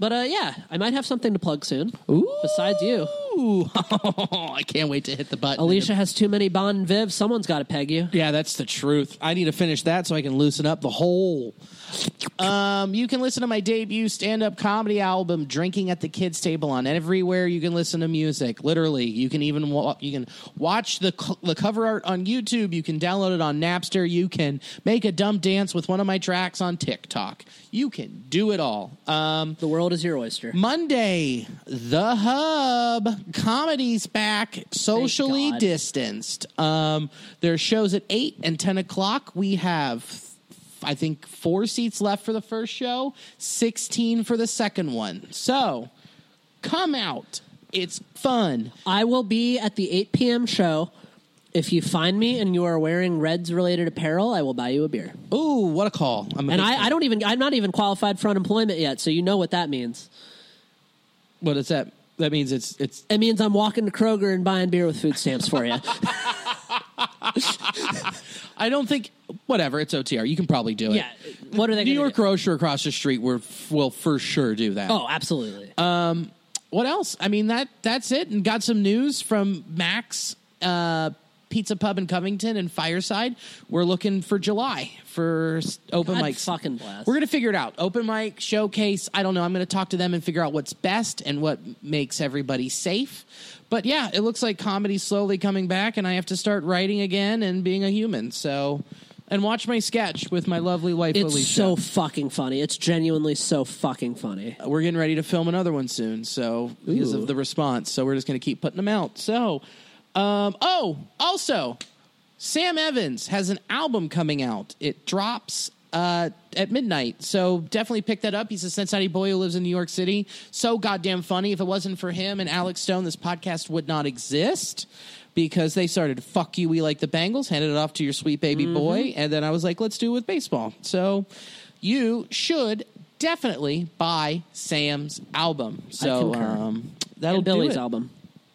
[SPEAKER 4] but uh, yeah, I might have something to plug soon.
[SPEAKER 3] Ooh.
[SPEAKER 4] Besides you,
[SPEAKER 3] Ooh. I can't wait to hit the button.
[SPEAKER 4] Alicia has too many Bon and Viv. Someone's got to peg you.
[SPEAKER 3] Yeah, that's the truth. I need to finish that so I can loosen up the whole. Um, you can listen to my debut stand-up comedy album, "Drinking at the Kids Table," on everywhere you can listen to music. Literally, you can even wa- you can watch the co- the cover art on YouTube. You can download it on Napster. You can make a dumb dance with one of my tracks on TikTok. You can do it all. Um,
[SPEAKER 4] The world is your oyster.
[SPEAKER 3] Monday, the hub comedy's back, socially
[SPEAKER 4] God.
[SPEAKER 3] distanced. Um, there are shows at eight and ten o'clock. We have, I think, four seats left for the first show, sixteen for the second one. So, come out. It's fun.
[SPEAKER 4] I will be at the 8 p.m. show If you find me and you are wearing Reds related apparel, I will buy you a beer.
[SPEAKER 3] Ooh, what a call! I'm a
[SPEAKER 4] And
[SPEAKER 3] big fan.
[SPEAKER 4] I, I don't even, I'm not even qualified for unemployment yet, so you know what that means.
[SPEAKER 3] What is that? That means it's it's
[SPEAKER 4] It means I'm walking to Kroger and buying beer with food stamps for you.
[SPEAKER 3] I don't think whatever it's OTR. You can probably do it.
[SPEAKER 4] yeah. What are they
[SPEAKER 3] New
[SPEAKER 4] gonna
[SPEAKER 3] York
[SPEAKER 4] do?
[SPEAKER 3] grocer across the street will will for sure do that.
[SPEAKER 4] Oh, absolutely.
[SPEAKER 3] what else? I mean that that's it. And got some news from Max uh, Pizza Pub in Covington and Fireside. We're looking for July for s- open
[SPEAKER 4] God
[SPEAKER 3] mics.
[SPEAKER 4] fucking bless.
[SPEAKER 3] We're gonna figure it out. Open mic showcase. I don't know. I'm gonna talk to them and figure out what's best and what makes everybody safe. But yeah, it looks like comedy's slowly coming back, and I have to start writing again and being a human. So, and watch my sketch with my lovely wife.
[SPEAKER 4] it's
[SPEAKER 3] Alicia.
[SPEAKER 4] so fucking funny. It's genuinely so fucking funny.
[SPEAKER 3] we're getting ready to film another one soon. So because
[SPEAKER 4] Ooh.
[SPEAKER 3] of the response, so we're just going to keep putting them out. So, um, oh, also, Sam Evans has an album coming out. It drops uh, at midnight, so definitely pick that up. He's a Cincinnati boy who lives in New York City. So goddamn funny. If it wasn't for him and Alex Stone, this podcast would not exist. Because they started, fuck you, we like the Bengals, handed it off to your sweet baby
[SPEAKER 4] Mm-hmm.
[SPEAKER 3] boy. And then I was like, let's do it with baseball. So you should definitely buy Sam's album. So
[SPEAKER 4] concur.
[SPEAKER 3] um, that'll
[SPEAKER 4] And
[SPEAKER 3] do
[SPEAKER 4] Billy's
[SPEAKER 3] it.
[SPEAKER 4] album.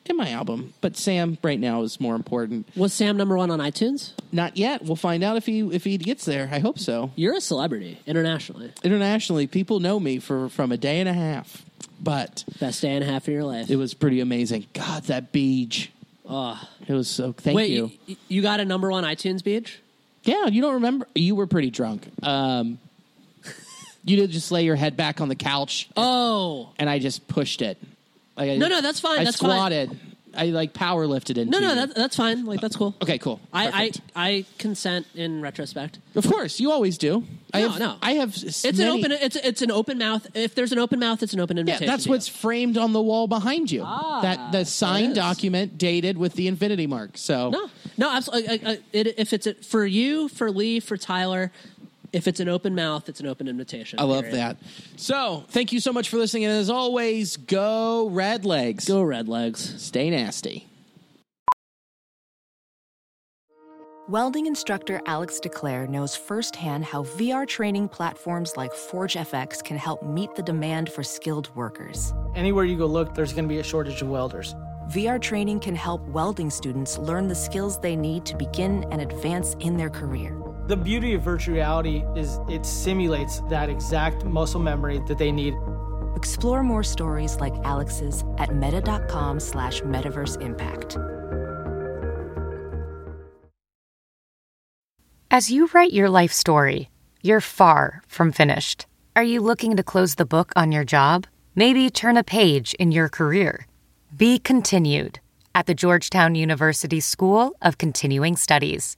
[SPEAKER 3] In my album, but Sam right now is more important.
[SPEAKER 4] Was Sam number one on iTunes?
[SPEAKER 3] Not yet. We'll find out if he if he gets there. I hope so.
[SPEAKER 4] You're a celebrity internationally.
[SPEAKER 3] Internationally, people know me for from a day and a half, but
[SPEAKER 4] Best day and a half of your life.
[SPEAKER 3] it was pretty amazing. God, that beach. it was so. Thank
[SPEAKER 4] Wait,
[SPEAKER 3] you.
[SPEAKER 4] you. You, got a number one iTunes beach?
[SPEAKER 3] Yeah, you don't remember? You were pretty drunk. Um, you did just lay your head back on the couch,
[SPEAKER 4] Oh.
[SPEAKER 3] and I just pushed it. Like, I-
[SPEAKER 4] No, no, that's fine,
[SPEAKER 3] I
[SPEAKER 4] that's fine.
[SPEAKER 3] squatted. I like power lifted into.
[SPEAKER 4] No, no,
[SPEAKER 3] you.
[SPEAKER 4] that, that's fine. Like, that's cool.
[SPEAKER 3] okay, cool.
[SPEAKER 4] I,
[SPEAKER 3] Perfect.
[SPEAKER 4] I, I consent in retrospect.
[SPEAKER 3] Of course, you always do. I
[SPEAKER 4] No,
[SPEAKER 3] have,
[SPEAKER 4] no.
[SPEAKER 3] I have.
[SPEAKER 4] It's an open. It's it's an open mouth. If there's an open mouth, it's an open
[SPEAKER 3] Yeah,
[SPEAKER 4] invitation.
[SPEAKER 3] that's
[SPEAKER 4] to
[SPEAKER 3] what's
[SPEAKER 4] you.
[SPEAKER 3] framed on the wall behind you. that the
[SPEAKER 4] it
[SPEAKER 3] signed
[SPEAKER 4] is.
[SPEAKER 3] document dated with the infinity mark. So
[SPEAKER 4] No, no, absolutely. I, I, it, if it's a, for you, for Lee, for Tyler, if it's an open mouth, it's an open invitation.
[SPEAKER 3] I love
[SPEAKER 4] period.
[SPEAKER 3] that. So thank you so much for listening, and as always, go red legs.
[SPEAKER 4] Go red legs.
[SPEAKER 3] Stay nasty.
[SPEAKER 1] Welding instructor Alex DeClaire knows firsthand how VR training platforms like ForgeFX can help meet the demand for skilled workers.
[SPEAKER 10] Anywhere you go look, there's going to be a shortage of welders.
[SPEAKER 1] VR training can help welding students learn the skills they need to begin and advance in their career.
[SPEAKER 10] The beauty of virtual reality is it simulates that exact muscle memory that they need.
[SPEAKER 1] Explore more stories like Alex's at meta.com slash metaverse impact.
[SPEAKER 11] As you write your life story, you're far from finished. Are you looking to close the book on your job? Maybe turn a page in your career? Be continued at the Georgetown University School of Continuing Studies.